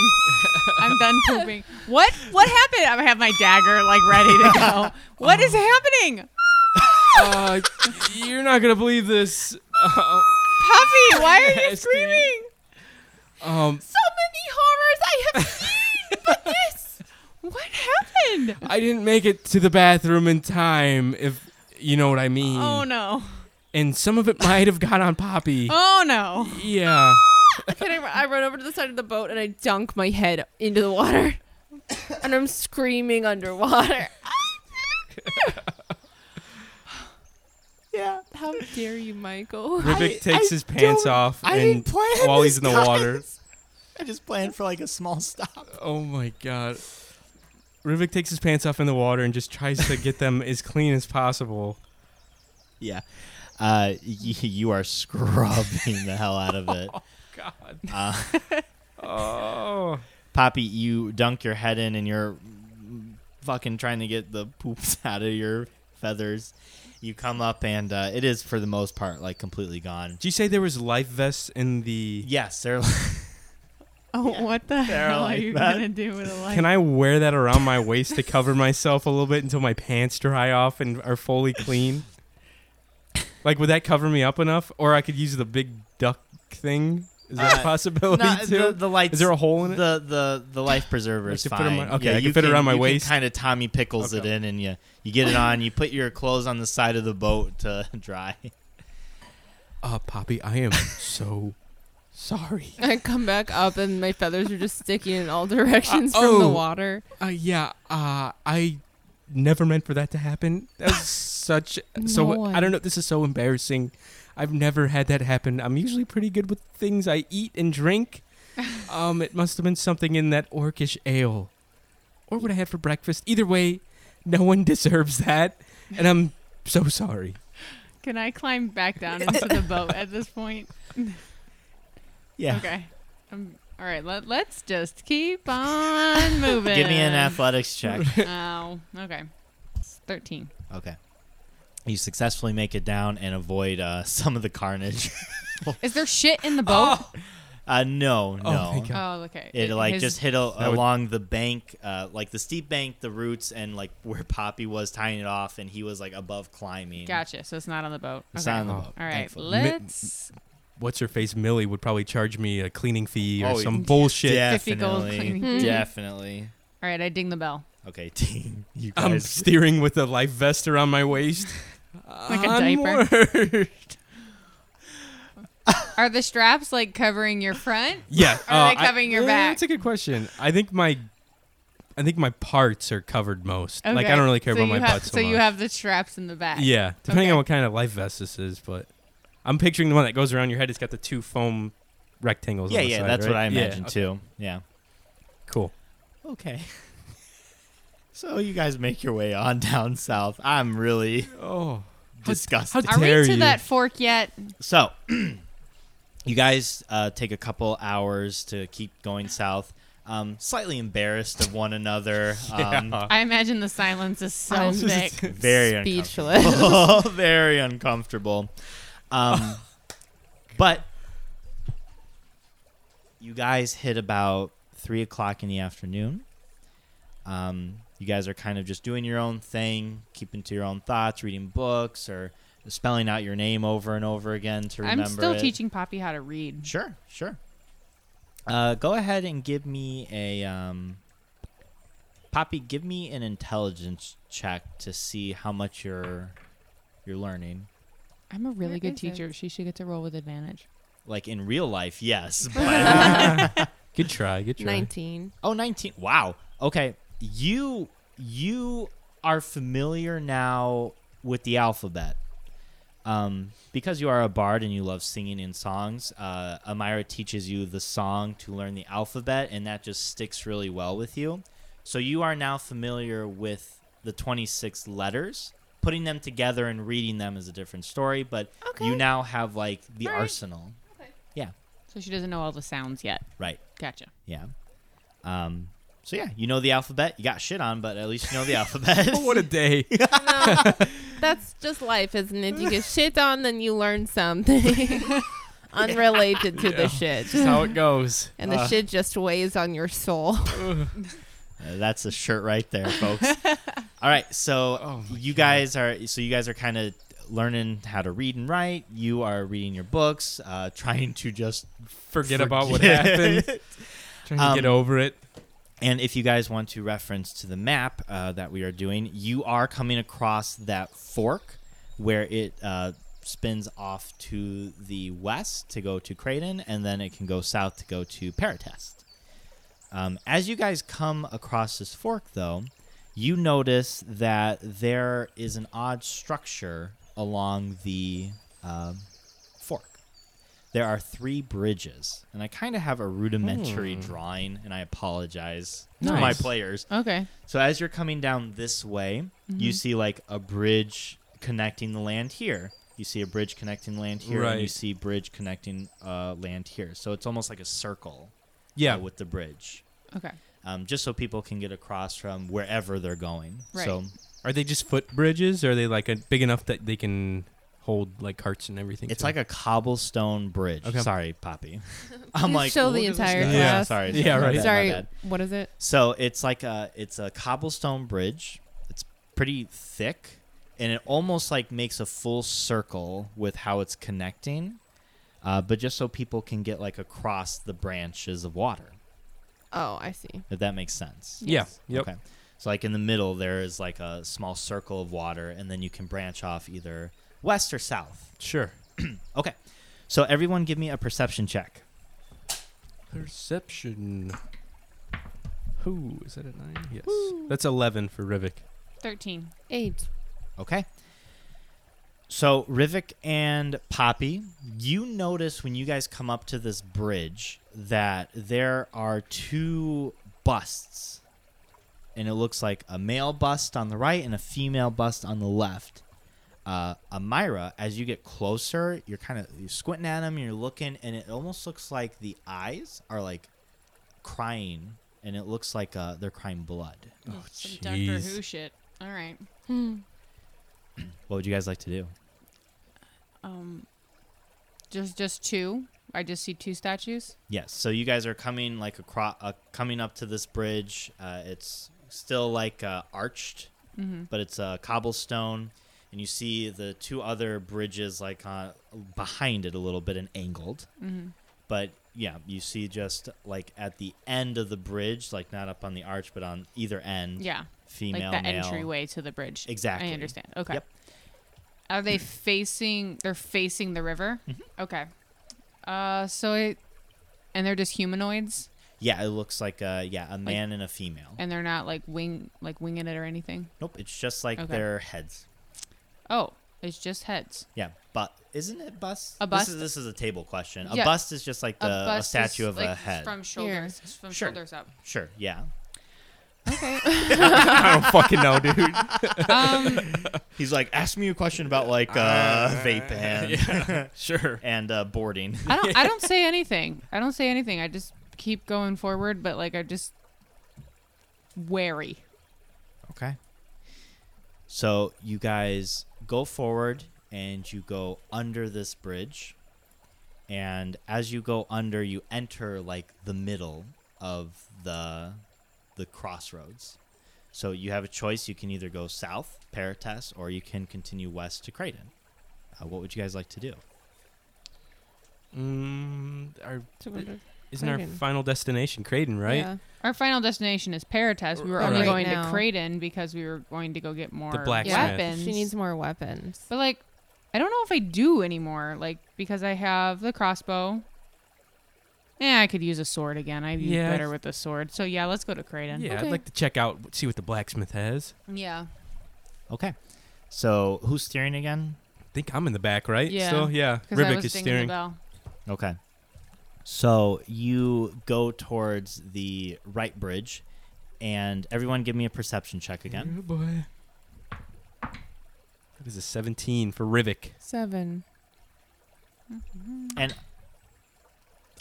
Speaker 2: I'm done pooping. What what happened? I have my dagger like ready to
Speaker 1: (laughs)
Speaker 2: go. What is happening?
Speaker 3: uh, you're not gonna believe this. Uh,
Speaker 1: (laughs)
Speaker 2: Poppy, why are you
Speaker 3: Nasty.
Speaker 2: screaming?
Speaker 3: um,
Speaker 2: So many horrors
Speaker 1: (laughs)
Speaker 2: I have seen. But this, what happened?
Speaker 3: I didn't make it to the bathroom in time. If you know what I
Speaker 1: Mm.
Speaker 3: mean.
Speaker 2: Oh no.
Speaker 3: And some of it might have got on Poppy.
Speaker 2: Oh no.
Speaker 3: Yeah.
Speaker 4: Can I, I run over to the side of the boat and I dunk my head into the water. (coughs) and I'm screaming underwater. yeah. How dare you, Michael?
Speaker 3: Rivik
Speaker 1: I-
Speaker 3: takes
Speaker 1: I
Speaker 3: his pants
Speaker 1: don't-
Speaker 3: off
Speaker 1: I
Speaker 3: and
Speaker 1: didn't plan
Speaker 3: while he's in
Speaker 1: this,
Speaker 3: the
Speaker 1: guys.
Speaker 3: water.
Speaker 1: (laughs) I just planned for like a small stop.
Speaker 3: Oh my god. Rivik takes his pants off in the water and just tries to get them as clean as possible.
Speaker 1: Yeah. Uh, y- you are scrubbing the hell out of it.
Speaker 3: God.
Speaker 1: Uh,
Speaker 3: (laughs) Oh.
Speaker 1: Poppy, you dunk your head in and you're fucking trying to get the (laughs) poops out of your feathers. You come up and uh, it is for the most part like completely gone.
Speaker 3: Did you say there was life vests in the
Speaker 1: Yes, (laughs) they're
Speaker 2: Oh, what the hell are
Speaker 1: like
Speaker 2: you
Speaker 1: that.
Speaker 2: gonna do with a life?
Speaker 3: Can I wear that around my waist to cover myself a little bit until my pants dry off and are fully clean? Like would that cover me up enough or I could use the big duck thing? Is that
Speaker 1: Uh,
Speaker 3: a possibility
Speaker 1: Nah, (laughs)
Speaker 3: too?
Speaker 1: the, the lights.
Speaker 3: is there a hole in it?
Speaker 1: the the the life preserver
Speaker 3: I
Speaker 1: is
Speaker 3: can
Speaker 1: fine.
Speaker 3: fit it on my- okay,
Speaker 1: yeah,
Speaker 3: I
Speaker 1: you
Speaker 3: can fit it around my waist.
Speaker 1: Kind of Tommy pickles
Speaker 3: Okay.
Speaker 1: it in, and you you get it on. You put your clothes on the side of the boat to (laughs) dry.
Speaker 3: uh Poppy, I
Speaker 1: (laughs)
Speaker 3: am so sorry.
Speaker 4: I come back up and my feathers are just sticking in all directions
Speaker 3: Uh,
Speaker 4: from the
Speaker 3: oh.
Speaker 4: water.
Speaker 3: Uh, yeah, uh, I never meant for that to happen.
Speaker 2: (laughs)
Speaker 3: That's such so.
Speaker 4: No,
Speaker 3: I don't know. This is so embarrassing. I've never had that happen. I'm usually pretty good with things I eat and drink.
Speaker 2: (laughs)
Speaker 3: Um, it must have been something in that orcish ale, or what I had for breakfast. Either way, no one (laughs) deserves that, and I'm so sorry.
Speaker 2: Can I climb back down into the boat at this point?
Speaker 1: (laughs) Yeah.
Speaker 2: Okay. Um, all right. Let, let's just keep on moving.
Speaker 1: (laughs) Give me an athletics (laughs) check.
Speaker 2: Oh, okay. It's 13.
Speaker 1: Okay. You successfully make it down and avoid uh, (laughs) some of the carnage.
Speaker 2: Is there shit in the boat?
Speaker 1: Uh, no,
Speaker 3: Oh,
Speaker 1: no.
Speaker 3: thank God.
Speaker 2: Oh, okay.
Speaker 1: It like
Speaker 2: his-
Speaker 1: just hit a,
Speaker 3: That would-
Speaker 1: along the bank, uh, like the steep bank, the roots, and like (laughs) where Poppy was tying it off, and he was like above climbing.
Speaker 2: Gotcha. So it's not on the boat.
Speaker 1: It's
Speaker 2: Okay.
Speaker 1: not on the
Speaker 3: Oh.
Speaker 1: boat.
Speaker 2: all right.
Speaker 1: thankfully.
Speaker 3: Mi-
Speaker 2: Let's
Speaker 3: What's her face? Millie would probably charge me a cleaning fee or
Speaker 1: Oh,
Speaker 3: some
Speaker 1: yeah.
Speaker 3: bullshit.
Speaker 2: Fifty gold
Speaker 1: Definitely, (laughs)
Speaker 2: cleaning. (laughs)
Speaker 1: definitely.
Speaker 2: All right, I ding the bell.
Speaker 1: Okay, (laughs) team, you
Speaker 3: I'm
Speaker 1: guys.
Speaker 3: steering with a life vest around my waist.
Speaker 2: (laughs) Like a diaper.
Speaker 3: Onward.
Speaker 2: Are the straps like covering your front?
Speaker 3: Yeah.
Speaker 2: (laughs) Or are
Speaker 3: uh,
Speaker 2: they
Speaker 3: I-
Speaker 2: covering your
Speaker 3: uh,
Speaker 2: back?
Speaker 3: That's a good question. I think my I think my parts are covered most. Like I
Speaker 2: Okay.
Speaker 3: don't really care
Speaker 2: So
Speaker 3: about my
Speaker 2: you have-
Speaker 3: butt so,
Speaker 2: So you
Speaker 3: much.
Speaker 2: have the straps in the back.
Speaker 3: Yeah, depending
Speaker 2: Okay.
Speaker 3: on what kind of life vest this is, but I'm picturing the one that goes around your head. It's got the two foam rectangles.
Speaker 1: yeah,
Speaker 3: on the
Speaker 1: yeah,
Speaker 3: side,
Speaker 1: that's what I
Speaker 3: right? Yeah,
Speaker 1: imagine
Speaker 3: okay,
Speaker 1: too. Yeah.
Speaker 3: Cool.
Speaker 1: Okay. (laughs) so you guys make your way on (laughs) down south. I'm really
Speaker 3: (laughs) Oh,
Speaker 1: disgusted.
Speaker 2: Are we
Speaker 3: Dare
Speaker 2: to
Speaker 3: you.
Speaker 2: that fork yet?
Speaker 1: So, (clears throat) you guys uh, take a couple hours to keep going south. Um, slightly embarrassed of one another. Um,
Speaker 2: I imagine the silence is
Speaker 3: (laughs)
Speaker 2: so
Speaker 4: I'm
Speaker 2: thick.
Speaker 4: just-
Speaker 1: very
Speaker 4: Speechless.
Speaker 1: uncomfortable. Um, (laughs) very uncomfortable. Um, but you guys hit about three o'clock in the afternoon. Um, you guys are kind of just doing your own thing, keeping to your own thoughts, reading books, or spelling out your name over and over again to remember.
Speaker 2: I'm still
Speaker 1: it.
Speaker 2: teaching Poppy how to read.
Speaker 1: Sure, sure. Uh, go ahead and give me a um, Poppy. Give me an intelligence check to see how much you're you're learning.
Speaker 2: I'm a really
Speaker 4: Where
Speaker 2: good
Speaker 4: is
Speaker 2: teacher. She should get to roll with advantage.
Speaker 1: Like in real life, yes. But,
Speaker 3: good try. Good try. (laughs)
Speaker 4: 19.
Speaker 1: oh, 19. Wow. Okay. You you are familiar now with the alphabet. Um, because you are a bard and you love singing in songs, uh, Amira teaches you the song to learn the alphabet, and that just sticks really well with you. So you are now familiar with the 26 letters Putting them together and reading them is a different story, but
Speaker 4: Okay.
Speaker 1: you now have like the
Speaker 4: All right.
Speaker 1: arsenal.
Speaker 2: So she doesn't know all the sounds yet.
Speaker 1: Right.
Speaker 2: Gotcha.
Speaker 1: Yeah. Um, so yeah, you know the alphabet. You got shit on, but at least you
Speaker 3: (laughs)
Speaker 1: know the alphabet.
Speaker 3: Oh, what
Speaker 1: (laughs)
Speaker 3: a day.
Speaker 4: That's just life, isn't it? You
Speaker 3: (laughs)
Speaker 4: get shit on, then you learn something unrelated to the shit.
Speaker 3: That's how it goes.
Speaker 4: And the shit just weighs on your
Speaker 3: (laughs)
Speaker 4: soul.
Speaker 1: Uh, That's a shirt right there, folks. All right, so
Speaker 3: Oh my
Speaker 1: you guys are so you guys are kind of learning how to read and write. You are reading your books, uh, trying to just
Speaker 3: Forget, about
Speaker 1: (laughs)
Speaker 3: what
Speaker 1: forget.
Speaker 3: happened. Trying to
Speaker 1: Um,
Speaker 3: get over it.
Speaker 1: And if you guys want to reference to the map uh, that we are doing, you are coming across that fork where it uh, spins off to the west to go to Creighton, and then it can go south to go to Paratest. Um, as you guys come across this fork, though, you notice that there is an odd structure along the um, fork there are three bridges, and I kind of have a rudimentary drawing, and I apologize to my
Speaker 3: Hmm. Nice.
Speaker 1: players.
Speaker 2: Okay.
Speaker 1: So as you're coming down this way,
Speaker 3: Mm-hmm.
Speaker 1: you see like a bridge connecting the land here. You see a bridge connecting land here, and you
Speaker 3: Right.
Speaker 1: see bridge connecting uh, land here. So it's almost like a circle,
Speaker 3: Yeah.
Speaker 1: uh, with the bridge,
Speaker 2: Okay.
Speaker 1: um, just so people can get across from wherever they're going.
Speaker 2: Right.
Speaker 1: So
Speaker 3: Are they just foot bridges? Or are they like a, big enough that they can hold like carts and everything?
Speaker 1: it's like a cobblestone bridge.
Speaker 3: Okay.
Speaker 1: Sorry, Poppy.
Speaker 4: (laughs)
Speaker 1: (laughs) I'm like
Speaker 4: show the
Speaker 1: look at this
Speaker 4: entire
Speaker 1: guy.
Speaker 3: class.
Speaker 1: Sorry, sorry,
Speaker 3: Yeah,
Speaker 1: my
Speaker 3: right.
Speaker 1: bad, my
Speaker 4: Sorry,
Speaker 1: bad.
Speaker 4: what is it?
Speaker 1: So it's like a it's a cobblestone bridge. It's pretty thick, and it almost like makes a full circle with how it's connecting, uh, but just so people can get like across the branches of water.
Speaker 4: Oh, I see.
Speaker 1: If that makes sense.
Speaker 3: yeah.
Speaker 2: Yes.
Speaker 3: Yep.
Speaker 1: Okay. So like in the middle there is like a small circle of water, and then you can branch off either west or south.
Speaker 3: Sure.
Speaker 1: Okay. So everyone, give me a perception check.
Speaker 3: Perception. Who is that a nine? Yes. That's eleven for Rivik.
Speaker 2: 13.
Speaker 4: Eight.
Speaker 1: Okay. So Rivik and Poppy, you notice when you guys come up to this bridge that there are two busts. And it looks like a male bust on the right and a female bust on the left. Uh, Amira, as you get closer, you're kind of you're squinting at him, you're looking, and it almost looks like the eyes are like crying, and it looks like uh, they're crying blood.
Speaker 3: Oh,
Speaker 2: Some Doctor
Speaker 3: jeez.
Speaker 2: Who shit. All right.
Speaker 1: What would you guys like to do?
Speaker 2: Um, just just two. I just see two statues.
Speaker 1: Yes. So you guys are coming like across, uh, coming up to this bridge. Uh, it's still like uh, arched,
Speaker 2: Mm-hmm.
Speaker 1: but it's uh, cobblestone, and you see the two other bridges like uh, behind it a little bit and angled.
Speaker 2: Mm-hmm.
Speaker 1: But yeah, you see just like at the end of the bridge, like not up on the arch, but on either end.
Speaker 2: Yeah.
Speaker 1: Mm. Female,
Speaker 2: like the
Speaker 1: male.
Speaker 2: entryway to the bridge.
Speaker 1: Exactly.
Speaker 2: I understand. Okay.
Speaker 1: Yep.
Speaker 2: Are they facing? They're facing the river.
Speaker 1: Mm-hmm.
Speaker 2: Okay. Uh, so it, and they're just humanoids,
Speaker 1: Yeah, it looks like uh, yeah, a man and a female.
Speaker 2: and they're not like wing like winging it or anything.
Speaker 1: nope, it's just like
Speaker 2: Okay.
Speaker 1: their heads.
Speaker 2: Oh, it's just heads.
Speaker 1: Yeah, but isn't it bust?
Speaker 2: A bust-
Speaker 1: This is, this is a table question. A
Speaker 2: Yeah.
Speaker 1: bust is just like the a,
Speaker 2: bust is,
Speaker 1: statue of a
Speaker 2: like,
Speaker 1: head.
Speaker 2: from shoulders from
Speaker 1: Sure.
Speaker 2: shoulders up.
Speaker 1: Sure. Yeah.
Speaker 4: Okay.
Speaker 3: I don't fucking know, (laughs) dude.
Speaker 2: Um,
Speaker 1: He's like, ask me a question about like uh, vape
Speaker 3: (laughs)
Speaker 1: and
Speaker 3: sure.
Speaker 1: and uh, boarding.
Speaker 2: I don't. I don't say anything. I don't say anything. I just keep going forward, but like I just wary.
Speaker 1: Okay. So you guys go forward and you go under this bridge, and as you go under, you enter like the middle of the the crossroads. So you have a choice. You can either go south, Paratas, or you can continue west to Creighton. Uh, what would you guys like to do?
Speaker 3: Mm, our, isn't our
Speaker 4: Creighton.
Speaker 3: final destination Creighton, right?
Speaker 4: Yeah.
Speaker 2: Our final destination is Paratest. We were only
Speaker 3: Right.
Speaker 2: going to
Speaker 4: now.
Speaker 2: Creighton because we were going to go get more
Speaker 3: blacksmith. Yeah.
Speaker 2: weapons.
Speaker 4: She needs more weapons.
Speaker 2: but like, I don't know if I do anymore. Like because I have the crossbow. Yeah, I could use a sword again. I'd be
Speaker 3: Yeah.
Speaker 2: better with a sword. So yeah, let's go to Creighton.
Speaker 3: Yeah,
Speaker 4: Okay.
Speaker 3: I'd like to check out, see what the blacksmith has.
Speaker 2: Yeah.
Speaker 1: Okay. So who's steering again?
Speaker 3: I think I'm in the back, right?
Speaker 2: Yeah.
Speaker 3: Still, yeah.
Speaker 2: Because I
Speaker 3: Rivik
Speaker 2: was
Speaker 3: is
Speaker 2: dinging the
Speaker 3: steering.
Speaker 2: bell.
Speaker 1: Okay. So you go towards the right bridge, and everyone give me a perception check again.
Speaker 3: Oh boy. That is a 17 for Rivik.
Speaker 5: Seven.
Speaker 1: And
Speaker 2: Mm-hmm.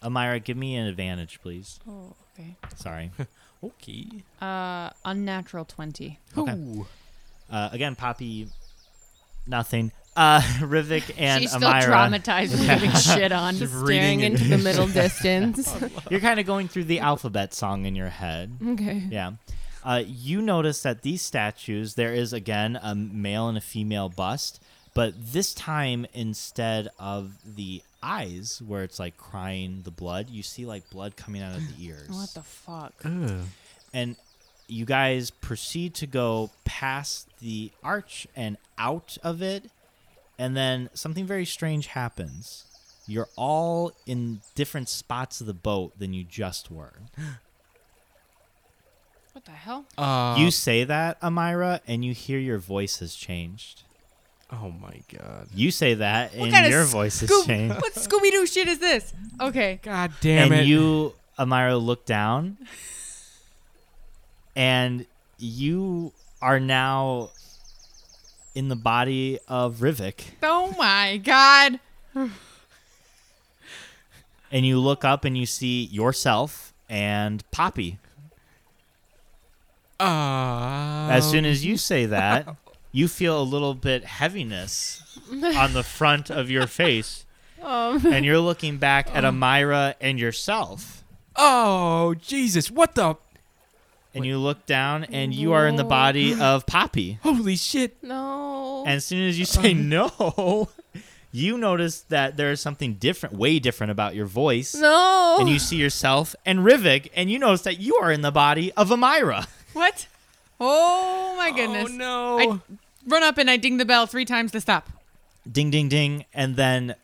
Speaker 1: Amira, give me an advantage, please.
Speaker 2: Oh, okay. (laughs)
Speaker 1: Sorry.
Speaker 3: Okay.
Speaker 2: Uh, unnatural 20.
Speaker 1: Okay.
Speaker 3: Ooh.
Speaker 1: Uh, again, Poppy, nothing. Uh, (laughs)
Speaker 2: (laughs)
Speaker 1: Rivik and
Speaker 2: She's still
Speaker 1: Amira,
Speaker 2: traumatized
Speaker 1: (laughs)
Speaker 2: from getting shit on.
Speaker 3: Just
Speaker 4: Staring
Speaker 3: reading it.
Speaker 4: into
Speaker 3: (laughs)
Speaker 4: the middle distance.
Speaker 1: you're kind of going through the alphabet song in your head.
Speaker 5: Okay.
Speaker 1: Yeah. Uh, you notice that these statues, there is again a male and a female bust, but this time instead of the eyes where it's like crying the blood, you see like blood coming out of
Speaker 2: (gasps)
Speaker 1: the ears.
Speaker 2: (laughs) What the fuck?
Speaker 3: Ugh.
Speaker 1: and you guys proceed to go past the arch and out of it and then something very strange happens you're all in different spots of the boat than you just were
Speaker 2: What the hell?
Speaker 3: Uh,
Speaker 1: you say that amira and you hear your voice has changed
Speaker 3: oh my god.
Speaker 1: you say that and
Speaker 2: kind of
Speaker 1: your voice has
Speaker 2: Scoo-
Speaker 1: changed
Speaker 2: What Scooby Doo shit is this? Okay.
Speaker 3: God damn
Speaker 1: and
Speaker 3: it.
Speaker 1: you amira look down and you are now in the body of rivik
Speaker 2: (laughs) Oh my god.
Speaker 1: and you look up and you see yourself and Poppy.
Speaker 3: Uh,
Speaker 1: As soon as you
Speaker 2: Um,
Speaker 1: say
Speaker 2: (laughs)
Speaker 1: that, you feel a little bit heaviness on the front of your face,
Speaker 4: Um, (laughs)
Speaker 1: and you're looking back at
Speaker 2: Um,
Speaker 1: Amira and yourself.
Speaker 3: Oh, Jesus. What the?
Speaker 1: And you look down, and you are in the (gasps) body of Poppy.
Speaker 3: Holy shit.
Speaker 4: no.
Speaker 1: And as soon as you (laughs) say no, you notice that there is something different, way different about your voice.
Speaker 4: no. (laughs)
Speaker 1: And you see yourself and Rivik, and you notice that you are in the body of Amira.
Speaker 2: What? Oh my goodness.
Speaker 3: Oh, no.
Speaker 2: I run up and I ding the bell three times to stop.
Speaker 1: (laughs) ding ding ding and then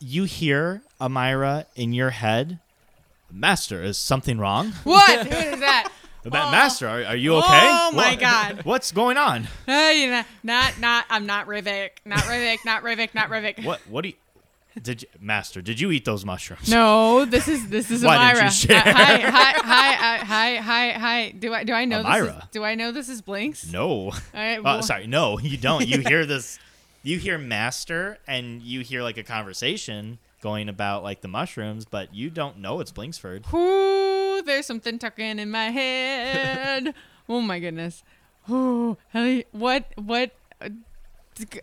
Speaker 1: you hear amira in your head master is something (laughs) wrong
Speaker 2: What? Who is that?
Speaker 1: Ma-
Speaker 2: Oh.
Speaker 1: master are, are you okay
Speaker 2: Oh my God.
Speaker 1: (laughs) what's going on
Speaker 2: No, you're not, not, not, I'm not Rivik. Not Rivik, not Rivik, not Rivik.
Speaker 1: what what do you did you, master did you eat those mushrooms
Speaker 2: No, this is this is
Speaker 1: Why
Speaker 2: Amira.
Speaker 1: didn't you (laughs) share?
Speaker 2: Uh, hi, hi, hi, uh, hi, hi, hi. Do I do I know this? Is,
Speaker 1: Amira.
Speaker 2: do I know this is Blinks?
Speaker 1: no (laughs)
Speaker 2: I-
Speaker 1: Uh,
Speaker 2: (laughs) well-
Speaker 1: sorry no you don't you hear this you hear master and you hear like a conversation going about like the mushrooms but you don't know it's blinksford
Speaker 2: Ooh, there's something tucking in my head.
Speaker 3: (laughs)
Speaker 2: oh my goodness. Ooh, Ellie, what what? uh, g-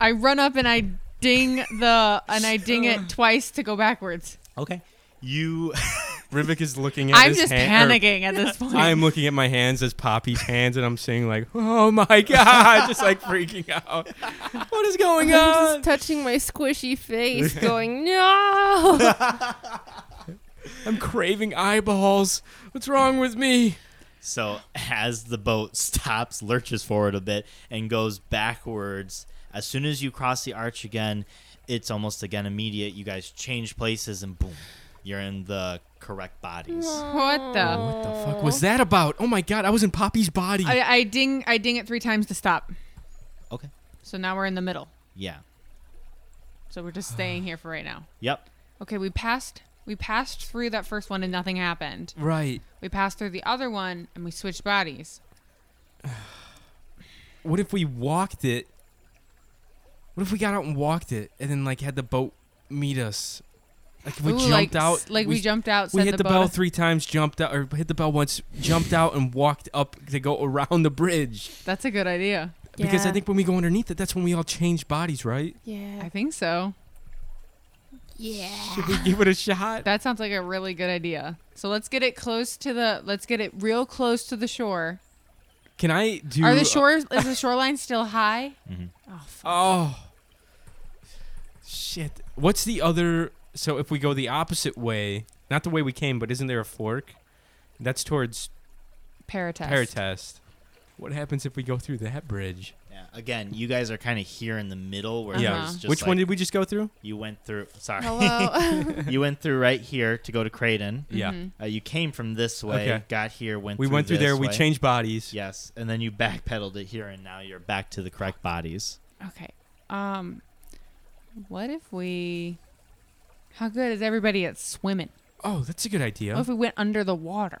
Speaker 2: I run up and I ding the and I ding it
Speaker 3: (laughs)
Speaker 2: twice to go backwards.
Speaker 1: okay you (laughs)
Speaker 3: Rivik is looking at
Speaker 2: I'm
Speaker 3: his
Speaker 2: just
Speaker 3: hand- or-
Speaker 2: panicking at
Speaker 3: (laughs)
Speaker 2: this point.
Speaker 3: I'm looking at my hands as Poppy's hands, and I'm saying like, "Oh (laughs) my god!" just like freaking out. What is going
Speaker 4: (laughs) I'm
Speaker 3: on?
Speaker 4: just touching my squishy (laughs) face, going, (laughs) no.
Speaker 3: I'm craving eyeballs. What's wrong with me?
Speaker 1: So as the boat (laughs) stops, lurches forward a bit, and goes backwards, as soon as you cross the arch again, it's almost again immediate. You guys change places, and boom, you're in the correct bodies.
Speaker 2: what the?
Speaker 3: What the fuck was that about? Oh my god! I was in Poppy's body.
Speaker 2: I, I ding I ding it three times to stop.
Speaker 1: Okay.
Speaker 2: So now we're in the middle.
Speaker 1: Yeah.
Speaker 2: So we're just
Speaker 3: (sighs)
Speaker 2: staying here for right now.
Speaker 1: Yep.
Speaker 2: Okay, we passed we passed through that first one and nothing happened.
Speaker 3: right.
Speaker 2: We passed through the other one and we switched bodies.
Speaker 3: What if we walked it? What if we got out and walked it, and then like had the boat meet us? Like if we
Speaker 2: Ooh,
Speaker 3: jumped
Speaker 2: like,
Speaker 3: out,
Speaker 2: like we, jumped out.
Speaker 3: We
Speaker 2: said
Speaker 3: hit the,
Speaker 2: boat-
Speaker 3: bell three times, jumped out, or hit the bell once, jumped out, and walked up to go around the bridge.
Speaker 2: That's a good idea.
Speaker 3: Because I
Speaker 4: Yeah.
Speaker 3: think when we go underneath it, that's when we all change bodies, right? (laughs)
Speaker 4: Yeah.
Speaker 2: I think so.
Speaker 4: Yeah.
Speaker 3: Should we give it a shot?
Speaker 2: That sounds like a really good idea. So let's get it close to the. Let's get it real close to the shore.
Speaker 3: Can I do? uh,
Speaker 2: Are the shores? Is the shoreline still high?
Speaker 1: Mhm.
Speaker 2: (laughs) Oh, fuck.
Speaker 3: Oh, shit! What's the other? So if we go the opposite way, not the way we came, but isn't there a fork? That's towards
Speaker 2: Paratest.
Speaker 3: Paratest. What happens if we go through that bridge?
Speaker 1: Yeah. Again, you guys are kind of here in the middle where
Speaker 2: Yeah.
Speaker 1: there's just
Speaker 3: Which
Speaker 1: like-
Speaker 3: one did we just go through?
Speaker 1: you went through. Sorry,
Speaker 4: (laughs) Hello.
Speaker 1: you went through right here to go to Creighton.
Speaker 3: Yeah,
Speaker 2: Mhm.
Speaker 1: Uh, you came from this way,
Speaker 3: Okay.
Speaker 1: got here, went.
Speaker 3: we
Speaker 1: through
Speaker 3: went through there.
Speaker 1: this
Speaker 3: We
Speaker 1: way.
Speaker 3: changed bodies.
Speaker 1: Yes, and then you backpedaled it here, and now you're back to the correct bodies.
Speaker 2: Okay. Um, what if we? How good is everybody at swimming?
Speaker 3: Oh, that's a good idea.
Speaker 2: What if we went under the water?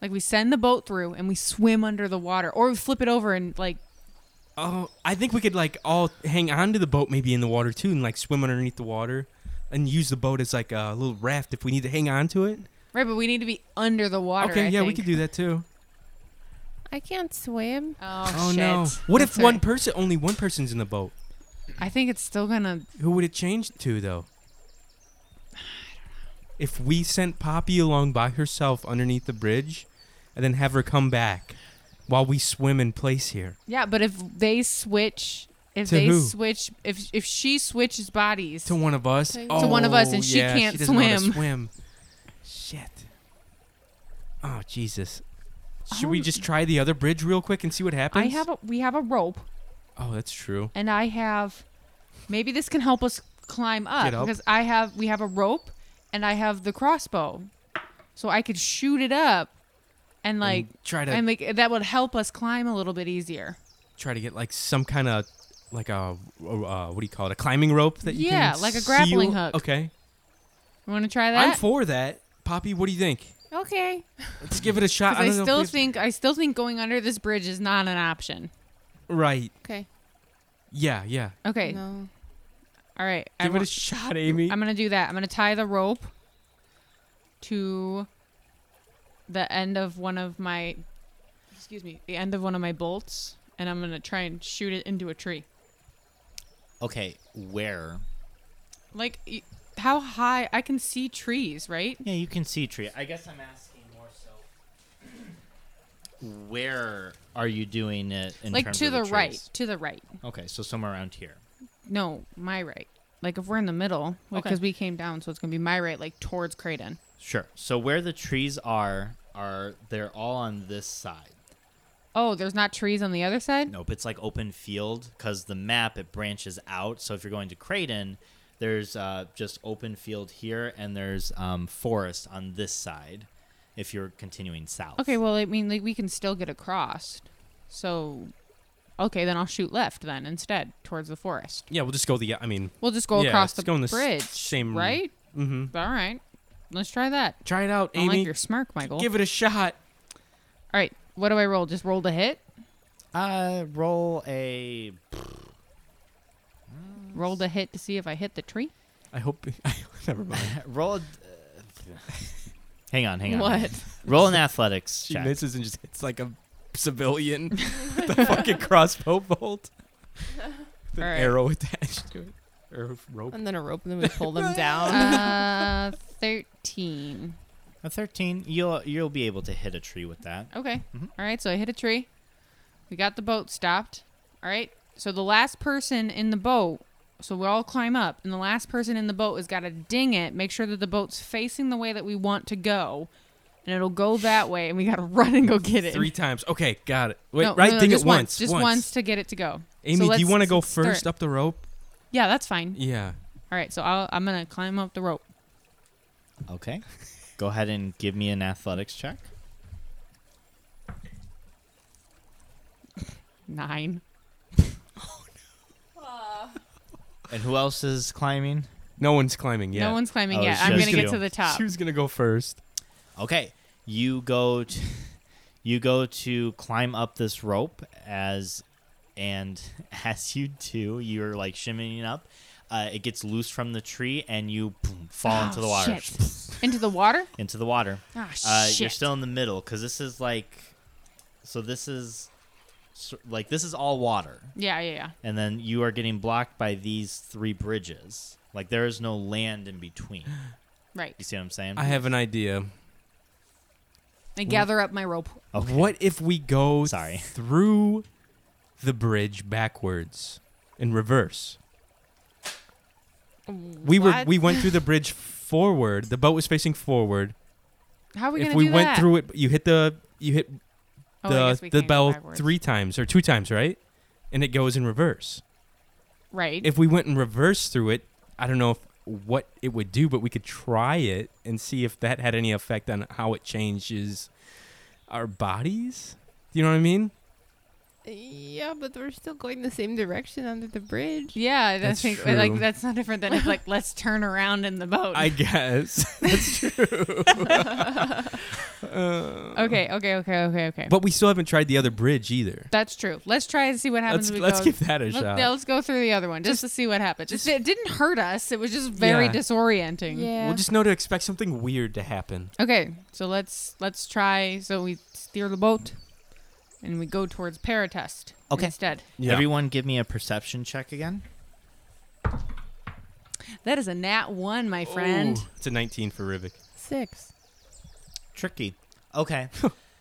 Speaker 2: Like we send the boat through and we swim under the water, or we flip it over and like
Speaker 3: Oh, I think we could like all hang on to the boat maybe in the water too, and like swim underneath the water, and use the boat as like a little raft if we need to hang on to it.
Speaker 2: Right, but we need to be under the water.
Speaker 3: okay,
Speaker 2: I
Speaker 3: yeah, we
Speaker 2: think.
Speaker 3: could do that too.
Speaker 4: I can't swim.
Speaker 2: Oh,
Speaker 3: Oh
Speaker 2: shit.
Speaker 3: no! What if
Speaker 2: That's
Speaker 3: one
Speaker 2: right.
Speaker 3: person, only one person's in the boat?
Speaker 2: I think it's still gonna.
Speaker 3: Who would it change to though? If we sent Poppy along by herself underneath the bridge, and then have her come back while we swim in place here.
Speaker 2: Yeah, but if they switch, if
Speaker 3: To
Speaker 2: they
Speaker 3: who?
Speaker 2: switch, if if she switches bodies,
Speaker 3: To one of us.
Speaker 4: To
Speaker 3: oh,
Speaker 2: one of us, and she
Speaker 3: yeah,
Speaker 2: can't
Speaker 3: doesn't wanna
Speaker 2: swim.
Speaker 3: swim. Shit. Oh Jesus. Should we
Speaker 2: Um,
Speaker 3: just try the other bridge real quick and see what happens?
Speaker 2: I have a we have a rope,
Speaker 3: oh, that's true.
Speaker 2: and I have. Maybe this can help us climb up,
Speaker 3: Get up.
Speaker 2: because I have we have a rope, and I have the crossbow, so I could shoot it up, and like
Speaker 3: and try to
Speaker 2: and like that would help us climb a little bit easier.
Speaker 3: try to get like some kind of like a uh, what do you call it? A climbing rope that you
Speaker 2: Yeah,
Speaker 3: can
Speaker 2: like a
Speaker 3: seal?
Speaker 2: grappling hook.
Speaker 3: Okay.
Speaker 2: You want to try
Speaker 3: I'm
Speaker 2: that?
Speaker 3: for that. Poppy, what do you think?
Speaker 4: Okay.
Speaker 3: Let's give it a shot.
Speaker 2: 'Cause
Speaker 3: I
Speaker 2: I
Speaker 3: don't know if
Speaker 2: still
Speaker 3: we-
Speaker 2: think I still think going under this bridge is not an option.
Speaker 3: right.
Speaker 4: Okay.
Speaker 3: Yeah, yeah.
Speaker 2: Okay.
Speaker 4: No.
Speaker 2: All right. I
Speaker 3: Give it
Speaker 2: wa-
Speaker 3: a shot, Amy.
Speaker 2: I'm going to do that. I'm going to tie the rope to the end of one of my excuse me, the end of one of my bolts and I'm going to try and shoot it into a tree.
Speaker 1: Okay, where?
Speaker 2: Like y- how high I can see trees, right?
Speaker 1: Yeah, you can see tree. I guess I'm asking more so. Where are you doing it? In
Speaker 2: like
Speaker 1: terms
Speaker 2: to
Speaker 1: of
Speaker 2: the,
Speaker 1: trees?
Speaker 2: right, to the right.
Speaker 1: Okay, so somewhere around here.
Speaker 2: No, my right. Like if we're in the middle,
Speaker 1: Okay.
Speaker 2: because we came down, so it's going to be my right like towards Creighton.
Speaker 1: Sure. So where the trees are, are they're all on this side.
Speaker 2: Oh, there's not trees on the other side?
Speaker 1: Nope, it's like open field because the map it branches out. So if you're going to Creighton, there's uh, just open field here, and there's um, forest on this side. If you're continuing south.
Speaker 2: Okay, well, I mean, like we can still get across. So, okay, then I'll shoot left then instead towards the forest.
Speaker 3: yeah, we'll just go the. I mean,
Speaker 2: We'll just go
Speaker 3: Yeah,
Speaker 2: across
Speaker 3: let's
Speaker 2: the
Speaker 3: go in the s-
Speaker 2: bridge,
Speaker 3: same-
Speaker 2: right?
Speaker 3: mm-hmm.
Speaker 2: All right, let's try that.
Speaker 3: Try it out,
Speaker 2: I don't
Speaker 3: Amy.
Speaker 2: like your smirk, Michael.
Speaker 3: Give it a shot.
Speaker 2: All right, what do I roll? Just roll to hit.
Speaker 1: Uh, roll a.
Speaker 2: Roll to hit to see if I hit the
Speaker 3: (laughs)
Speaker 2: tree.
Speaker 3: I hope. Never mind.
Speaker 1: (laughs) Roll. a- (laughs) hang on, hang on.
Speaker 2: what?
Speaker 1: Roll an athletics
Speaker 3: She
Speaker 1: check.
Speaker 3: misses and just hits like a
Speaker 2: (laughs)
Speaker 3: civilian with the fucking crossbow bolt. With an
Speaker 2: All right.
Speaker 3: arrow attached to it. Or rope.
Speaker 4: And then a rope, and then we pull (laughs) them down.
Speaker 2: uh, thirteen.
Speaker 1: A thirteen. You'll you'll be able to hit a tree with that.
Speaker 2: Okay.
Speaker 3: Mm-hmm.
Speaker 1: Mhm.
Speaker 2: All right, so I hit a tree. We got the boat stopped. All right. So the last person in the boat, so we all climb up, and the last person in the boat has got to ding it, make sure that the boat's facing the way that we want to go, and it'll go that way, and we got to (laughs) run and go get it.
Speaker 3: Three times. Okay, got it. Wait,
Speaker 2: No,
Speaker 3: right?
Speaker 2: no, no,
Speaker 3: Ding
Speaker 2: just
Speaker 3: it once.
Speaker 2: Just once. to get it to go.
Speaker 3: Amy, do you want to go
Speaker 2: start.
Speaker 3: first up the rope?
Speaker 2: Yeah, that's fine.
Speaker 3: Yeah.
Speaker 2: All right, so I'll, I'm going to climb up the rope. (laughs)
Speaker 1: Okay. Go ahead and give me an athletics check.
Speaker 2: Nine.
Speaker 1: And who else is climbing?
Speaker 3: No one's climbing yet.
Speaker 2: No one's climbing
Speaker 1: Oh,
Speaker 2: yet.
Speaker 1: it's
Speaker 2: I'm
Speaker 1: just
Speaker 2: going to
Speaker 1: you.
Speaker 2: get to the top.
Speaker 3: She was gonna go first.
Speaker 1: Okay, you go to, (laughs) you go to climb up this rope as and (laughs) as you do, you're like shimmying up. Uh, it gets loose from the tree and you boom, fall
Speaker 2: Oh,
Speaker 1: into the water.
Speaker 2: shit. into the water?
Speaker 1: (laughs) Into the water.
Speaker 2: Ah,
Speaker 1: Uh,
Speaker 2: shit.
Speaker 1: you're still in the middle because this is like, so this is, s- like this is all water,
Speaker 2: Yeah, yeah, yeah.
Speaker 1: and then you are getting blocked by these three bridges. Like there is no land in between.
Speaker 2: Right.
Speaker 1: You see what I'm saying?
Speaker 3: I have an idea.
Speaker 2: I gather up my rope.
Speaker 1: Okay.
Speaker 3: What if we go
Speaker 1: Sorry.
Speaker 3: through the bridge backwards in reverse? We were
Speaker 4: What?
Speaker 3: we went through the bridge forward. The boat was facing forward.
Speaker 2: How are we
Speaker 3: if
Speaker 2: gonna
Speaker 3: we
Speaker 2: do
Speaker 3: went
Speaker 2: that?
Speaker 3: through it, you hit the you hit
Speaker 2: Oh, I
Speaker 3: the
Speaker 2: guess we
Speaker 3: the
Speaker 2: can't go
Speaker 3: bell
Speaker 2: backwards.
Speaker 3: three times or two times, right? And it goes in reverse.
Speaker 2: right?
Speaker 3: If we went in reverse through it, I don't know if, what it would do, but we could try it and see if that had any effect on how it changes our bodies. Do you know what I mean?
Speaker 4: Yeah, but we're still going the same direction under the bridge.
Speaker 2: Yeah,
Speaker 3: That's
Speaker 2: I think
Speaker 3: true.
Speaker 2: like that's no different than if
Speaker 3: (laughs)
Speaker 2: like let's turn around in the boat. (laughs)
Speaker 3: I guess (laughs) that's true. (laughs) Uh,
Speaker 2: okay, okay, okay, okay, okay.
Speaker 3: but we still haven't tried the other bridge either.
Speaker 2: that's true. Let's try and see what happens.
Speaker 3: Let's
Speaker 2: when we
Speaker 3: let's
Speaker 2: go-
Speaker 3: give that a
Speaker 2: Let-
Speaker 3: shot.
Speaker 2: yeah, let's go through the other one just, to see what happens.
Speaker 3: just-
Speaker 2: it didn't hurt us. It was just very
Speaker 3: Yeah.
Speaker 2: disorienting.
Speaker 3: We'll just know to expect something weird to happen.
Speaker 2: Okay, so let's let's try. So we steer the boat, and we go towards Paratest
Speaker 1: Okay.
Speaker 2: instead.
Speaker 1: Everyone, give me a perception check again.
Speaker 2: That is a nat one, my friend.
Speaker 3: Ooh, it's a 19 for Rivik.
Speaker 4: Six.
Speaker 1: Tricky. Okay.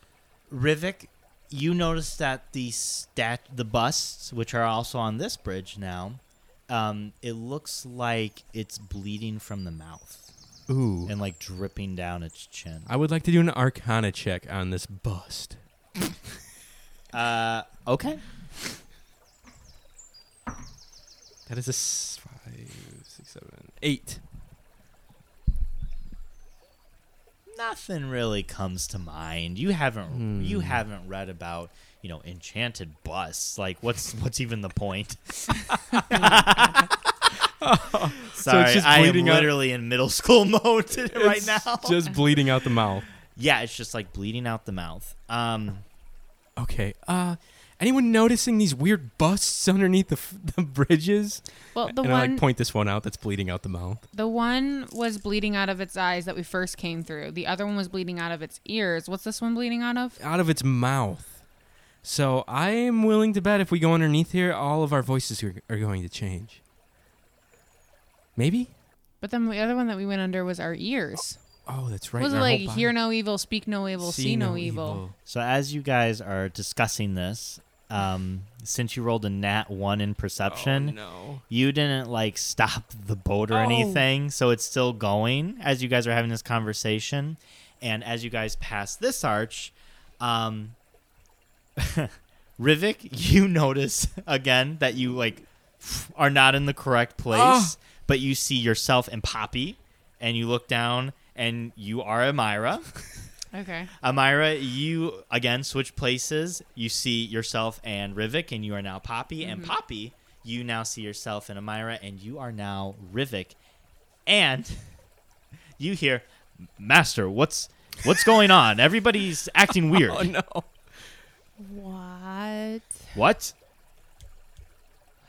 Speaker 3: (laughs)
Speaker 1: Rivik, you notice that the stat the busts, which are also on this bridge now, um, it looks like it's bleeding from the mouth
Speaker 3: Ooh.
Speaker 1: and like dripping down its chin.
Speaker 3: I would like to do an Arcana check on this bust.
Speaker 1: Uh, okay.
Speaker 3: That is a s- five, six, seven,
Speaker 2: (laughs)
Speaker 3: eight.
Speaker 1: nothing really comes to mind. You haven't
Speaker 3: Hmm.
Speaker 1: you haven't read about you know enchanted busts. Like what's what's even the
Speaker 3: (laughs)
Speaker 1: point? (laughs) Sorry,
Speaker 3: just
Speaker 1: I am
Speaker 3: bleeding out-
Speaker 1: literally in middle school (laughs) mode today- right
Speaker 3: It's
Speaker 1: now.
Speaker 3: (laughs) just bleeding out the mouth.
Speaker 1: yeah, it's just like bleeding out the mouth. Um,
Speaker 3: Okay. Uh, anyone noticing these weird busts underneath the, f- (laughs) the bridges?
Speaker 2: Well, the
Speaker 3: and I
Speaker 2: one
Speaker 3: like point this one out that's bleeding out the mouth.
Speaker 2: the one was bleeding out of its eyes that we first came through. The other one was bleeding out of its ears. What's this one bleeding out of?
Speaker 3: Out of its mouth. So I am willing to bet if we go underneath here, all of our voices are, are going to change. Maybe?
Speaker 2: But then the other one that we went under was our ears.
Speaker 3: Oh, that's right.
Speaker 2: was
Speaker 3: and
Speaker 2: it
Speaker 3: our
Speaker 2: like
Speaker 3: whole
Speaker 2: hear
Speaker 3: body-
Speaker 2: no evil, speak no evil, see, no, evil.
Speaker 1: so as you guys are discussing this, um, since you rolled a nat one in perception,
Speaker 3: Oh, no.
Speaker 1: you didn't like stop the boat or
Speaker 3: Oh.
Speaker 1: anything, so it's still going as you guys are having this conversation. And as you guys pass this arch, um, (laughs) Rivik, you (laughs) notice again that you like are not in the correct place,
Speaker 3: Ah.
Speaker 1: but you see yourself and Poppy, and you look down and you are Amira. (laughs)
Speaker 2: Okay.
Speaker 1: Amira, you again switch places. You see yourself and Rivik, and you are now Poppy. And
Speaker 4: Mm-hmm.
Speaker 1: Poppy, you now see yourself and Amira, and you are now Rivik. And (laughs) you hear, Master, what's what's going on? Everybody's
Speaker 4: (laughs)
Speaker 1: acting weird.
Speaker 3: Oh, no. (laughs)
Speaker 4: What?
Speaker 1: What?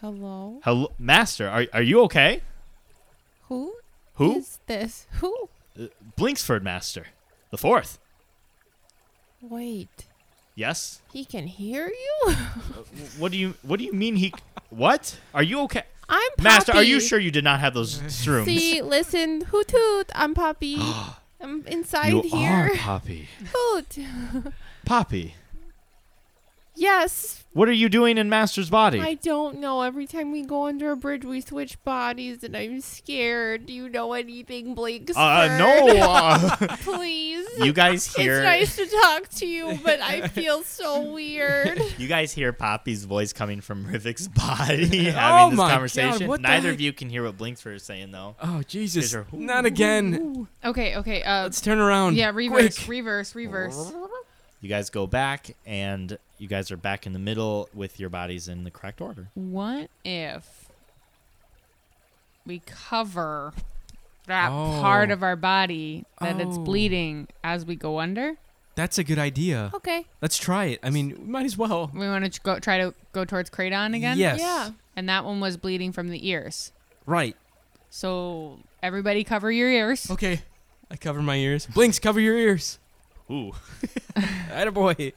Speaker 4: Hello?
Speaker 1: Hello, Master, are are you okay?
Speaker 4: Who?
Speaker 1: Who?
Speaker 4: is this? Who?
Speaker 1: Blinksford, Master, the fourth.
Speaker 4: Wait.
Speaker 1: Yes.
Speaker 4: He can hear you? (laughs)
Speaker 1: What do you What do you mean he? (laughs) What? Are you okay,
Speaker 4: I'm Poppy.
Speaker 1: Master? Are you sure you did not have
Speaker 4: (laughs)
Speaker 1: those shrooms?
Speaker 4: See, listen, hoot hoot. I'm Poppy. I'm inside
Speaker 3: you
Speaker 4: here.
Speaker 3: are Poppy.
Speaker 4: (laughs) Hoot.
Speaker 1: Poppy.
Speaker 4: Yes,
Speaker 1: What are you doing in Master's body?
Speaker 4: I don't know. Every time we go under a bridge, we switch bodies, and I'm scared. Do you know anything, Blake?
Speaker 1: Uh, no. uh,
Speaker 4: (laughs) Please.
Speaker 1: you guys hear
Speaker 4: It's nice to talk to you, but I feel so weird.
Speaker 1: you guys hear Poppy's voice coming from Rivik's (laughs) body
Speaker 3: Oh
Speaker 1: having
Speaker 3: my
Speaker 1: this
Speaker 3: God,
Speaker 1: conversation.
Speaker 3: what the
Speaker 1: Neither
Speaker 3: heck?
Speaker 1: of you can hear what Blinksford is saying though.
Speaker 3: Oh, Jesus.
Speaker 1: These are-
Speaker 3: Not again.
Speaker 2: Okay, okay. Uh,
Speaker 3: Let's turn around.
Speaker 2: yeah, reverse,
Speaker 3: Quick.
Speaker 2: reverse, reverse.
Speaker 1: You guys go back and you guys are back in the middle with your bodies in the correct order.
Speaker 2: What if we cover that
Speaker 3: Oh.
Speaker 2: part of our body that it's
Speaker 3: Oh.
Speaker 2: bleeding as we go under?
Speaker 3: That's a good
Speaker 2: Oh.
Speaker 3: idea.
Speaker 4: (laughs) Okay.
Speaker 3: Let's try it. I mean, we might as well.
Speaker 2: We want to go try to go towards Kraton again.
Speaker 3: Yes.
Speaker 4: Yeah.
Speaker 2: And that one was bleeding from the ears.
Speaker 3: Right.
Speaker 2: So everybody cover your ears.
Speaker 3: Okay. I cover my ears. Blinks, cover your ears.
Speaker 1: Ooh.
Speaker 3: Attaboy.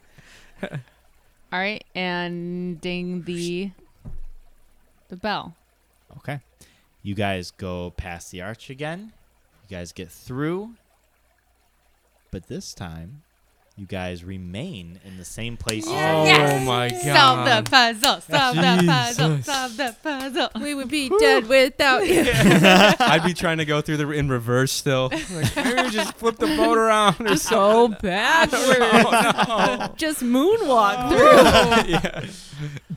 Speaker 2: All right, and ding the the bell.
Speaker 1: Okay. You guys go past the arch again. You guys get through. But this time, you guys remain in the same place.
Speaker 3: Oh
Speaker 2: Yes.
Speaker 3: my
Speaker 2: Solve
Speaker 3: god.
Speaker 2: the puzzle. Solve the puzzle.
Speaker 3: Jesus.
Speaker 2: Solve the puzzle.
Speaker 4: We would be dead without you.
Speaker 3: (laughs) I'd be trying to go through the in reverse still. (laughs) Like, maybe we just flip the boat around or something.
Speaker 4: So bad. Just moonwalk
Speaker 3: (laughs)
Speaker 4: through.
Speaker 3: yeah.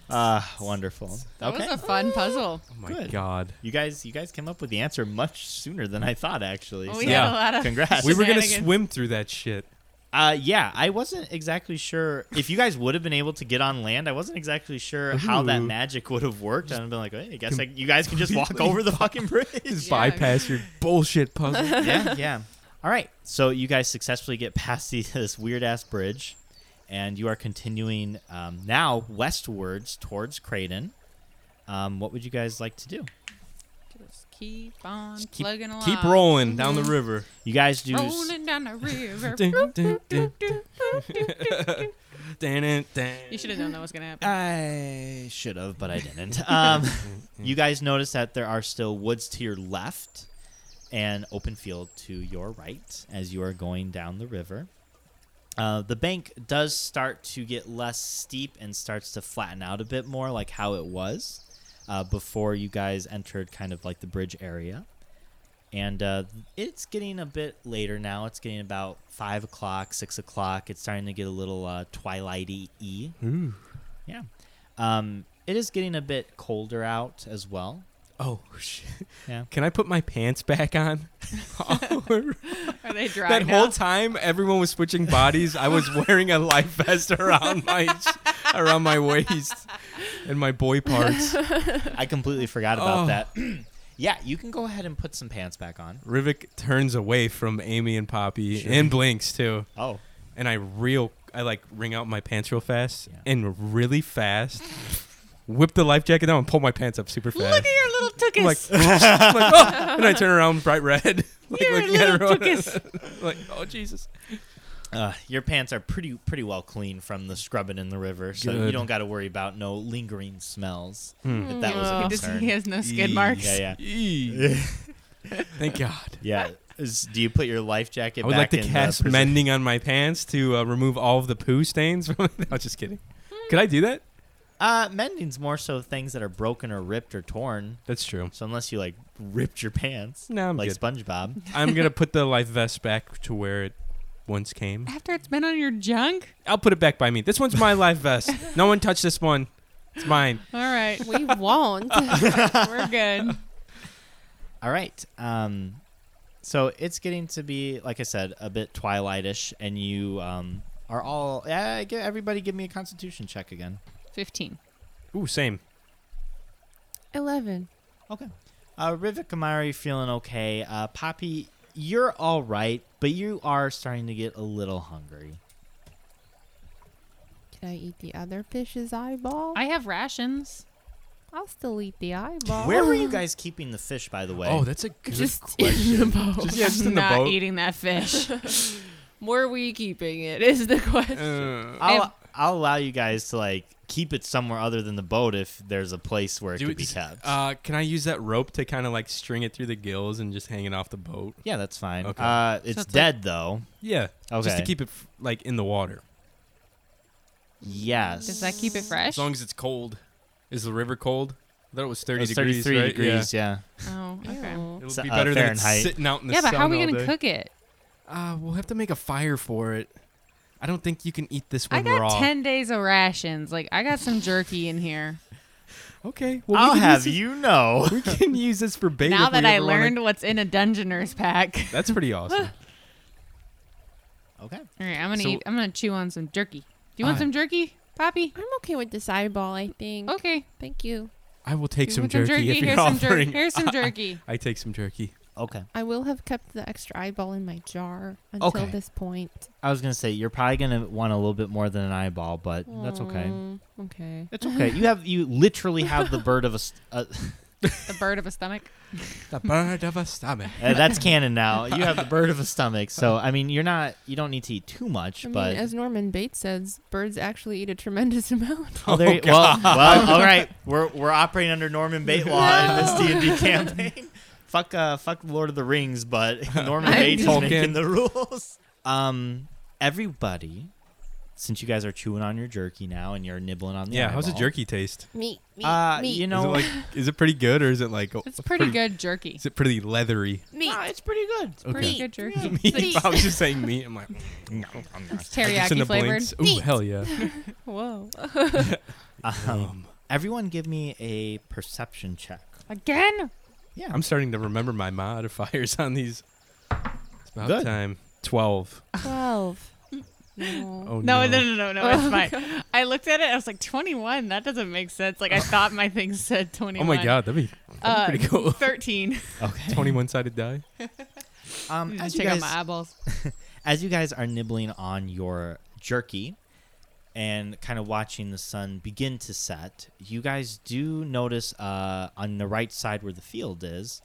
Speaker 1: Ah, wonderful.
Speaker 2: That
Speaker 1: okay.
Speaker 2: was a fun puzzle.
Speaker 3: Oh my
Speaker 1: Good.
Speaker 3: god.
Speaker 1: You guys, you guys came up with the answer much sooner than I thought. Actually,
Speaker 2: We
Speaker 1: so
Speaker 2: had
Speaker 3: Yeah.
Speaker 2: a lot
Speaker 1: (laughs)
Speaker 2: of
Speaker 1: congrats.
Speaker 3: We were gonna
Speaker 2: Shenanigans.
Speaker 3: swim through that shit.
Speaker 1: Uh, yeah, I wasn't exactly sure if you guys would have been able to get on land. I wasn't exactly sure how that
Speaker 3: Ooh.
Speaker 1: magic would have worked. I'd have been like, hey, I guess I, you guys can just walk over the fucking bridge.
Speaker 3: (laughs) Just
Speaker 2: Yeah.
Speaker 3: bypass your
Speaker 2: (laughs)
Speaker 3: bullshit puzzle.
Speaker 1: yeah, yeah. All right, so you guys successfully get past the, (laughs) this weird ass bridge, and you are continuing um, now westwards towards Creighton. Um, what would you guys like to do?
Speaker 2: Just keep on
Speaker 3: Just keep-
Speaker 2: plugging along.
Speaker 3: Keep rolling down
Speaker 2: Mm-hmm. (laughs)
Speaker 3: the river.
Speaker 1: You guys do. s-
Speaker 2: Rolling down the
Speaker 4: (laughs)
Speaker 2: river.
Speaker 3: Dun, (laughs) dun, dun, dun, dun, dun.
Speaker 2: you should have known that was gonna happen.
Speaker 1: I should have, but I didn't. Um, you guys notice that there are still woods to your left and open field to your right as you are going down the river. Uh, the bank does start to get less steep and starts to flatten out a bit more, like how it was uh, before you guys entered kind of like the bridge area. And uh, it's getting a bit later now. It's getting about five o'clock, six o'clock. It's starting to get a little uh, twilighty.
Speaker 3: Ooh.
Speaker 1: Yeah. Um, it is getting a bit colder out as well.
Speaker 3: Oh (laughs) shit!
Speaker 1: Yeah.
Speaker 3: Can I put my pants back
Speaker 1: (laughs)
Speaker 3: on? (laughs)
Speaker 2: Are they dry
Speaker 3: that
Speaker 2: now?
Speaker 3: whole time, everyone was switching bodies. I was wearing a life vest around my (laughs) around my waist and my
Speaker 2: (laughs)
Speaker 3: boy parts. (laughs)
Speaker 1: I completely forgot about
Speaker 3: Oh.
Speaker 1: that. (clears throat) yeah, you can go ahead and put some pants back on.
Speaker 3: Rivik turns away from Amy and Poppy
Speaker 1: Sure.
Speaker 3: and blinks too.
Speaker 1: Oh.
Speaker 3: And I real I like wring out my pants real fast
Speaker 1: Yeah.
Speaker 3: and really fast. Whip the life jacket down and pull my pants up super
Speaker 2: Look
Speaker 3: fast.
Speaker 2: at
Speaker 3: (laughs)
Speaker 2: your (laughs) little
Speaker 3: I'm
Speaker 2: tuchus.
Speaker 3: like, (laughs) I'm like, "Oh,"
Speaker 2: (laughs)
Speaker 3: and I turn around bright red, (laughs) like
Speaker 2: You're a
Speaker 3: looking at
Speaker 2: little
Speaker 3: everyone.
Speaker 2: tuchus.
Speaker 3: (laughs) like, oh Jesus!
Speaker 1: Uh, your pants are pretty pretty well clean from the scrubbing in the river, so you
Speaker 3: Good.
Speaker 1: don't got to worry about no lingering
Speaker 3: (laughs)
Speaker 1: smells.
Speaker 4: mm,
Speaker 1: If that was
Speaker 2: He
Speaker 1: a
Speaker 2: just- he
Speaker 1: concern.
Speaker 2: has no skid
Speaker 3: Eee.
Speaker 2: marks.
Speaker 1: Yeah, yeah.
Speaker 3: Eee. Thank God.
Speaker 1: Yeah. Is- do you put your life jacket
Speaker 3: I would
Speaker 1: back
Speaker 3: like to
Speaker 1: in uh, the
Speaker 3: cast
Speaker 1: prison-
Speaker 3: mending on my pants to uh, remove all of the poo stains. From it. (laughs) No, I was just kidding. Could I do that?
Speaker 1: Uh, mending's more so things that are broken or ripped or torn.
Speaker 3: That's true.
Speaker 1: So unless you like ripped your pants,
Speaker 3: No, I'm
Speaker 1: like
Speaker 3: good.
Speaker 1: SpongeBob,
Speaker 3: I'm gonna put the life vest back to where it once came.
Speaker 2: After it's been on your junk.
Speaker 3: I'll put it back by me. This one's my life vest. No one touched this one. It's mine.
Speaker 2: All right,
Speaker 4: We won't.
Speaker 2: we're good.
Speaker 1: All right. Um, so it's getting to be, like I said, a bit twilightish, and you um, are all. Uh, g everybody, give me a Constitution check again.
Speaker 2: (laughs) Fifteen.
Speaker 3: Ooh, same.
Speaker 4: 11.
Speaker 1: Okay. Uh, Rivik Amari, feeling okay. Uh, Poppy, you're all right, but you are starting to get a little hungry.
Speaker 4: Can I eat the other fish's eyeball?
Speaker 2: I have rations.
Speaker 4: I'll still eat the eyeball.
Speaker 1: Where were you guys keeping the fish, by the way?
Speaker 3: Oh, that's a good
Speaker 4: Just (laughs) in
Speaker 3: (laughs) question.
Speaker 4: the boat.
Speaker 3: Just, yeah, just in the
Speaker 2: not
Speaker 3: boat.
Speaker 2: eating that (laughs) fish.
Speaker 4: Where are we keeping it (laughs) is the question.
Speaker 3: Uh,
Speaker 1: I'll, I'll allow you guys to like keep it somewhere other than the boat if there's a place where it
Speaker 3: do
Speaker 1: could
Speaker 3: it-
Speaker 1: be kept.
Speaker 3: Uh, can I use that rope to kind of like string it through the gills and just hang it off the boat?
Speaker 1: yeah, that's fine.
Speaker 3: okay.
Speaker 1: Uh, it's
Speaker 2: it's like-
Speaker 1: dead though.
Speaker 3: Yeah. Just
Speaker 1: Okay.
Speaker 3: to keep it f- like in the water.
Speaker 1: Yes.
Speaker 2: Does that keep it fresh?
Speaker 3: As long as it's cold. Is the river cold? I thought it was 30
Speaker 1: It's
Speaker 3: degrees.
Speaker 1: 33
Speaker 3: right?
Speaker 1: degrees, yeah.
Speaker 2: oh, okay.
Speaker 4: Ew.
Speaker 3: Yeah. It'll
Speaker 1: So-
Speaker 3: be
Speaker 1: uh,
Speaker 3: better than it's
Speaker 1: Fahrenheit.
Speaker 3: sitting out in the
Speaker 2: Yeah,
Speaker 3: sun
Speaker 2: but how are we
Speaker 3: all
Speaker 2: gonna
Speaker 3: day.
Speaker 2: cook it?
Speaker 3: Uh, we'll have to make a fire for it. I don't think you can eat this
Speaker 2: I
Speaker 3: one
Speaker 2: got
Speaker 3: raw.
Speaker 2: ten days of rations. Like I got some jerky in here.
Speaker 3: Okay. Well,
Speaker 1: I'll
Speaker 3: we can
Speaker 1: have
Speaker 3: use
Speaker 1: you
Speaker 3: (laughs)
Speaker 1: know.
Speaker 3: This, we can use this for bait.
Speaker 2: now
Speaker 3: if
Speaker 2: that
Speaker 3: we
Speaker 2: I
Speaker 3: ever wanna-
Speaker 2: learned what's in a Dungeoner's pack.
Speaker 3: that's
Speaker 2: (laughs)
Speaker 3: pretty awesome.
Speaker 1: Okay.
Speaker 2: All right, I'm gonna
Speaker 3: So-
Speaker 2: eat. I'm gonna chew on some jerky. Do you want
Speaker 3: Uh,
Speaker 2: some jerky, Poppy?
Speaker 4: I'm okay with this eyeball, I think.
Speaker 2: Okay.
Speaker 4: Thank you.
Speaker 3: I will
Speaker 2: Do
Speaker 3: take
Speaker 2: you
Speaker 3: some
Speaker 2: want
Speaker 3: jerky, if you're
Speaker 2: Here's some jerky.
Speaker 3: offering.
Speaker 2: Here's
Speaker 3: (laughs)
Speaker 2: some jerky.
Speaker 3: I take some jerky.
Speaker 1: Okay.
Speaker 4: I will have kept the extra eyeball in my jar until
Speaker 1: Okay.
Speaker 4: this point.
Speaker 1: I was gonna say you're probably gonna want a little bit more than an eyeball, but that's okay.
Speaker 4: Mm, okay.
Speaker 1: It's okay. You have you literally have the bird of a. St- uh, (laughs)
Speaker 2: the bird of a stomach.
Speaker 3: The bird of a stomach.
Speaker 1: uh, that's canon now. You have the bird of a stomach, so I mean you're not you don't need to eat too much,
Speaker 4: I mean,
Speaker 1: but
Speaker 4: as Norman Bates says, birds actually eat a tremendous (laughs) amount.
Speaker 3: (laughs)
Speaker 1: oh, there you, well, well, all right. We're we're operating under Norman Bate law
Speaker 3: (laughs)
Speaker 1: in this D and D campaign. Fuck, uh, fuck Lord of the Rings,
Speaker 3: (laughs)
Speaker 1: but Norman
Speaker 4: I'm
Speaker 1: Bates is
Speaker 3: Tolkien.
Speaker 1: making the rules. Um, everybody, since you guys are chewing on your jerky now and you're nibbling on the
Speaker 3: Yeah, how's the
Speaker 1: eyeball,
Speaker 3: jerky taste?
Speaker 4: Meat, meat,
Speaker 1: Uh, you know, (laughs)
Speaker 3: Is it like is it pretty good or is it like
Speaker 2: It's pretty, good jerky.
Speaker 3: Is it pretty leathery?
Speaker 4: meat.
Speaker 1: Ah, it's pretty good.
Speaker 2: Pretty
Speaker 4: Meat.
Speaker 1: (laughs)
Speaker 2: good jerky.
Speaker 3: meat. (laughs)
Speaker 4: (laughs)
Speaker 3: I was just saying meat. I'm like,
Speaker 2: It's
Speaker 3: (laughs) just in
Speaker 2: teriyaki
Speaker 3: the
Speaker 2: flavored.
Speaker 3: blinks. Ooh, hell (laughs) yeah.
Speaker 4: Whoa.
Speaker 1: Um, everyone, give me a perception check.
Speaker 2: Again?
Speaker 1: Yeah,
Speaker 3: I'm starting to remember my modifiers on these. It's about
Speaker 1: Good.
Speaker 3: time. Twelve.
Speaker 4: 12.
Speaker 3: Oh
Speaker 2: No,
Speaker 3: no. Oh,
Speaker 2: no, no, no, no. It's fine. I looked at it. I was like, 21. That doesn't make sense. Like I thought my thing said 21.
Speaker 3: Oh my god, that'd be, that'd
Speaker 2: Uh,
Speaker 3: be pretty cool. (laughs)
Speaker 2: 13.
Speaker 1: Okay.
Speaker 3: 21 sided die.
Speaker 1: Um, as,
Speaker 2: Just
Speaker 1: you
Speaker 2: take Mm, out my
Speaker 1: guys,
Speaker 2: eyeballs.
Speaker 1: as you guys are nibbling on your jerky and kind of watching the sun begin to set, you guys do notice uh, on the right side where the field is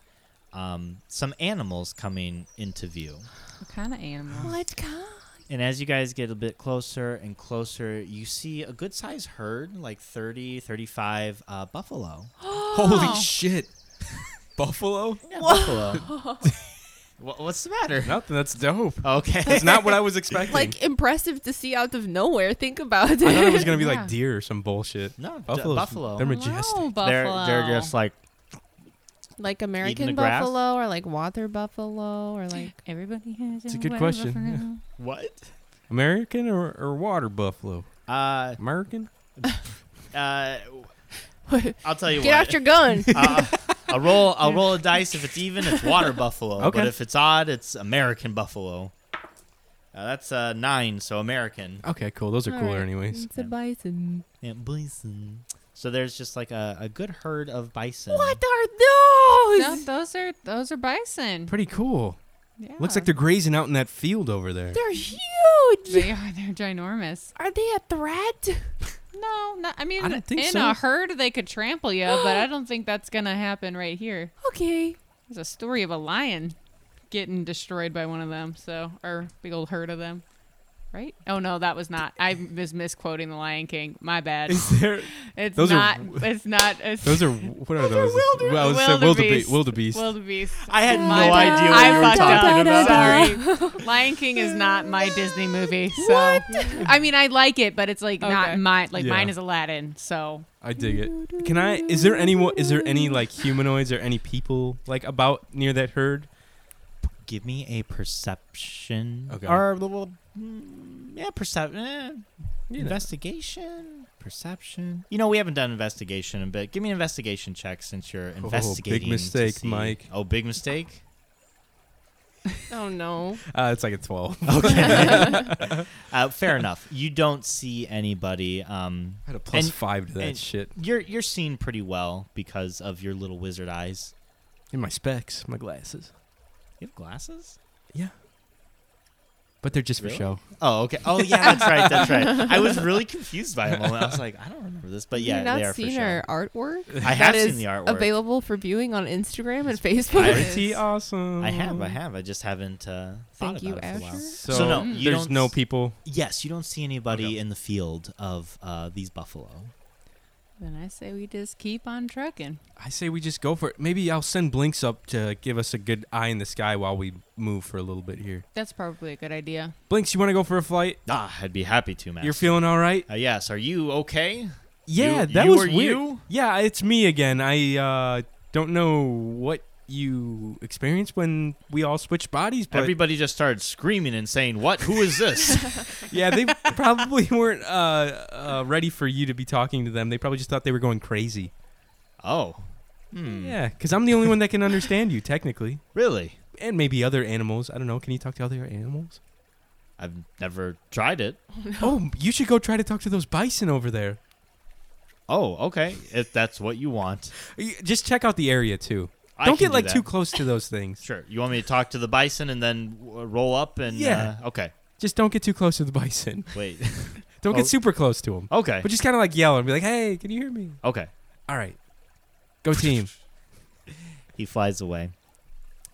Speaker 1: um, some animals coming into view.
Speaker 2: What kind of animal?
Speaker 4: What kind?
Speaker 1: And as you guys get a bit closer and closer, you see a good sized herd, like 30, 35 uh, buffalo.
Speaker 3: Holy shit. Buffalo?
Speaker 1: Yeah, buffalo. Wha- What's the matter?
Speaker 3: Nothing. That's dope.
Speaker 1: (laughs) Okay.
Speaker 3: That's not what I was expecting.
Speaker 4: Like impressive to see out of nowhere. Think about it.
Speaker 3: I thought it was gonna be
Speaker 2: Yeah.
Speaker 3: like deer or some bullshit.
Speaker 1: No, d-
Speaker 3: Buffaloes-
Speaker 1: buffalo.
Speaker 3: They're majestic.
Speaker 2: Wow,
Speaker 1: they're,
Speaker 2: buffalo.
Speaker 1: they're just like,
Speaker 4: (laughs) like
Speaker 1: the
Speaker 4: American
Speaker 1: grass?
Speaker 4: buffalo or like water buffalo or (laughs) like
Speaker 2: Everybody has
Speaker 3: It's a good question, (laughs)
Speaker 1: what?
Speaker 3: American or, or water buffalo?
Speaker 1: Uh,
Speaker 3: American?
Speaker 1: uh, I'll tell you
Speaker 4: get
Speaker 1: what.
Speaker 4: out
Speaker 3: (laughs)
Speaker 4: your (laughs) gun.
Speaker 1: uh, I'll roll.
Speaker 4: (laughs)
Speaker 1: I'll roll a dice. If it's even, it's water buffalo. But
Speaker 3: Okay.
Speaker 1: if it's odd, it's American buffalo. Uh, that's uh, nine, so American.
Speaker 3: Okay, cool. Those are
Speaker 4: All
Speaker 3: cooler
Speaker 4: right.
Speaker 3: anyways.
Speaker 4: it's a bison.
Speaker 1: And bison. So there's just like a, a good herd of bison.
Speaker 4: What are those?
Speaker 2: those are those are bison.
Speaker 3: Pretty cool.
Speaker 2: Mm. Yeah.
Speaker 3: Looks like they're grazing out in that field over (laughs) there.
Speaker 4: They're huge.
Speaker 2: (laughs) They
Speaker 3: (laughs)
Speaker 2: are. They're ginormous.
Speaker 4: Are they a threat?
Speaker 2: No, not, I mean,
Speaker 3: I don't think
Speaker 2: in
Speaker 3: so.
Speaker 2: a herd they could trample you, but
Speaker 3: (gasps)
Speaker 2: I don't think that's gonna happen right here.
Speaker 4: Okay.
Speaker 2: There's a story of a lion getting destroyed by one of them, so or big old herd of them, right? Oh no, that was not. I was misquoting the Lion King. My bad.
Speaker 3: Is there?
Speaker 2: It's
Speaker 3: Those are
Speaker 2: not. it's not. It's
Speaker 3: Those are what are those?
Speaker 2: wilder-
Speaker 3: Well, I was gonna say
Speaker 2: wildebeest.
Speaker 3: wildebeest. Wildebeest.
Speaker 2: wildebeest.
Speaker 1: I had
Speaker 2: My
Speaker 1: no
Speaker 2: bad.
Speaker 1: idea what
Speaker 2: I
Speaker 1: you were
Speaker 2: fucked up.
Speaker 1: talking about. (laughs)
Speaker 2: Sorry. Lion King is not my Disney movie. So
Speaker 4: What?
Speaker 2: I mean, I like it, but it's like
Speaker 4: Okay.
Speaker 2: not mine. Like
Speaker 3: Yeah.
Speaker 2: mine is Aladdin. So
Speaker 3: I dig it. Can I? Is there any? Is there any like humanoids or any people like about near that herd?
Speaker 1: Give me a perception.
Speaker 3: Okay.
Speaker 1: Or a little. mm, Yeah, perception.
Speaker 3: You know.
Speaker 1: Investigation, perception. You know, we haven't done investigation in a bit. Give me an investigation check since you're investigating. to
Speaker 3: Oh, mistake,
Speaker 1: see-
Speaker 3: Mike.
Speaker 1: Oh, big
Speaker 3: (laughs)
Speaker 1: mistake.
Speaker 4: Oh no.
Speaker 3: Uh, it's like a twelve. (laughs)
Speaker 1: Uh, fair enough. You don't see anybody. Um,
Speaker 3: I had a plus
Speaker 1: And-
Speaker 3: five to that
Speaker 1: and-
Speaker 3: shit.
Speaker 1: you're you're seen pretty well because of your little wizard eyes.
Speaker 3: In my specs, my glasses.
Speaker 1: You have glasses.
Speaker 3: Yeah. But they're just
Speaker 1: Really?
Speaker 3: for show.
Speaker 1: Oh, okay. Oh, yeah, that's right. That's right. I was really confused by a moment. I was like, I don't remember this, but yeah,
Speaker 4: You've not
Speaker 1: they are
Speaker 4: seen
Speaker 1: for
Speaker 4: our
Speaker 1: sure.
Speaker 4: artwork.
Speaker 3: (laughs)
Speaker 1: I have
Speaker 4: That
Speaker 1: seen
Speaker 4: is
Speaker 1: the artwork.
Speaker 4: Available for viewing on Instagram and Facebook.
Speaker 1: It
Speaker 3: Pretty
Speaker 4: (laughs)
Speaker 3: awesome.
Speaker 1: I have, I have. I just haven't uh, thought
Speaker 4: Oh. Thank you,
Speaker 1: about it for a while.
Speaker 4: Asher.
Speaker 3: So,
Speaker 1: So no,
Speaker 3: no,
Speaker 1: you
Speaker 3: there's
Speaker 1: don't
Speaker 3: no
Speaker 1: s-
Speaker 3: people.
Speaker 1: Yes, you don't see anybody
Speaker 3: Okay.
Speaker 1: in the field of uh, these buffalo.
Speaker 2: then I say we just keep on trucking.
Speaker 3: I say we just go for it. Maybe I'll send Blinks up to give us a good eye in the sky while we move for a little bit here.
Speaker 2: That's probably a good idea.
Speaker 3: Blinks, you want to go for a flight?
Speaker 1: Ah, I'd be happy to, Master.
Speaker 3: You're feeling all right?
Speaker 1: Uh, yes. Are you okay?
Speaker 3: Yeah,
Speaker 1: You-
Speaker 3: that
Speaker 1: you
Speaker 3: was
Speaker 1: are
Speaker 3: weird.
Speaker 1: you?
Speaker 3: Yeah, it's me again. I uh, don't know what you experienced when we all switched bodies, but
Speaker 1: Everybody just started screaming and saying, "What? Who is this?" (laughs)
Speaker 3: yeah, they probably weren't uh, uh, ready for you to be talking to them. They probably just thought they were going crazy.
Speaker 1: oh, hmm.
Speaker 3: Yeah, because I'm the only one that can understand you technically,
Speaker 1: Really?
Speaker 3: and maybe other animals. I don't know. Can you talk to other
Speaker 1: (laughs)
Speaker 3: animals?
Speaker 1: I've never tried it.
Speaker 3: Oh, you should go try to talk to those bison over there.
Speaker 1: Oh, okay. If that's what you want,
Speaker 3: Y- Just check out the area too.
Speaker 1: I
Speaker 3: don't
Speaker 1: can
Speaker 3: get
Speaker 1: do
Speaker 3: like
Speaker 1: that.
Speaker 3: too close to those things.
Speaker 1: Sure. You want me to talk to the bison and then w- roll up and?
Speaker 3: Yeah.
Speaker 1: Uh, okay.
Speaker 3: Just don't get too close to the bison.
Speaker 1: Wait. (laughs)
Speaker 3: Don't
Speaker 1: Oh.
Speaker 3: get super close to them.
Speaker 1: Okay.
Speaker 3: But just kind of like yell and be like, "Hey, can you hear me?"
Speaker 1: Okay.
Speaker 3: All right, go team.
Speaker 1: He flies away.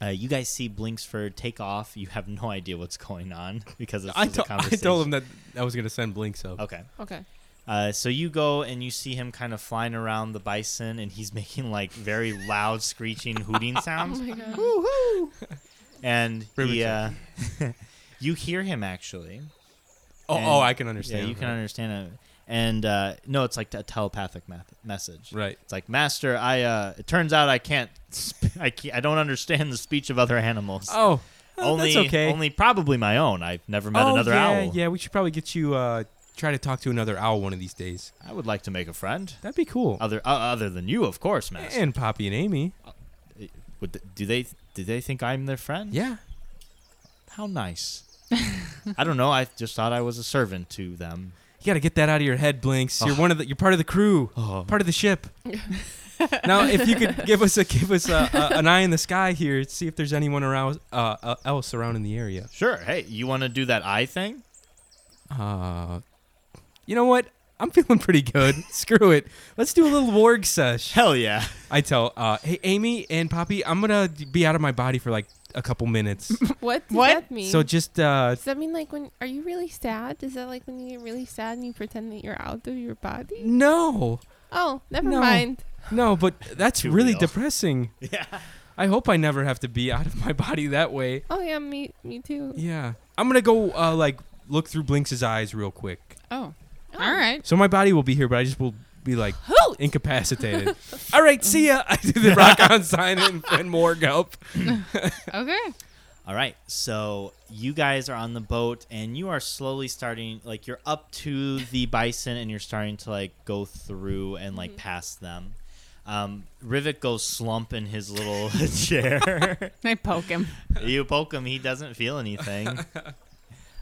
Speaker 1: Uh, you guys see Blinksford take off. You have no idea what's going on (laughs) because it's
Speaker 3: (laughs) I,
Speaker 1: just a
Speaker 3: to- I
Speaker 1: conversation.
Speaker 3: told him that I was gonna send Blinks up.
Speaker 1: Okay.
Speaker 4: Okay.
Speaker 1: Uh, so you go and you see him kind of flying around the bison, and he's (laughs) making like very loud screeching, hooting sounds.
Speaker 4: Oh my god.
Speaker 1: And
Speaker 3: Ribbon
Speaker 1: he, uh, (laughs) you hear him actually.
Speaker 3: Oh,
Speaker 1: And-
Speaker 3: oh, I can
Speaker 1: Yeah,
Speaker 3: understand.
Speaker 1: you can understand it. And uh, no, it's like a telepathic meth- message.
Speaker 3: Right.
Speaker 1: It's like, Master, I. Uh, it turns out I can't. Sp- I can't. I don't understand the speech of other animals.
Speaker 3: Oh, oh,
Speaker 1: only,
Speaker 3: that's okay.
Speaker 1: only probably my own. I've never met
Speaker 3: oh,
Speaker 1: another
Speaker 3: yeah,
Speaker 1: owl.
Speaker 3: Yeah, we should probably get you. uh Try to talk to another owl one of these days.
Speaker 1: I would like to make a friend.
Speaker 3: That'd be cool.
Speaker 1: Other, uh, other than you, of course, Master.
Speaker 3: and Poppy and Amy.
Speaker 1: Mm-hmm. Would th- do they? Do they think I'm their friend?
Speaker 3: Yeah. (laughs)
Speaker 1: How nice. I don't know. I just thought I was a servant to them.
Speaker 3: You got to get that out of your head, Blinks. You're one of the. You're part of the crew,
Speaker 1: Oh.
Speaker 3: part of the ship. now, if you could give us a give us a, a, an eye in the sky here, see if there's anyone around uh, uh, else around in the area.
Speaker 1: Sure. Hey, you want to do that eye thing?
Speaker 3: Uh, you know what? I'm feeling
Speaker 1: (laughs)
Speaker 3: pretty good. Screw it. Let's do a little warg sesh.
Speaker 1: Hell yeah. (laughs)
Speaker 3: I tell, uh, hey, Amy and Poppy, I'm gonna be out of my body for like a couple minutes.
Speaker 4: (laughs) What does
Speaker 2: What?
Speaker 4: that mean?
Speaker 3: so just uh,
Speaker 4: does that mean like when are you really sad? Is that like when you get really sad and you pretend that you're out of your body?
Speaker 3: no,
Speaker 4: Oh, never
Speaker 3: No.
Speaker 4: mind.
Speaker 3: no, but that's
Speaker 1: Too
Speaker 3: really
Speaker 1: real.
Speaker 3: depressing.
Speaker 1: Yeah.
Speaker 3: I hope I never have to be out of my (laughs) body that way.
Speaker 4: Oh yeah, me me too.
Speaker 3: Yeah, I'm gonna go uh, like look through Blinks's eyes real quick.
Speaker 2: Oh.
Speaker 4: Oh.
Speaker 2: All right.
Speaker 3: So my body will be here, but I just will be like
Speaker 4: Hoot!
Speaker 3: incapacitated. All right, see ya. (laughs) I do
Speaker 1: (laughs)
Speaker 3: the rock on sign and, and more help.
Speaker 2: Okay.
Speaker 1: All right. So you guys are on the boat and you are slowly starting like you're up to the bison and you're starting to like go through and like past them. Um, Rivik goes slump in his little (laughs) chair.
Speaker 2: I poke him.
Speaker 1: you poke him, he doesn't feel anything.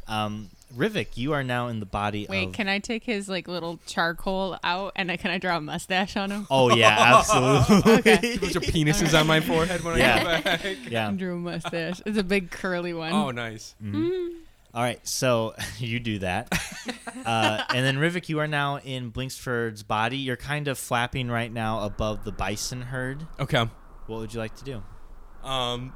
Speaker 1: Um, Rivik, you are now in the body
Speaker 2: Wait,
Speaker 1: of.
Speaker 2: can I take his like little charcoal out and I can I draw a mustache on him?
Speaker 1: oh yeah, absolutely.
Speaker 2: (laughs)
Speaker 1: (laughs)
Speaker 2: Okay.
Speaker 3: Those are penises (laughs) on my forehead when
Speaker 1: Yeah.
Speaker 3: I get back.
Speaker 1: Yeah.
Speaker 2: drew a mustache. It's a big curly one.
Speaker 3: Oh, nice.
Speaker 1: All right, so (laughs) you do that, uh, and then Rivik, you are now in Blinksford's body. You're kind of flapping right now above the bison herd.
Speaker 3: Okay.
Speaker 1: What would you like to do?
Speaker 3: Um,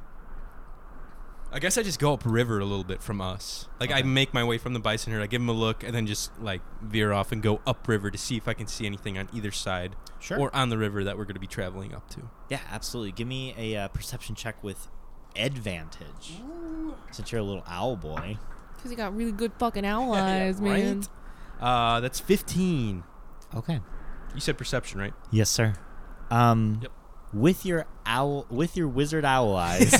Speaker 3: I guess I just go up river a little bit from us. Like I
Speaker 1: Okay.
Speaker 3: make my way from the bison herd. I give him a look, and then just like veer off and go up river to see if I can see anything on either side
Speaker 1: Sure.
Speaker 3: or on the river that we're going to be traveling up to.
Speaker 1: yeah, absolutely. Give me a uh, perception check with advantage, since you're a little owl boy.
Speaker 4: Because you got really good fucking allies,
Speaker 3: Yeah, right?
Speaker 4: man.
Speaker 3: Uh, that's fifteen.
Speaker 1: Okay.
Speaker 3: You said perception, right?
Speaker 1: Yes, sir. Um,
Speaker 3: Yep.
Speaker 1: With your owl, with your wizard owl eyes,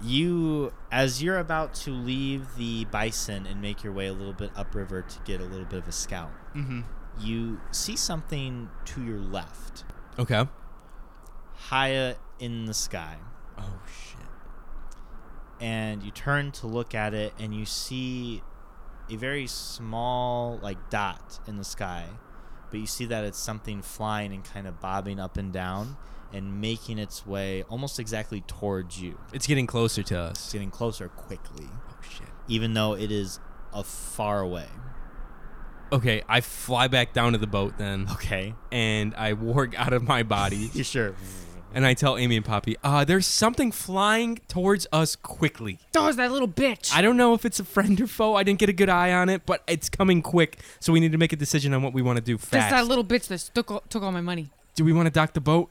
Speaker 1: you, as you're about to leave the bison and make your way a little bit upriver to get a little bit of a scout,
Speaker 3: Mm-hmm.
Speaker 1: you see something to your left,
Speaker 3: Okay.
Speaker 1: higher in the sky,
Speaker 3: Oh shit.
Speaker 1: and you turn to look at it, and you see a very small, like dot in the sky, but you see that it's something flying and kind of bobbing up and down. And making its way almost exactly towards you.
Speaker 3: It's getting closer to
Speaker 1: It's
Speaker 3: us.
Speaker 1: getting closer quickly,
Speaker 3: Oh shit.
Speaker 1: even though it is a far away.
Speaker 3: Okay, I fly back down to the boat then,
Speaker 1: Okay.
Speaker 3: and I warg out of my body.
Speaker 1: You sure?
Speaker 3: And I tell Amy and Poppy, uh, there's something flying towards us quickly.
Speaker 2: Doors that little bitch.
Speaker 3: I don't know if it's a friend or foe. I didn't get a good eye on it, but it's coming quick. So we need to make a decision on what we want to do
Speaker 2: Just
Speaker 3: fast.
Speaker 2: that little bitch that took all, took all my money.
Speaker 3: do we want to dock the boat?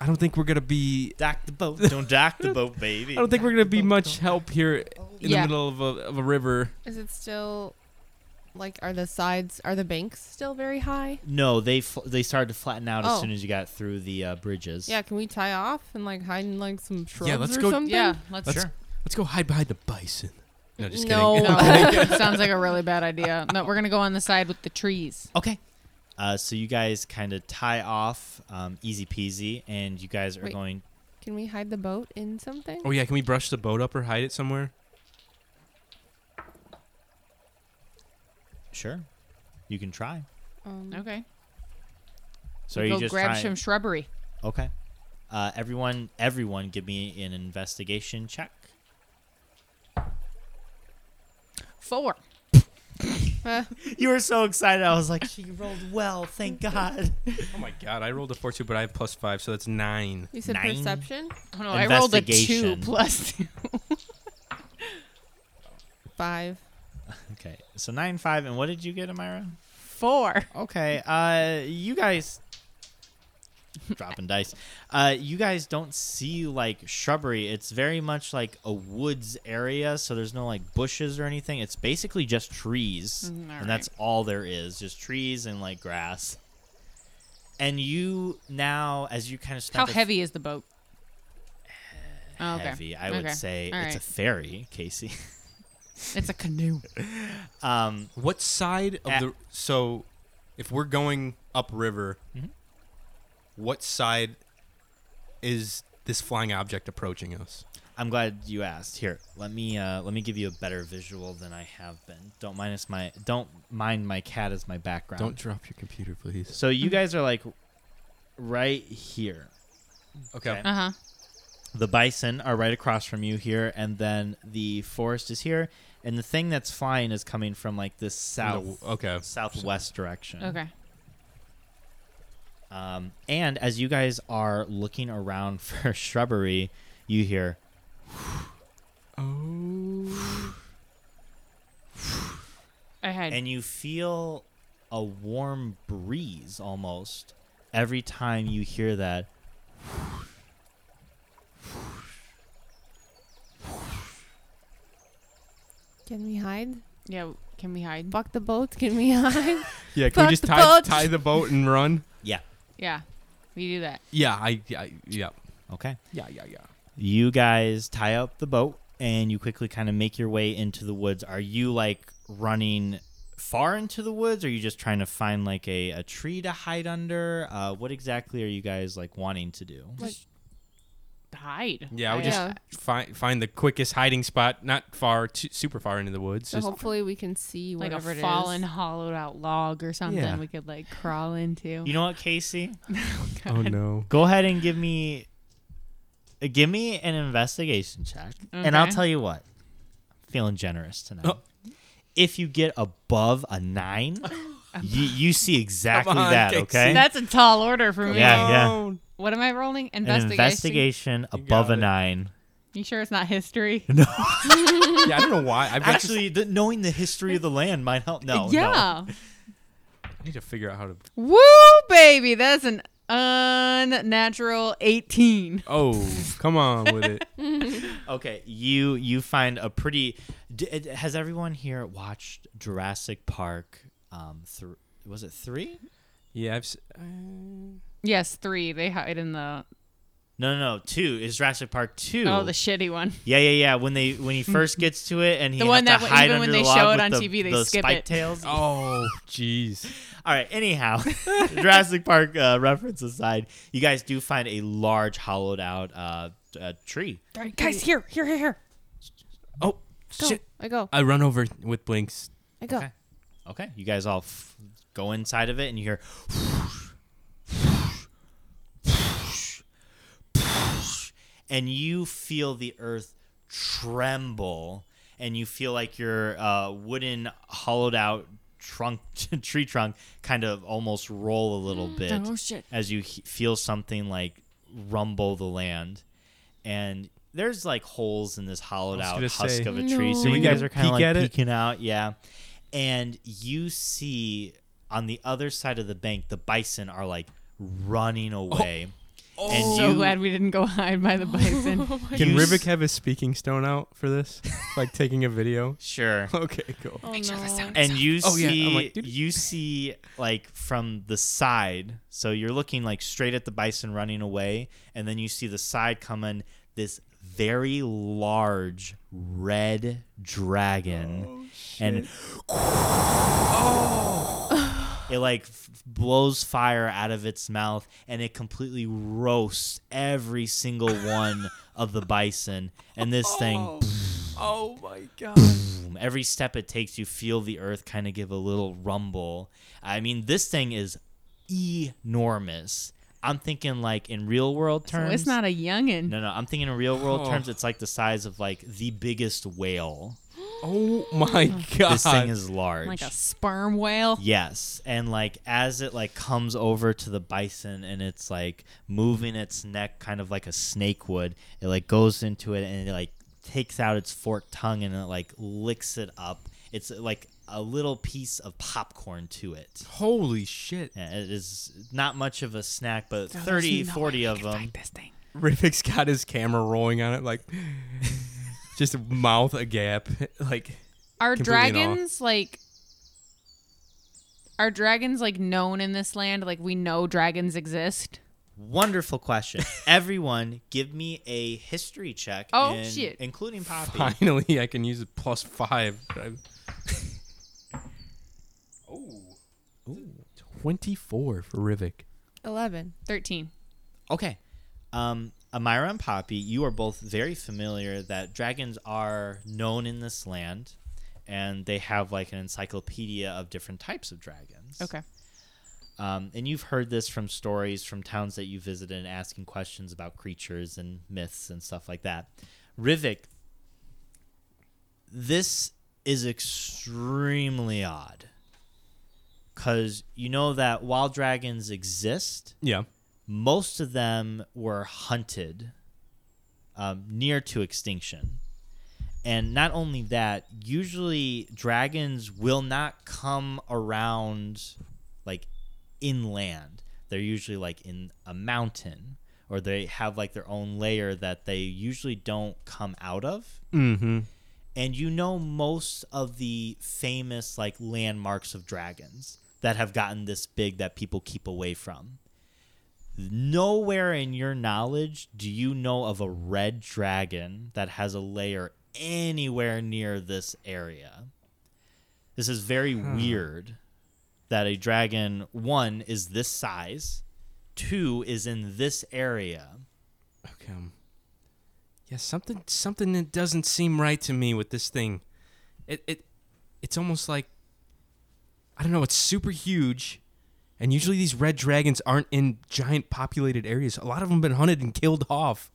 Speaker 3: I don't think we're gonna be.
Speaker 1: Dock the boat. Don't dock the boat, baby.
Speaker 3: I don't think we're gonna be much help here in
Speaker 2: Yeah.
Speaker 3: the middle of a, of a river.
Speaker 4: Is it still like are the sides are the banks still very high?
Speaker 1: No, they fl- they started to flatten out as
Speaker 4: Oh.
Speaker 1: soon as you got through the uh, bridges.
Speaker 4: Yeah, can we tie off and like hide in like some shrubs
Speaker 3: let's
Speaker 4: or
Speaker 3: go-
Speaker 4: something?
Speaker 2: Yeah, let's.
Speaker 3: Let's let's go hide behind the bison. No, just
Speaker 1: (laughs)
Speaker 4: No.
Speaker 3: kidding.
Speaker 2: No, (laughs) that sounds like a really bad idea. No, we're gonna go on the side with the trees.
Speaker 1: Okay. Uh, so you guys kind of tie off, um, easy peasy, and you guys are
Speaker 4: Wait.
Speaker 1: going.
Speaker 4: Can we hide the boat in something?
Speaker 3: Oh yeah, can we brush the boat up or hide it somewhere?
Speaker 1: Sure. You can try.
Speaker 4: Um,
Speaker 2: Okay.
Speaker 1: So
Speaker 2: We
Speaker 1: are
Speaker 2: go
Speaker 1: you just
Speaker 2: grab
Speaker 1: trying-
Speaker 2: some shrubbery.
Speaker 1: Okay. Uh, everyone, everyone, give me an investigation check.
Speaker 2: Four.
Speaker 1: (laughs) You were so excited. I was like, she rolled well. Thank God.
Speaker 3: Oh my god, I rolled a four two, but I have plus five, so that's nine.
Speaker 4: You said
Speaker 1: Nine.
Speaker 4: perception?
Speaker 2: Oh no, I rolled a two
Speaker 1: Investigation. (laughs)
Speaker 2: plus two.
Speaker 4: Five.
Speaker 1: Okay, so nine five, and what did you get, Amira?
Speaker 2: four.
Speaker 1: Okay, uh, you guys (laughs) dropping dice. Uh, you guys don't see like shrubbery. It's very much like a woods area, so there's no like bushes or anything. It's basically just trees,
Speaker 2: Mm, all
Speaker 1: and that's all there is, just trees and like grass. And you now, as you kind of
Speaker 2: How
Speaker 1: start to-
Speaker 2: heavy is the boat? Oh, okay.
Speaker 1: Uh, Heavy, I
Speaker 2: Okay.
Speaker 1: would say
Speaker 2: All
Speaker 1: it's a
Speaker 2: right.
Speaker 1: ferry, Casey. (laughs)
Speaker 2: It's a canoe.
Speaker 1: um,
Speaker 3: What side of
Speaker 1: At-
Speaker 3: the so if we're going upriver, what side is this flying object approaching us?
Speaker 1: I'm glad you asked. Here, let me uh, let me give you a better visual than I have been. Don't mind us my don't mind my cat as my background.
Speaker 3: Don't drop your computer, please.
Speaker 1: so you guys are like right here.
Speaker 3: Okay.
Speaker 1: Okay.
Speaker 2: Uh huh.
Speaker 1: The bison are right across from you here, and then the forest is here, and the thing that's flying is coming from like this
Speaker 3: No,
Speaker 1: south
Speaker 3: okay.
Speaker 1: southwest direction.
Speaker 2: Okay.
Speaker 1: Um, and as you guys are looking around (laughs) for shrubbery, you hear
Speaker 3: (sighs) Oh.
Speaker 2: I had.
Speaker 1: and you feel a warm breeze almost every time you hear that.
Speaker 4: Can we hide?
Speaker 2: yeah. Can we hide?
Speaker 4: Buck the boat? Can we (laughs) hide?
Speaker 3: Yeah. Can
Speaker 4: Fuck
Speaker 3: we just
Speaker 4: the
Speaker 3: tie,
Speaker 4: boat.
Speaker 3: tie the boat and run?
Speaker 1: Yeah.
Speaker 2: Yeah. We do that.
Speaker 3: (laughs) Yeah. I. Yeah. Yeah.
Speaker 1: Okay.
Speaker 3: Yeah. Yeah. Yeah.
Speaker 1: You guys tie up the boat and you quickly kind of make your way into the woods. Are you like running far into the woods? Or are you just trying to find like a, a tree to hide under? Uh, what exactly are you guys like wanting to do?
Speaker 2: Hide.
Speaker 3: Yeah. I would
Speaker 2: I, uh,
Speaker 3: just find find the quickest hiding spot, not far, too, super far into the woods.
Speaker 4: So
Speaker 3: just
Speaker 4: hopefully we can see
Speaker 2: like a
Speaker 4: whatever it is.
Speaker 2: fallen, hollowed out log or something
Speaker 3: Yeah.
Speaker 2: we could like crawl into.
Speaker 1: You know what, Casey?
Speaker 3: oh (laughs) no.
Speaker 1: Go ahead and give me uh, give me an investigation check. And I'll
Speaker 2: Okay.
Speaker 1: tell you what. I'm feeling generous tonight.
Speaker 3: Oh.
Speaker 1: If you get above a
Speaker 2: (laughs)
Speaker 1: 9, you, you see exactly
Speaker 3: Come on,
Speaker 1: that,
Speaker 3: Casey.
Speaker 1: okay?
Speaker 2: That's a tall order for me.
Speaker 1: Yeah, yeah.
Speaker 2: What am I rolling?
Speaker 1: an
Speaker 2: Investigation.
Speaker 1: investigation above a
Speaker 3: got it.
Speaker 1: 9.
Speaker 2: You sure it's not history?
Speaker 3: yeah. I don't know why. I've got this-
Speaker 1: Actually, the, knowing the history of the land might help. (laughs) No, no.
Speaker 2: yeah.
Speaker 3: I need to figure out how to.
Speaker 2: Woo, baby. That's an unnatural 18.
Speaker 3: Oh, come on with it.
Speaker 1: Okay, you you find a pretty. D- it- has everyone here watched Jurassic Park? Um, thr was it three?
Speaker 3: Yeah. I've. s-
Speaker 1: Uh,
Speaker 2: Yes, three. They hide in the
Speaker 1: No, no, no. Two is Jurassic Park two.
Speaker 2: oh the shitty one.
Speaker 1: Yeah, yeah, yeah. When they when he first gets to it, and he
Speaker 2: Mm-hmm. The
Speaker 1: has
Speaker 2: one
Speaker 1: to
Speaker 2: that w-
Speaker 1: hide
Speaker 2: even
Speaker 1: under
Speaker 2: when
Speaker 1: the
Speaker 2: they
Speaker 1: log
Speaker 2: show it
Speaker 1: with
Speaker 2: on
Speaker 1: the-
Speaker 2: TV, they
Speaker 1: the
Speaker 2: skip
Speaker 1: spike
Speaker 2: it.
Speaker 1: tails. All
Speaker 3: Oh, jeez.
Speaker 1: right.
Speaker 2: (laughs)
Speaker 1: Anyhow, (laughs) Jurassic Park uh, reference aside, you guys do find a large hollowed out uh, uh, tree.
Speaker 2: guys, here, here, here, here.
Speaker 3: Oh,
Speaker 4: Go.
Speaker 3: shit.
Speaker 4: I go.
Speaker 3: I run over with Blinks.
Speaker 4: I go.
Speaker 1: Okay. Okay, you guys all f- go inside of it, and you hear. And you feel the earth tremble, and you feel like your uh, wooden, hollowed out trunk, (laughs) tree trunk, kind of almost roll a little bit
Speaker 2: Oh, shit.
Speaker 1: as you he- feel something like rumble the land. And there's like holes in this hollowed
Speaker 3: I was
Speaker 1: out
Speaker 3: gonna
Speaker 1: husk
Speaker 3: say-
Speaker 1: of a tree. So
Speaker 4: No.
Speaker 1: you
Speaker 4: Can
Speaker 1: guys
Speaker 3: we
Speaker 1: are kind of
Speaker 3: peek
Speaker 1: like
Speaker 3: at it?
Speaker 1: peeking out. Yeah. And you see on the other side of the bank, the bison are like running
Speaker 3: Oh.
Speaker 1: away. and (laughs)
Speaker 2: so
Speaker 1: you,
Speaker 2: glad we didn't go hide by the bison.
Speaker 1: (laughs)
Speaker 3: Can
Speaker 1: you s-
Speaker 3: Rivik have his speaking stone out for (laughs) this? like taking a video?
Speaker 1: Sure.
Speaker 3: (laughs) Okay, cool.
Speaker 4: Oh,
Speaker 2: Make sure the
Speaker 4: no.
Speaker 2: sound-
Speaker 1: and you
Speaker 3: Oh, yeah. I'm
Speaker 1: see
Speaker 3: like, dude.
Speaker 1: you see like from the side so you're looking like straight at the bison running away and then you see the side coming this very large red dragon and (sighs) it like f- blows fire out of its mouth and it completely roasts every single one of the bison and this thing
Speaker 3: Oh my god.
Speaker 1: boom. Every step it takes, you feel the earth kind of give a little rumble. I mean, this thing is enormous. I'm thinking like in real world
Speaker 2: So
Speaker 1: terms.
Speaker 2: it's not a youngin.
Speaker 1: no, no. I'm thinking in real world
Speaker 3: Oh.
Speaker 1: terms, it's like the size of like the biggest whale.
Speaker 3: Oh my god.
Speaker 1: This thing is large.
Speaker 2: Like a sperm whale.
Speaker 1: Yes, and like as it like comes over to the bison and it's like moving its neck kind of like a snake would, it like goes into it and it like takes out its forked tongue and it like licks it up. It's like a little piece of popcorn to it.
Speaker 3: Holy shit.
Speaker 1: Yeah, It is not much of a snack, but
Speaker 2: Oh, There's
Speaker 1: 30,
Speaker 2: no
Speaker 1: 40
Speaker 2: way we
Speaker 1: of
Speaker 2: can
Speaker 1: them.
Speaker 2: fight this thing.
Speaker 3: Rivik's got his camera rolling on it like (laughs) just mouth agap. (laughs) Like
Speaker 2: Are
Speaker 3: Completely in awe.
Speaker 2: dragons like are dragons like known in this land? Like we know dragons exist.
Speaker 1: Wonderful
Speaker 2: (laughs)
Speaker 1: question. Everyone, give me a history check.
Speaker 2: Oh,
Speaker 1: in-
Speaker 2: shit.
Speaker 1: Including Poppy.
Speaker 3: finally I can use a plus five.
Speaker 1: (laughs)
Speaker 3: I- oh. Ooh. Twenty four for Rivik.
Speaker 4: Eleven.
Speaker 2: Thirteen.
Speaker 1: Okay. Um, Amira and Poppy, you are both very familiar that dragons are known in this land, and they have like an encyclopedia of different types of dragons.
Speaker 2: Okay.
Speaker 1: Um, and you've heard this from stories from towns that you visited and asking questions about creatures and myths and stuff like that. Rivik, this is extremely odd because you know that while dragons exist,
Speaker 3: Yeah.
Speaker 1: most of them were hunted um, near to extinction. And not only that, usually dragons will not come around like inland. They're usually like in a mountain or they have like their own layer that they usually don't come out of.
Speaker 3: Mm-hmm.
Speaker 1: And you know most of the famous like landmarks of dragons that have gotten this big that people keep away from nowhere in your knowledge do you know of a red dragon that has a lair anywhere near this area. This is very weird that a dragon, one, is this size, two, is in this area.
Speaker 3: Okay. um, Yeah, something something that doesn't seem right to me with this thing. It it it's almost like I don't know, it's super huge. And usually these red dragons aren't in giant populated areas. A lot of them have been hunted and killed off.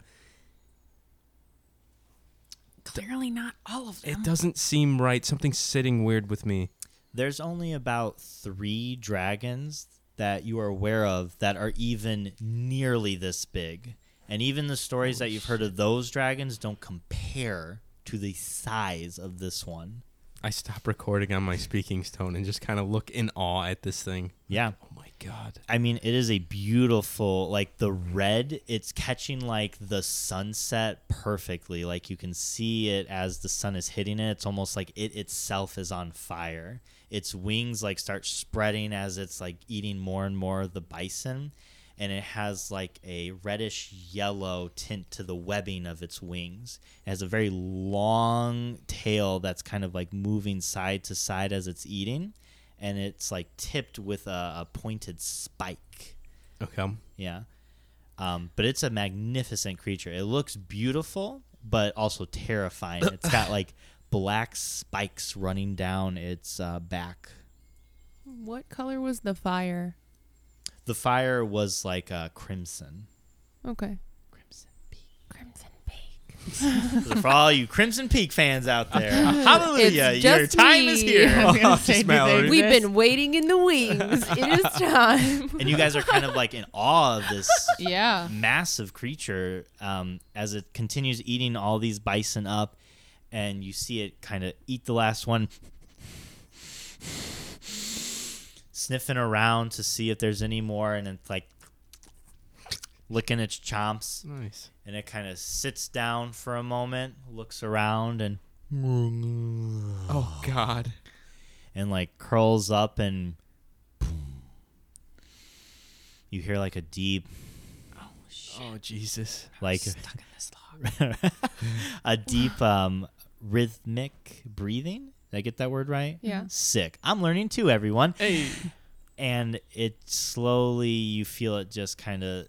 Speaker 2: Clearly not all of
Speaker 3: It
Speaker 2: them.
Speaker 3: doesn't seem right. Something's sitting weird with me.
Speaker 1: There's only about three dragons that you are aware of that are even nearly this big. And even the stories that you've heard of those dragons don't compare to the size of this one.
Speaker 3: I stop recording on my speaking stone and just kind of look in awe at this thing.
Speaker 1: Yeah.
Speaker 3: Oh my god.
Speaker 1: I mean, it is a beautiful, like the red, it's catching like the sunset perfectly. Like you can see it as the sun is hitting it. It's almost like it itself is on fire. Its wings like start spreading as it's like eating more and more of the bison. And it has like a reddish yellow tint to the webbing of its wings. It has a very long tail that's kind of like moving side to side as it's eating and it's like tipped with a, a pointed spike.
Speaker 3: Okay.
Speaker 1: Yeah. Um, but it's a magnificent creature. It looks beautiful, but also terrifying. It's (coughs) got like black spikes running down its uh, back.
Speaker 4: What color was the fire?
Speaker 1: The fire was like uh, crimson.
Speaker 4: Okay.
Speaker 1: Crimson.
Speaker 4: Crimson
Speaker 1: (laughs)
Speaker 4: Peak.
Speaker 1: For all you Crimson Peak fans out (laughs) there, hallelujah!
Speaker 4: It's
Speaker 1: Your
Speaker 4: just
Speaker 1: time is
Speaker 4: me. (laughs)
Speaker 1: here. Oh,
Speaker 4: I
Speaker 2: was
Speaker 1: (laughs)
Speaker 2: gonna say,
Speaker 3: Just
Speaker 2: did they
Speaker 3: Mallory.
Speaker 4: We've
Speaker 2: miss?
Speaker 4: been waiting in the wings. it
Speaker 3: (laughs)
Speaker 4: is time.
Speaker 1: and you guys are kind of like in awe of
Speaker 4: (laughs)
Speaker 1: this
Speaker 2: Yeah.
Speaker 1: massive creature um, as it continues eating all these bison up and you see it kind of eat the last one sniffing around to see if there's any more and it's like licking its chomps
Speaker 3: Nice.
Speaker 1: and it kind of sits down for a moment looks around and
Speaker 3: Oh god.
Speaker 1: and like curls up and you hear like a deep
Speaker 3: Oh Jesus.
Speaker 1: like
Speaker 2: Stuck in this log.
Speaker 1: (laughs) a deep um, rhythmic breathing. Did I get that word right?
Speaker 4: Yeah.
Speaker 2: Mm-hmm.
Speaker 1: Sick. I'm learning too, everyone.
Speaker 3: Hey.
Speaker 1: And it slowly, you feel it just kind of,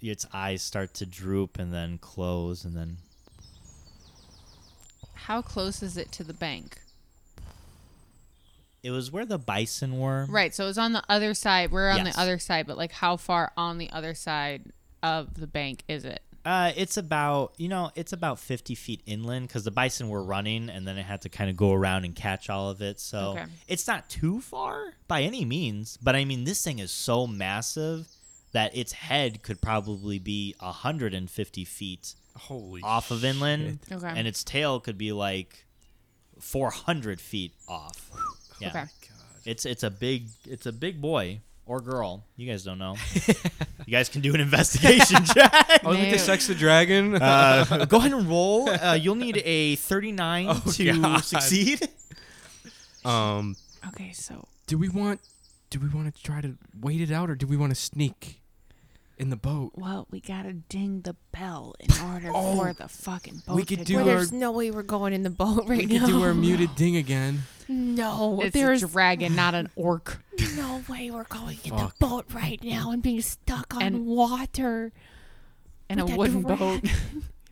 Speaker 1: its eyes start to droop and then close and then
Speaker 2: (laughs) How close is it to the bank?
Speaker 1: it was where the bison were.
Speaker 2: Right. So it's on the other side. We're on
Speaker 1: Yes.
Speaker 2: the other side, but like how far on the other side of the bank is it?
Speaker 1: Uh, it's about you know it's about 50 feet inland because the bison were running and then it had to kind of go around and catch all of it so
Speaker 2: Okay.
Speaker 1: it's not too far by any means but i mean this thing is so massive that its head could probably be 150 feet
Speaker 3: Holy
Speaker 1: off of inland
Speaker 2: Okay.
Speaker 1: and its tail could be like 400 feet off yeah
Speaker 2: Okay.
Speaker 1: it's it's a big it's a big boy or girl you guys don't know you guys can do an investigation (laughs) check
Speaker 3: Oh, we
Speaker 2: No.
Speaker 3: get to sex the dragon.
Speaker 1: uh, go ahead and roll. Uh, you'll need a 39
Speaker 3: Oh,
Speaker 1: to
Speaker 3: God.
Speaker 1: succeed.
Speaker 3: (laughs) um,
Speaker 2: Okay, so
Speaker 3: do we want? Do we want to try to wait it out, or do we want to sneak in the boat?
Speaker 2: well, we gotta ding the bell in order
Speaker 3: (laughs) Oh.
Speaker 2: for the fucking boat.
Speaker 3: We could
Speaker 2: to
Speaker 3: do
Speaker 4: Well,
Speaker 2: go.
Speaker 3: our-
Speaker 4: there's no way we're going in the boat right
Speaker 3: we could
Speaker 4: now.
Speaker 3: do our muted ding again.
Speaker 4: (laughs) no,
Speaker 2: It's
Speaker 4: there's
Speaker 2: a dragon, not an orc.
Speaker 4: no way we're going in
Speaker 3: Fuck.
Speaker 4: the boat right now and being stuck on
Speaker 2: And-
Speaker 4: water.
Speaker 2: and
Speaker 4: With
Speaker 2: a
Speaker 4: that
Speaker 2: wooden
Speaker 4: drag.
Speaker 2: boat.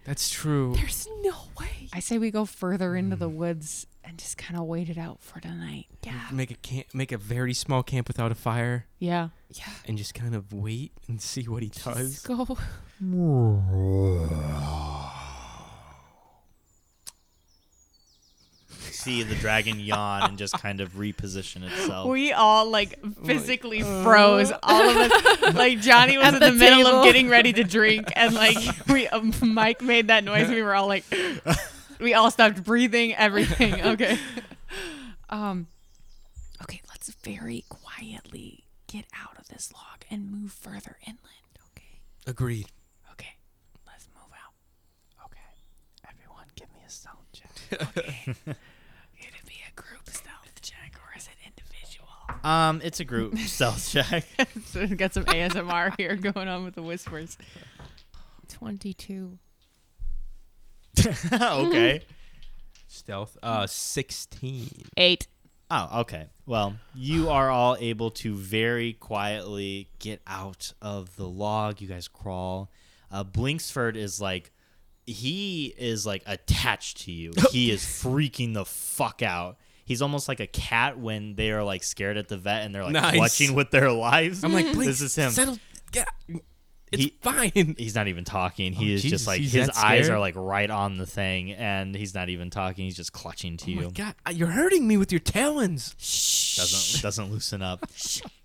Speaker 3: That's true.
Speaker 4: There's no way.
Speaker 2: I say we go further into the woods and just kind of wait it out for tonight.
Speaker 4: yeah.
Speaker 3: Make a camp, make a very small camp without a fire,
Speaker 2: Yeah.
Speaker 4: Yeah.
Speaker 3: and just kind of wait and (laughs) see what he does.
Speaker 4: Just go.
Speaker 1: See the dragon yawn and just kind of reposition itself.
Speaker 2: We all like (laughs) physically froze. All of (laughs) us, like Johnny was in the, middle
Speaker 4: table.
Speaker 2: of getting ready to (laughs) drink, and like we, um, Mike made that noise. We were all (laughs) like, we all stopped breathing. (laughs) Everything okay. Um, okay, let's very quietly get out of this log and move further inland. Okay,
Speaker 3: Agreed.
Speaker 2: okay, let's move out. Okay, everyone, give me a sound check. Okay, it'd be a group stealth check or is it individual?
Speaker 1: Um, it's a group (laughs) stealth check.
Speaker 2: (laughs) So we've got some (laughs) ASMR here going on with the whispers.
Speaker 4: 22.
Speaker 1: okay.
Speaker 3: Stealth. Uh, sixteen.
Speaker 2: Eight.
Speaker 1: Oh, okay. Well, you are all able to very quietly get out of the log. You guys crawl. Uh, Blinksford is like, he is like attached to
Speaker 3: (laughs)
Speaker 1: you. he is freaking the fuck out. He's almost like a cat when they are like scared at the vet and they're like
Speaker 3: Nice.
Speaker 1: clutching with their lives.
Speaker 3: I'm (laughs) like, please,
Speaker 1: this is him.
Speaker 3: Settle. Get. It's
Speaker 1: He-
Speaker 3: fine.
Speaker 1: He's not even talking. He
Speaker 3: Oh,
Speaker 1: is
Speaker 3: Jesus,
Speaker 1: just like
Speaker 3: he's
Speaker 1: his
Speaker 3: that
Speaker 1: eyes
Speaker 3: scared?
Speaker 1: are like right on the thing, and he's not even talking. He's just clutching to
Speaker 3: Oh
Speaker 1: you.
Speaker 3: my God, uh, you're hurting me with your talons.
Speaker 1: doesn't doesn't loosen up.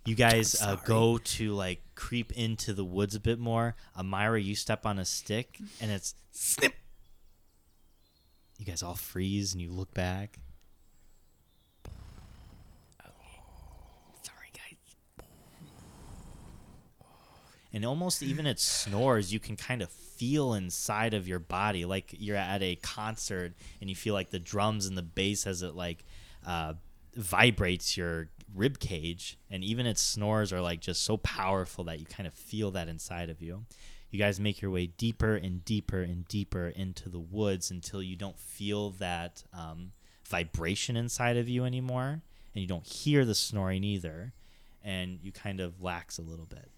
Speaker 1: You guys uh, go to like creep into the woods a bit more. Amira, you step on a stick and it's snip. You guys all freeze and you look back.
Speaker 2: Sorry, guys.
Speaker 1: And almost even it snores, you can kind of feel inside of your body like you're at a concert and you feel like the drums and the bass as it like uh, vibrates your rib cage. And even its snores are like just so powerful that you kind of feel that inside of you. You guys make your way deeper and deeper and deeper into the woods until you don't feel that um, vibration inside of you anymore. And you don't hear the snoring either. And you kind of lax a little bit.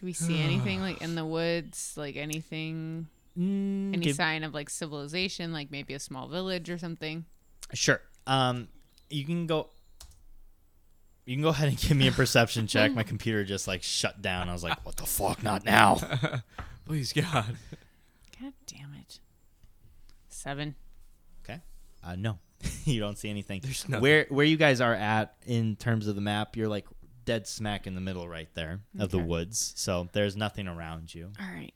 Speaker 2: Do we see anything like in the woods? Like anything?
Speaker 1: Mm,
Speaker 2: Any
Speaker 1: give-
Speaker 2: sign of like civilization? Like maybe a small village or something?
Speaker 1: Sure. Um, you can go. You can go ahead and give me a perception check.
Speaker 3: (laughs)
Speaker 1: My computer just like shut down. I was like, "What the fuck? Not now."
Speaker 3: Please, God.
Speaker 2: God damn it. Seven.
Speaker 1: Okay. Uh, no, (laughs) you don't see anything.
Speaker 3: There's nothing.
Speaker 1: Where where you guys are at in terms of the map, you're like dead smack in the middle right there of the
Speaker 2: Okay.
Speaker 1: woods. So there's nothing around
Speaker 3: (laughs)
Speaker 1: you.
Speaker 2: All right.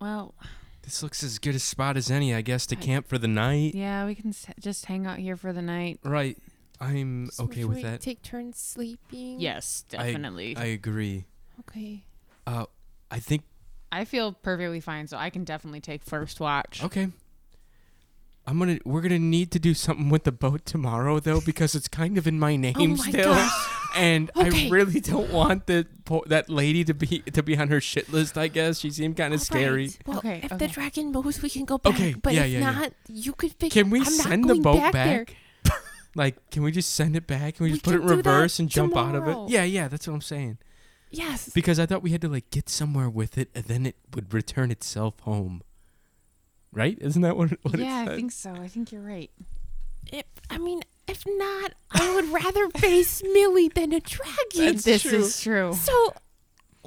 Speaker 2: Well,
Speaker 3: This looks as good a spot as any, I guess, to
Speaker 2: I-
Speaker 3: camp for the night.
Speaker 2: yeah, we can s- just hang out here for the night.
Speaker 3: Right. I'm
Speaker 4: So
Speaker 3: okay
Speaker 4: should
Speaker 3: with
Speaker 4: we
Speaker 3: that.
Speaker 4: Take turns sleeping.
Speaker 2: Yes,
Speaker 3: I-
Speaker 2: definitely.
Speaker 3: I
Speaker 2: I,
Speaker 3: agree.
Speaker 4: Okay.
Speaker 3: Uh, I think.
Speaker 2: feel perfectly fine, so I can definitely take first watch. (laughs)
Speaker 3: Okay. I'm gonna. We're gonna need to do something with the boat tomorrow, though, because it's kind of in my name
Speaker 4: (laughs) Oh my
Speaker 3: still, and
Speaker 4: Okay.
Speaker 3: I really don't want the po- that lady to be to be on her shit list. I guess she seemed kind of scary.
Speaker 4: Well,
Speaker 2: Okay,
Speaker 4: If
Speaker 2: okay.
Speaker 4: the dragon moves, we can go back.
Speaker 3: Okay,
Speaker 4: But
Speaker 3: yeah,
Speaker 4: if
Speaker 3: yeah, yeah.
Speaker 4: not, you could figure.
Speaker 3: Can we
Speaker 4: I'm
Speaker 3: send
Speaker 4: not
Speaker 3: the
Speaker 4: going
Speaker 3: boat back?
Speaker 4: back? there.
Speaker 3: (laughs) Like, can we just send it back? Can we,
Speaker 4: We
Speaker 3: just put it in
Speaker 4: can do that
Speaker 3: reverse and jump out of
Speaker 4: tomorrow.
Speaker 3: it? Yeah, yeah, that's what I'm saying.
Speaker 4: Yes.
Speaker 3: Because I thought we had to like get somewhere with it, and then it would return itself home. Right? Isn't that what? what
Speaker 2: yeah,
Speaker 3: it
Speaker 2: I
Speaker 3: said?
Speaker 2: think so. I think you're (laughs) right.
Speaker 4: if, I mean, if not, I would rather
Speaker 3: (laughs)
Speaker 4: face Millie than a dragon.
Speaker 3: That's
Speaker 2: this
Speaker 3: true.
Speaker 2: is true.
Speaker 4: So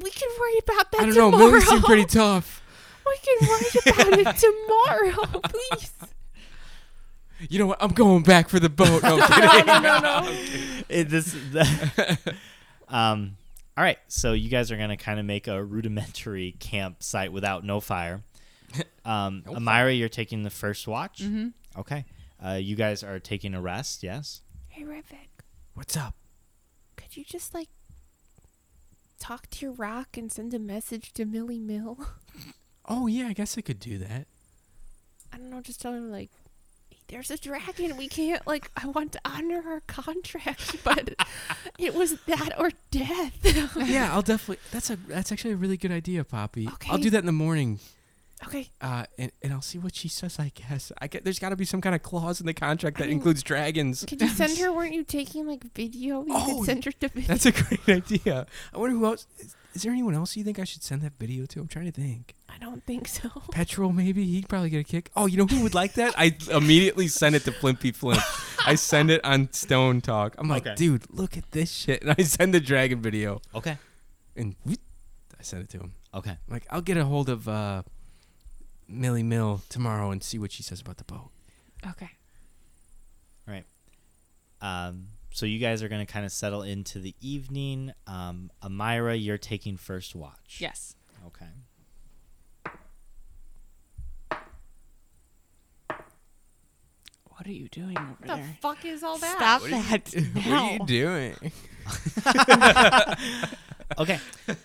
Speaker 4: we can worry about that
Speaker 3: I don't know.
Speaker 4: tomorrow.
Speaker 3: Millie seemed
Speaker 4: (laughs)
Speaker 3: pretty tough.
Speaker 4: we can worry
Speaker 3: (laughs)
Speaker 4: about it tomorrow, please.
Speaker 3: You know what? I'm going back for the boat. No, I'm kidding.
Speaker 1: It, this. the- (laughs) um. All right. So you guys are gonna kind of make a rudimentary (laughs) campsite without no
Speaker 3: (laughs)
Speaker 1: fire. Um,
Speaker 3: No
Speaker 1: Amira, you're taking the first watch.
Speaker 2: Mm-hmm.
Speaker 1: Okay. Uh, you guys are taking a rest, yes?
Speaker 4: (laughs) Hey, Rivik,
Speaker 3: What's up?
Speaker 4: could you just like talk to your rock and send a message to Millie Mill?
Speaker 3: Oh yeah, I guess I could do that.
Speaker 4: (laughs) I don't know, just tell her like "Hey, there's a dragon. We can't like I want to honor our contract, (laughs) but it was that or death. (laughs)
Speaker 3: yeah, I'll definitely. That's a. That's actually a really good idea, Poppy. I'll
Speaker 4: Okay.
Speaker 3: do that in the morning,
Speaker 4: okay.
Speaker 3: uh, and, and I'll see what she says. I guess. I get, there's got to be some kind of clause in the contract
Speaker 4: I
Speaker 3: that
Speaker 4: mean-
Speaker 3: includes dragons.
Speaker 4: Could
Speaker 3: (laughs)
Speaker 4: you send her weren't you taking like video? You
Speaker 3: Oh,
Speaker 4: could send her to video.
Speaker 3: That's a great idea. I wonder who else. Is, Is there anyone else you think I should send that video to? I'm trying to think.
Speaker 4: (laughs) I don't think so.
Speaker 3: Petrol, maybe he'd probably get a kick. Oh, you know who would like that? I immediately send it to Flimpy Flimp. I send it on Stone Talk. I'm like,
Speaker 1: Okay.
Speaker 3: dude, look at this shit. And I send the dragon video,
Speaker 1: Okay.
Speaker 3: and whoop, I send it to him.
Speaker 1: Okay.
Speaker 3: I'm like, I'll get a hold of uh, Millie Mill tomorrow and see what she says about the boat.
Speaker 2: Okay.
Speaker 1: Um, so you guys are going to kind of settle into the evening. Um, Amira, you're taking first watch.
Speaker 2: Yes.
Speaker 1: Okay.
Speaker 2: What are you doing over
Speaker 4: What the fuck is all that?
Speaker 2: Stop that.
Speaker 3: doing?
Speaker 1: Okay.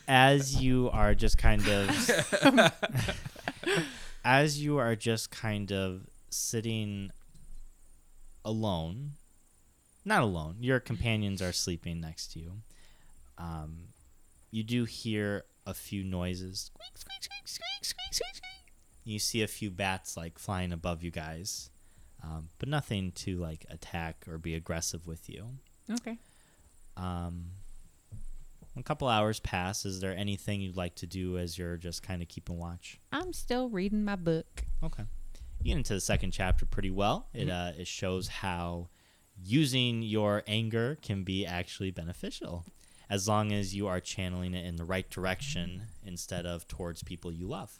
Speaker 1: As you are just kind of (laughs) as you are just kind of sitting alone. Not alone. Your companions are sleeping next to you. Um, you do hear a few noises. Squeak, squeak, squeak, squeak, squeak, squeak, squeak. You see a few bats like flying above you guys. Um, but nothing to like attack or be aggressive with you.
Speaker 2: Okay.
Speaker 1: Um, a couple hours pass. Is there anything you'd like to do as you're just kind of keeping watch?
Speaker 2: I'm still reading my book.
Speaker 1: Okay. You get into the second chapter pretty well. It uh, it shows how using your anger can be actually beneficial, as long as you are channeling it in the right direction instead of towards people you love.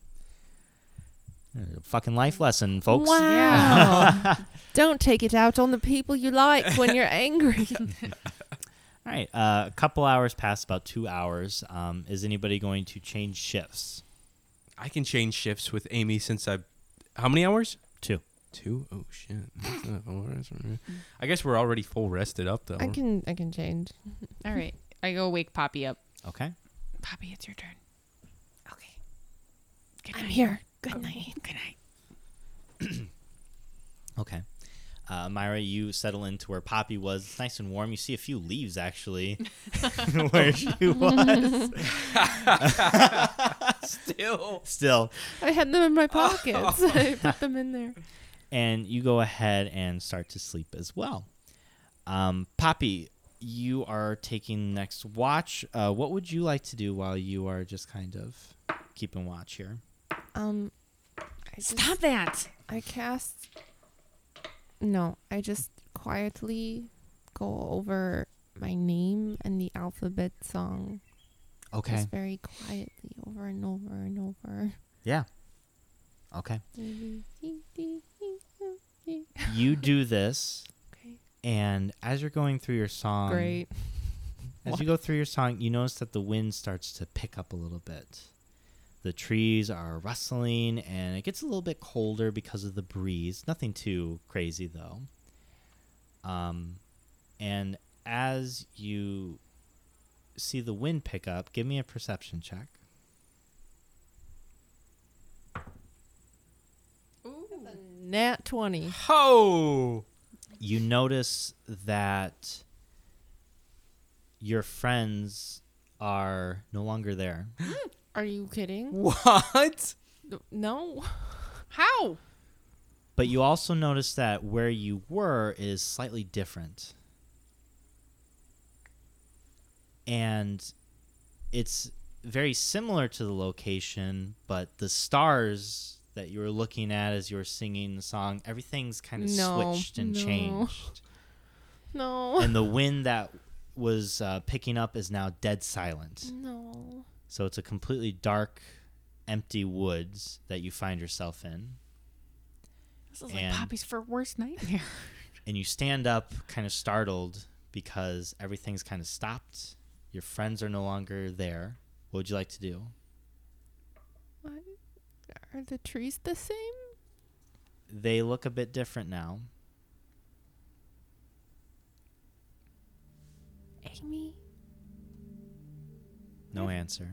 Speaker 1: Uh, Fucking life lesson, folks.
Speaker 2: (laughs)
Speaker 4: Wow. Don't take it out on the people you like when you're angry.
Speaker 1: All right. Uh, a couple hours pass, about two hours. Um, is anybody going to change shifts?
Speaker 3: I can change shifts with Amy since I. How many hours?
Speaker 1: Two.
Speaker 3: Two. Oh shit. I guess we're already full rested up though.
Speaker 4: I can I can change.
Speaker 2: All right. I go wake Poppy up.
Speaker 1: Okay.
Speaker 2: Poppy, it's your turn. Okay. Good
Speaker 4: I'm
Speaker 2: night.
Speaker 4: here. Good night.
Speaker 2: Good night.
Speaker 1: Okay. Uh, Myra, you settle into where Poppy was. It's nice and warm. You see a few leaves, actually, (laughs) where she was.
Speaker 3: Still.
Speaker 1: Still.
Speaker 4: I had them in my pockets. (laughs) I put them in there.
Speaker 1: And you go ahead and start to sleep as well. Um, Poppy, you are taking next watch. Uh, what would you like to do while you are just kind of keeping watch here?
Speaker 4: Um I just-
Speaker 2: Stop that.
Speaker 4: I cast No, I just quietly go over my name and the alphabet song.
Speaker 1: Okay.
Speaker 4: Just very quietly over and over and over.
Speaker 1: Yeah. Okay. You do this,
Speaker 4: Okay.
Speaker 1: and as you're going through your song,
Speaker 4: Great.
Speaker 1: As you go through your song, you notice that the wind starts to pick up a little bit. The trees are rustling and it gets a little bit colder because of the breeze. Nothing too crazy though. Um, and as you see the wind pick up, give me a perception check.
Speaker 4: Nat 20.
Speaker 3: Oh.
Speaker 1: You notice that your friends are no longer there.
Speaker 4: Are you kidding?
Speaker 3: What?
Speaker 4: No.
Speaker 2: How?
Speaker 1: But you also notice that where you were is slightly different. And it's very similar to the location, but the stars that you were looking at as you were singing the song, everything's kind of
Speaker 4: No,
Speaker 1: switched and
Speaker 4: no.
Speaker 1: changed.
Speaker 4: (laughs) No.
Speaker 1: and the wind that was uh, picking up is now dead silent.
Speaker 4: No.
Speaker 1: So it's a completely dark, empty woods that you find yourself in.
Speaker 2: This is like
Speaker 1: And-
Speaker 2: Poppy's for worst nightmare.
Speaker 1: and you stand up kind of startled because everything's kind of stopped your friends are no longer there what would you like to do
Speaker 4: What? Are the trees the same?
Speaker 1: they look a bit different now
Speaker 4: Amy?
Speaker 1: no answer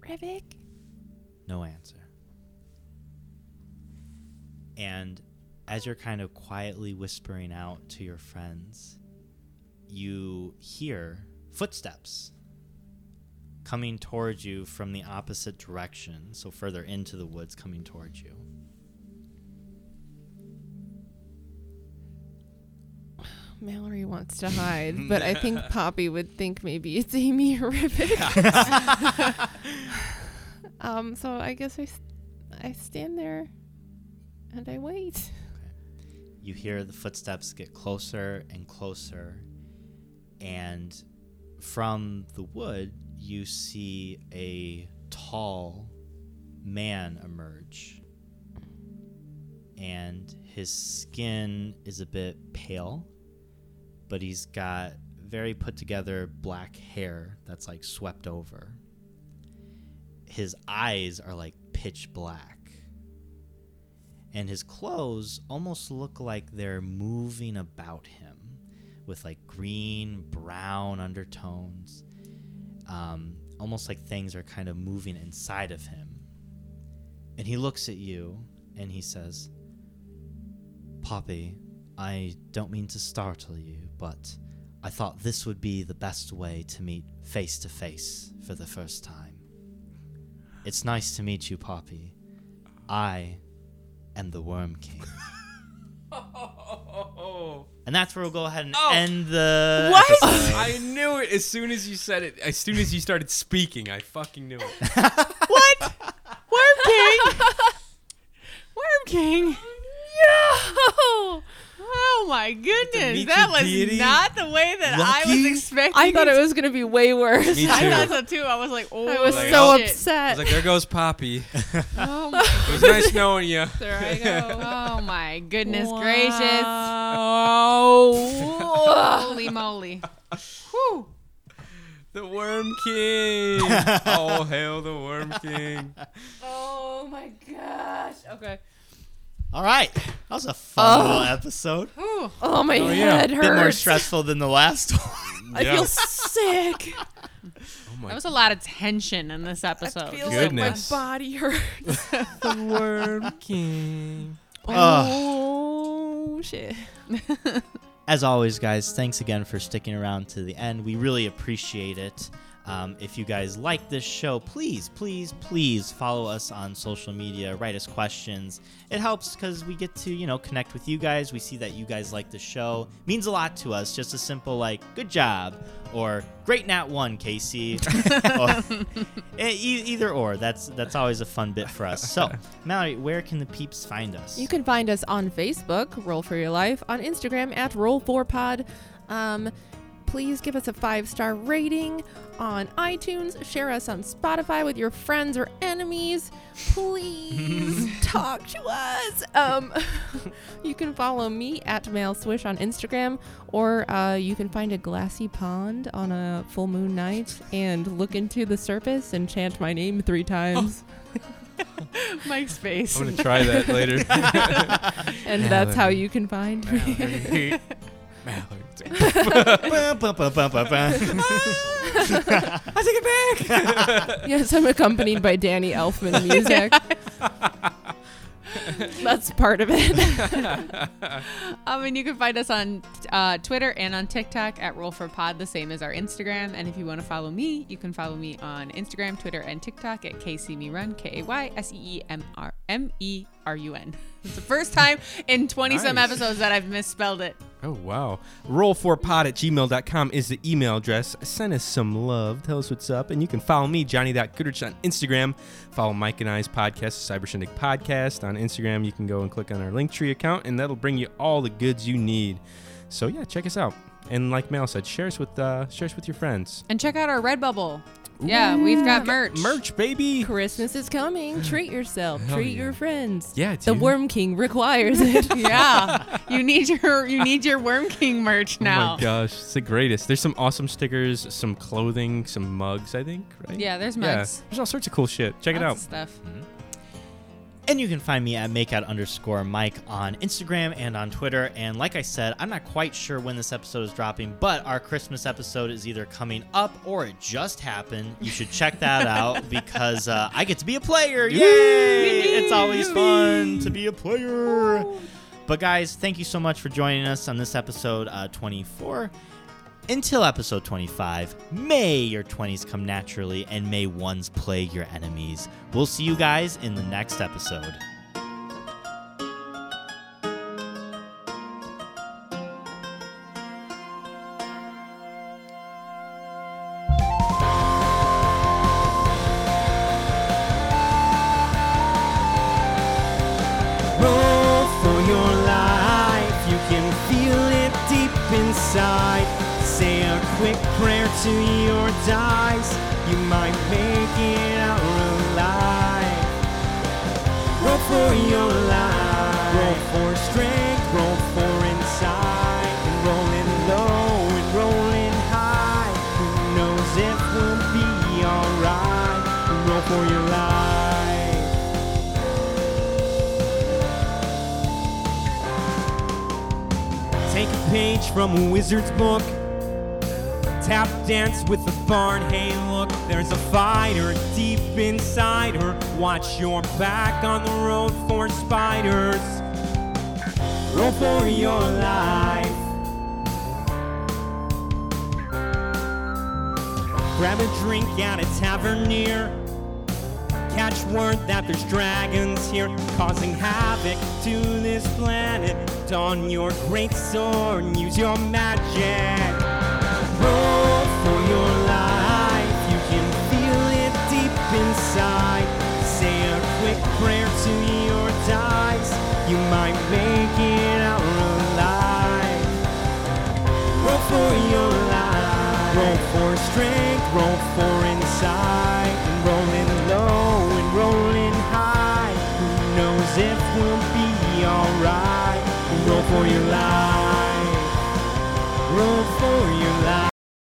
Speaker 4: Rivik?
Speaker 1: no answer and as you're kind of quietly whispering out to your friends you hear footsteps coming towards you from the opposite direction so further into the woods coming towards you
Speaker 4: Oh Mallory wants to hide, but I (laughs) think Poppy would think maybe it's Amy or Rivet. (laughs) um, so I guess I, s- I stand there and I wait.
Speaker 1: You hear the footsteps get closer and closer, and from the wood, you see a tall man emerge. And his skin is a bit pale, but he's got very put together black hair that's like swept over. His eyes are like pitch black and his clothes almost look like they're moving about him with like green brown undertones um, almost like things are kind of moving inside of him and he looks at you and he says poppy i don't mean to startle you but i thought this would be the best way to meet face to face for the first time it's nice to meet you poppy i and the Worm King.
Speaker 3: Oh,
Speaker 1: And that's where we'll go ahead and
Speaker 3: Oh.
Speaker 1: end the.
Speaker 2: What?
Speaker 1: episode.
Speaker 3: I knew it as soon as you said it. As soon as you started speaking, I fucking knew
Speaker 4: Uh,
Speaker 3: it.
Speaker 2: What? (laughs) Worm (laughs) King? Worm King? No! Oh my goodness.
Speaker 3: meet
Speaker 2: That
Speaker 3: your
Speaker 2: was
Speaker 3: deity.
Speaker 2: not the way that I
Speaker 3: Lucky.
Speaker 2: was expecting.
Speaker 4: (laughs) I thought it was gonna be way worse.
Speaker 3: Me
Speaker 2: (laughs) I
Speaker 3: too.
Speaker 2: thought so too. I was like, oh,
Speaker 4: I was
Speaker 3: Like,
Speaker 4: so
Speaker 3: oh.
Speaker 2: shit.
Speaker 3: I was
Speaker 4: upset.
Speaker 3: like, "There goes
Speaker 4: (laughs)
Speaker 3: Poppy."
Speaker 2: Oh my,
Speaker 3: It was nice knowing you.
Speaker 4: there I go.
Speaker 2: oh my goodness
Speaker 4: Wow.
Speaker 2: gracious.
Speaker 4: (laughs) Oh.
Speaker 2: Holy moly. Whew.
Speaker 3: (laughs) The Worm
Speaker 4: (laughs)
Speaker 3: King. oh, hail the Worm King.
Speaker 4: oh my gosh. Okay.
Speaker 1: All right. That was a fun little episode.
Speaker 2: Whew.
Speaker 4: Oh my
Speaker 3: Oh, yeah.
Speaker 4: head
Speaker 1: bit more
Speaker 4: hurts.
Speaker 1: stressful than the last one.
Speaker 4: I feel sick.
Speaker 3: Oh my
Speaker 2: That was a lot of tension in this episode.
Speaker 4: Feels
Speaker 3: Goodness.
Speaker 4: like my body hurts.
Speaker 3: the Worm King.
Speaker 4: oh shit.
Speaker 1: As always, guys, thanks again for sticking around to the end. We really appreciate it. Um, if you guys like this show, please, please, please follow us on social media. Write us questions. It helps because we get to, you know, connect with you guys. We see that you guys like the show. Means a lot to us. Just a simple like, "Good job," or "Great Nat One, Casey," or, e- e- either or. That's that's always a fun bit for us. So, Mallory, where can the peeps find us?
Speaker 4: You can find us on Facebook, Roll for Your Life, on Instagram at Roll4Pod. Um, please give us a five star rating on iTunes. Share us on Spotify with your friends or enemies. Please talk to us. Um, (laughs) you can follow me at Mail Swish on Instagram, or uh, you can find a glassy pond on a full moon night and look into the surface and chant my name three times.
Speaker 2: Mike's face.
Speaker 3: I'm gonna try (laughs) that later.
Speaker 4: And that's how you can find me.
Speaker 3: Mallory. Mallory.
Speaker 1: (laughs) Ba- ba- ba- ba- ba- ba.
Speaker 3: I take it back.
Speaker 4: (laughs) Yes, I'm accompanied by
Speaker 2: (laughs)
Speaker 4: Danny Elfman music. That's part of
Speaker 3: (laughs)
Speaker 4: it.
Speaker 2: Um, and you can find us on uh, Twitter and on TikTok at Roll for Pod, the same as our Instagram. And if you want to follow me, you can follow me on Instagram, Twitter, and TikTok at KCMeRun, K A Y S E E M R M E R U N. It's the first time in 20 some
Speaker 3: Nice.
Speaker 2: episodes that I've misspelled it.
Speaker 3: Oh, wow. Roll4pod at gmail.com is the email address. Send us some love. Tell us what's up. And you can follow me, Johnny.Goodrich, on Instagram. Follow Mike and I's podcast, the Cyber Shindig Podcast, on Instagram. You can go and click on our Linktree account, and that'll bring you all the goods you need. So, yeah, check us out. And like Mal said, share us with uh, share us with your friends.
Speaker 2: And check out our Redbubble. Yeah, we've got merch.
Speaker 3: Merch, baby.
Speaker 4: Christmas is coming. Treat yourself.
Speaker 3: Hell
Speaker 4: Treat
Speaker 3: yeah.
Speaker 4: your friends.
Speaker 3: Yeah,
Speaker 4: The
Speaker 3: dude.
Speaker 4: Worm King requires it.
Speaker 2: (laughs) Yeah, you need your you need your Worm King merch
Speaker 3: Oh
Speaker 2: now.
Speaker 3: my gosh, it's the greatest. There's some awesome stickers, some clothing, some mugs, I think, right?
Speaker 2: Yeah, there's mugs.
Speaker 3: There's all sorts of cool shit. Check it
Speaker 2: Lots
Speaker 3: out.
Speaker 2: of Stuff.
Speaker 1: And you can find me at makeout underscore Mike on Instagram and on Twitter. And like I said, I'm not quite sure when this episode is dropping, but our Christmas episode is either coming up or it just happened. You should check that out because uh, I get to be a player. Yay! It's always fun to be a player. But guys, thank you so much for joining us on this episode uh, 24. Until episode 25, may your 20s come naturally and may ones plague your enemies. We'll see you guys in the next episode.
Speaker 5: prayer to your dice, you might make it out alive. Roll for your life. Roll for strength. Roll for insight. And rolling low and rolling high. Who knows if we'll be alright? Roll for your life. Take a page from a wizard's book. Tap dance with the barn. Hey, look, there's a fighter deep inside her. Watch your back on the road for spiders. Roll for your life. Grab a drink at a tavern near. Catch word that there's dragons here causing havoc to this planet. Don your great sword and use your magic. Roll for your life, you can feel it deep inside. Say a quick prayer to your dice, you might make it out alive. Roll for your life. Roll for strength, roll for insight. And rolling low and rolling high. Who knows if we'll be alright? Roll for your life. Roll for your life.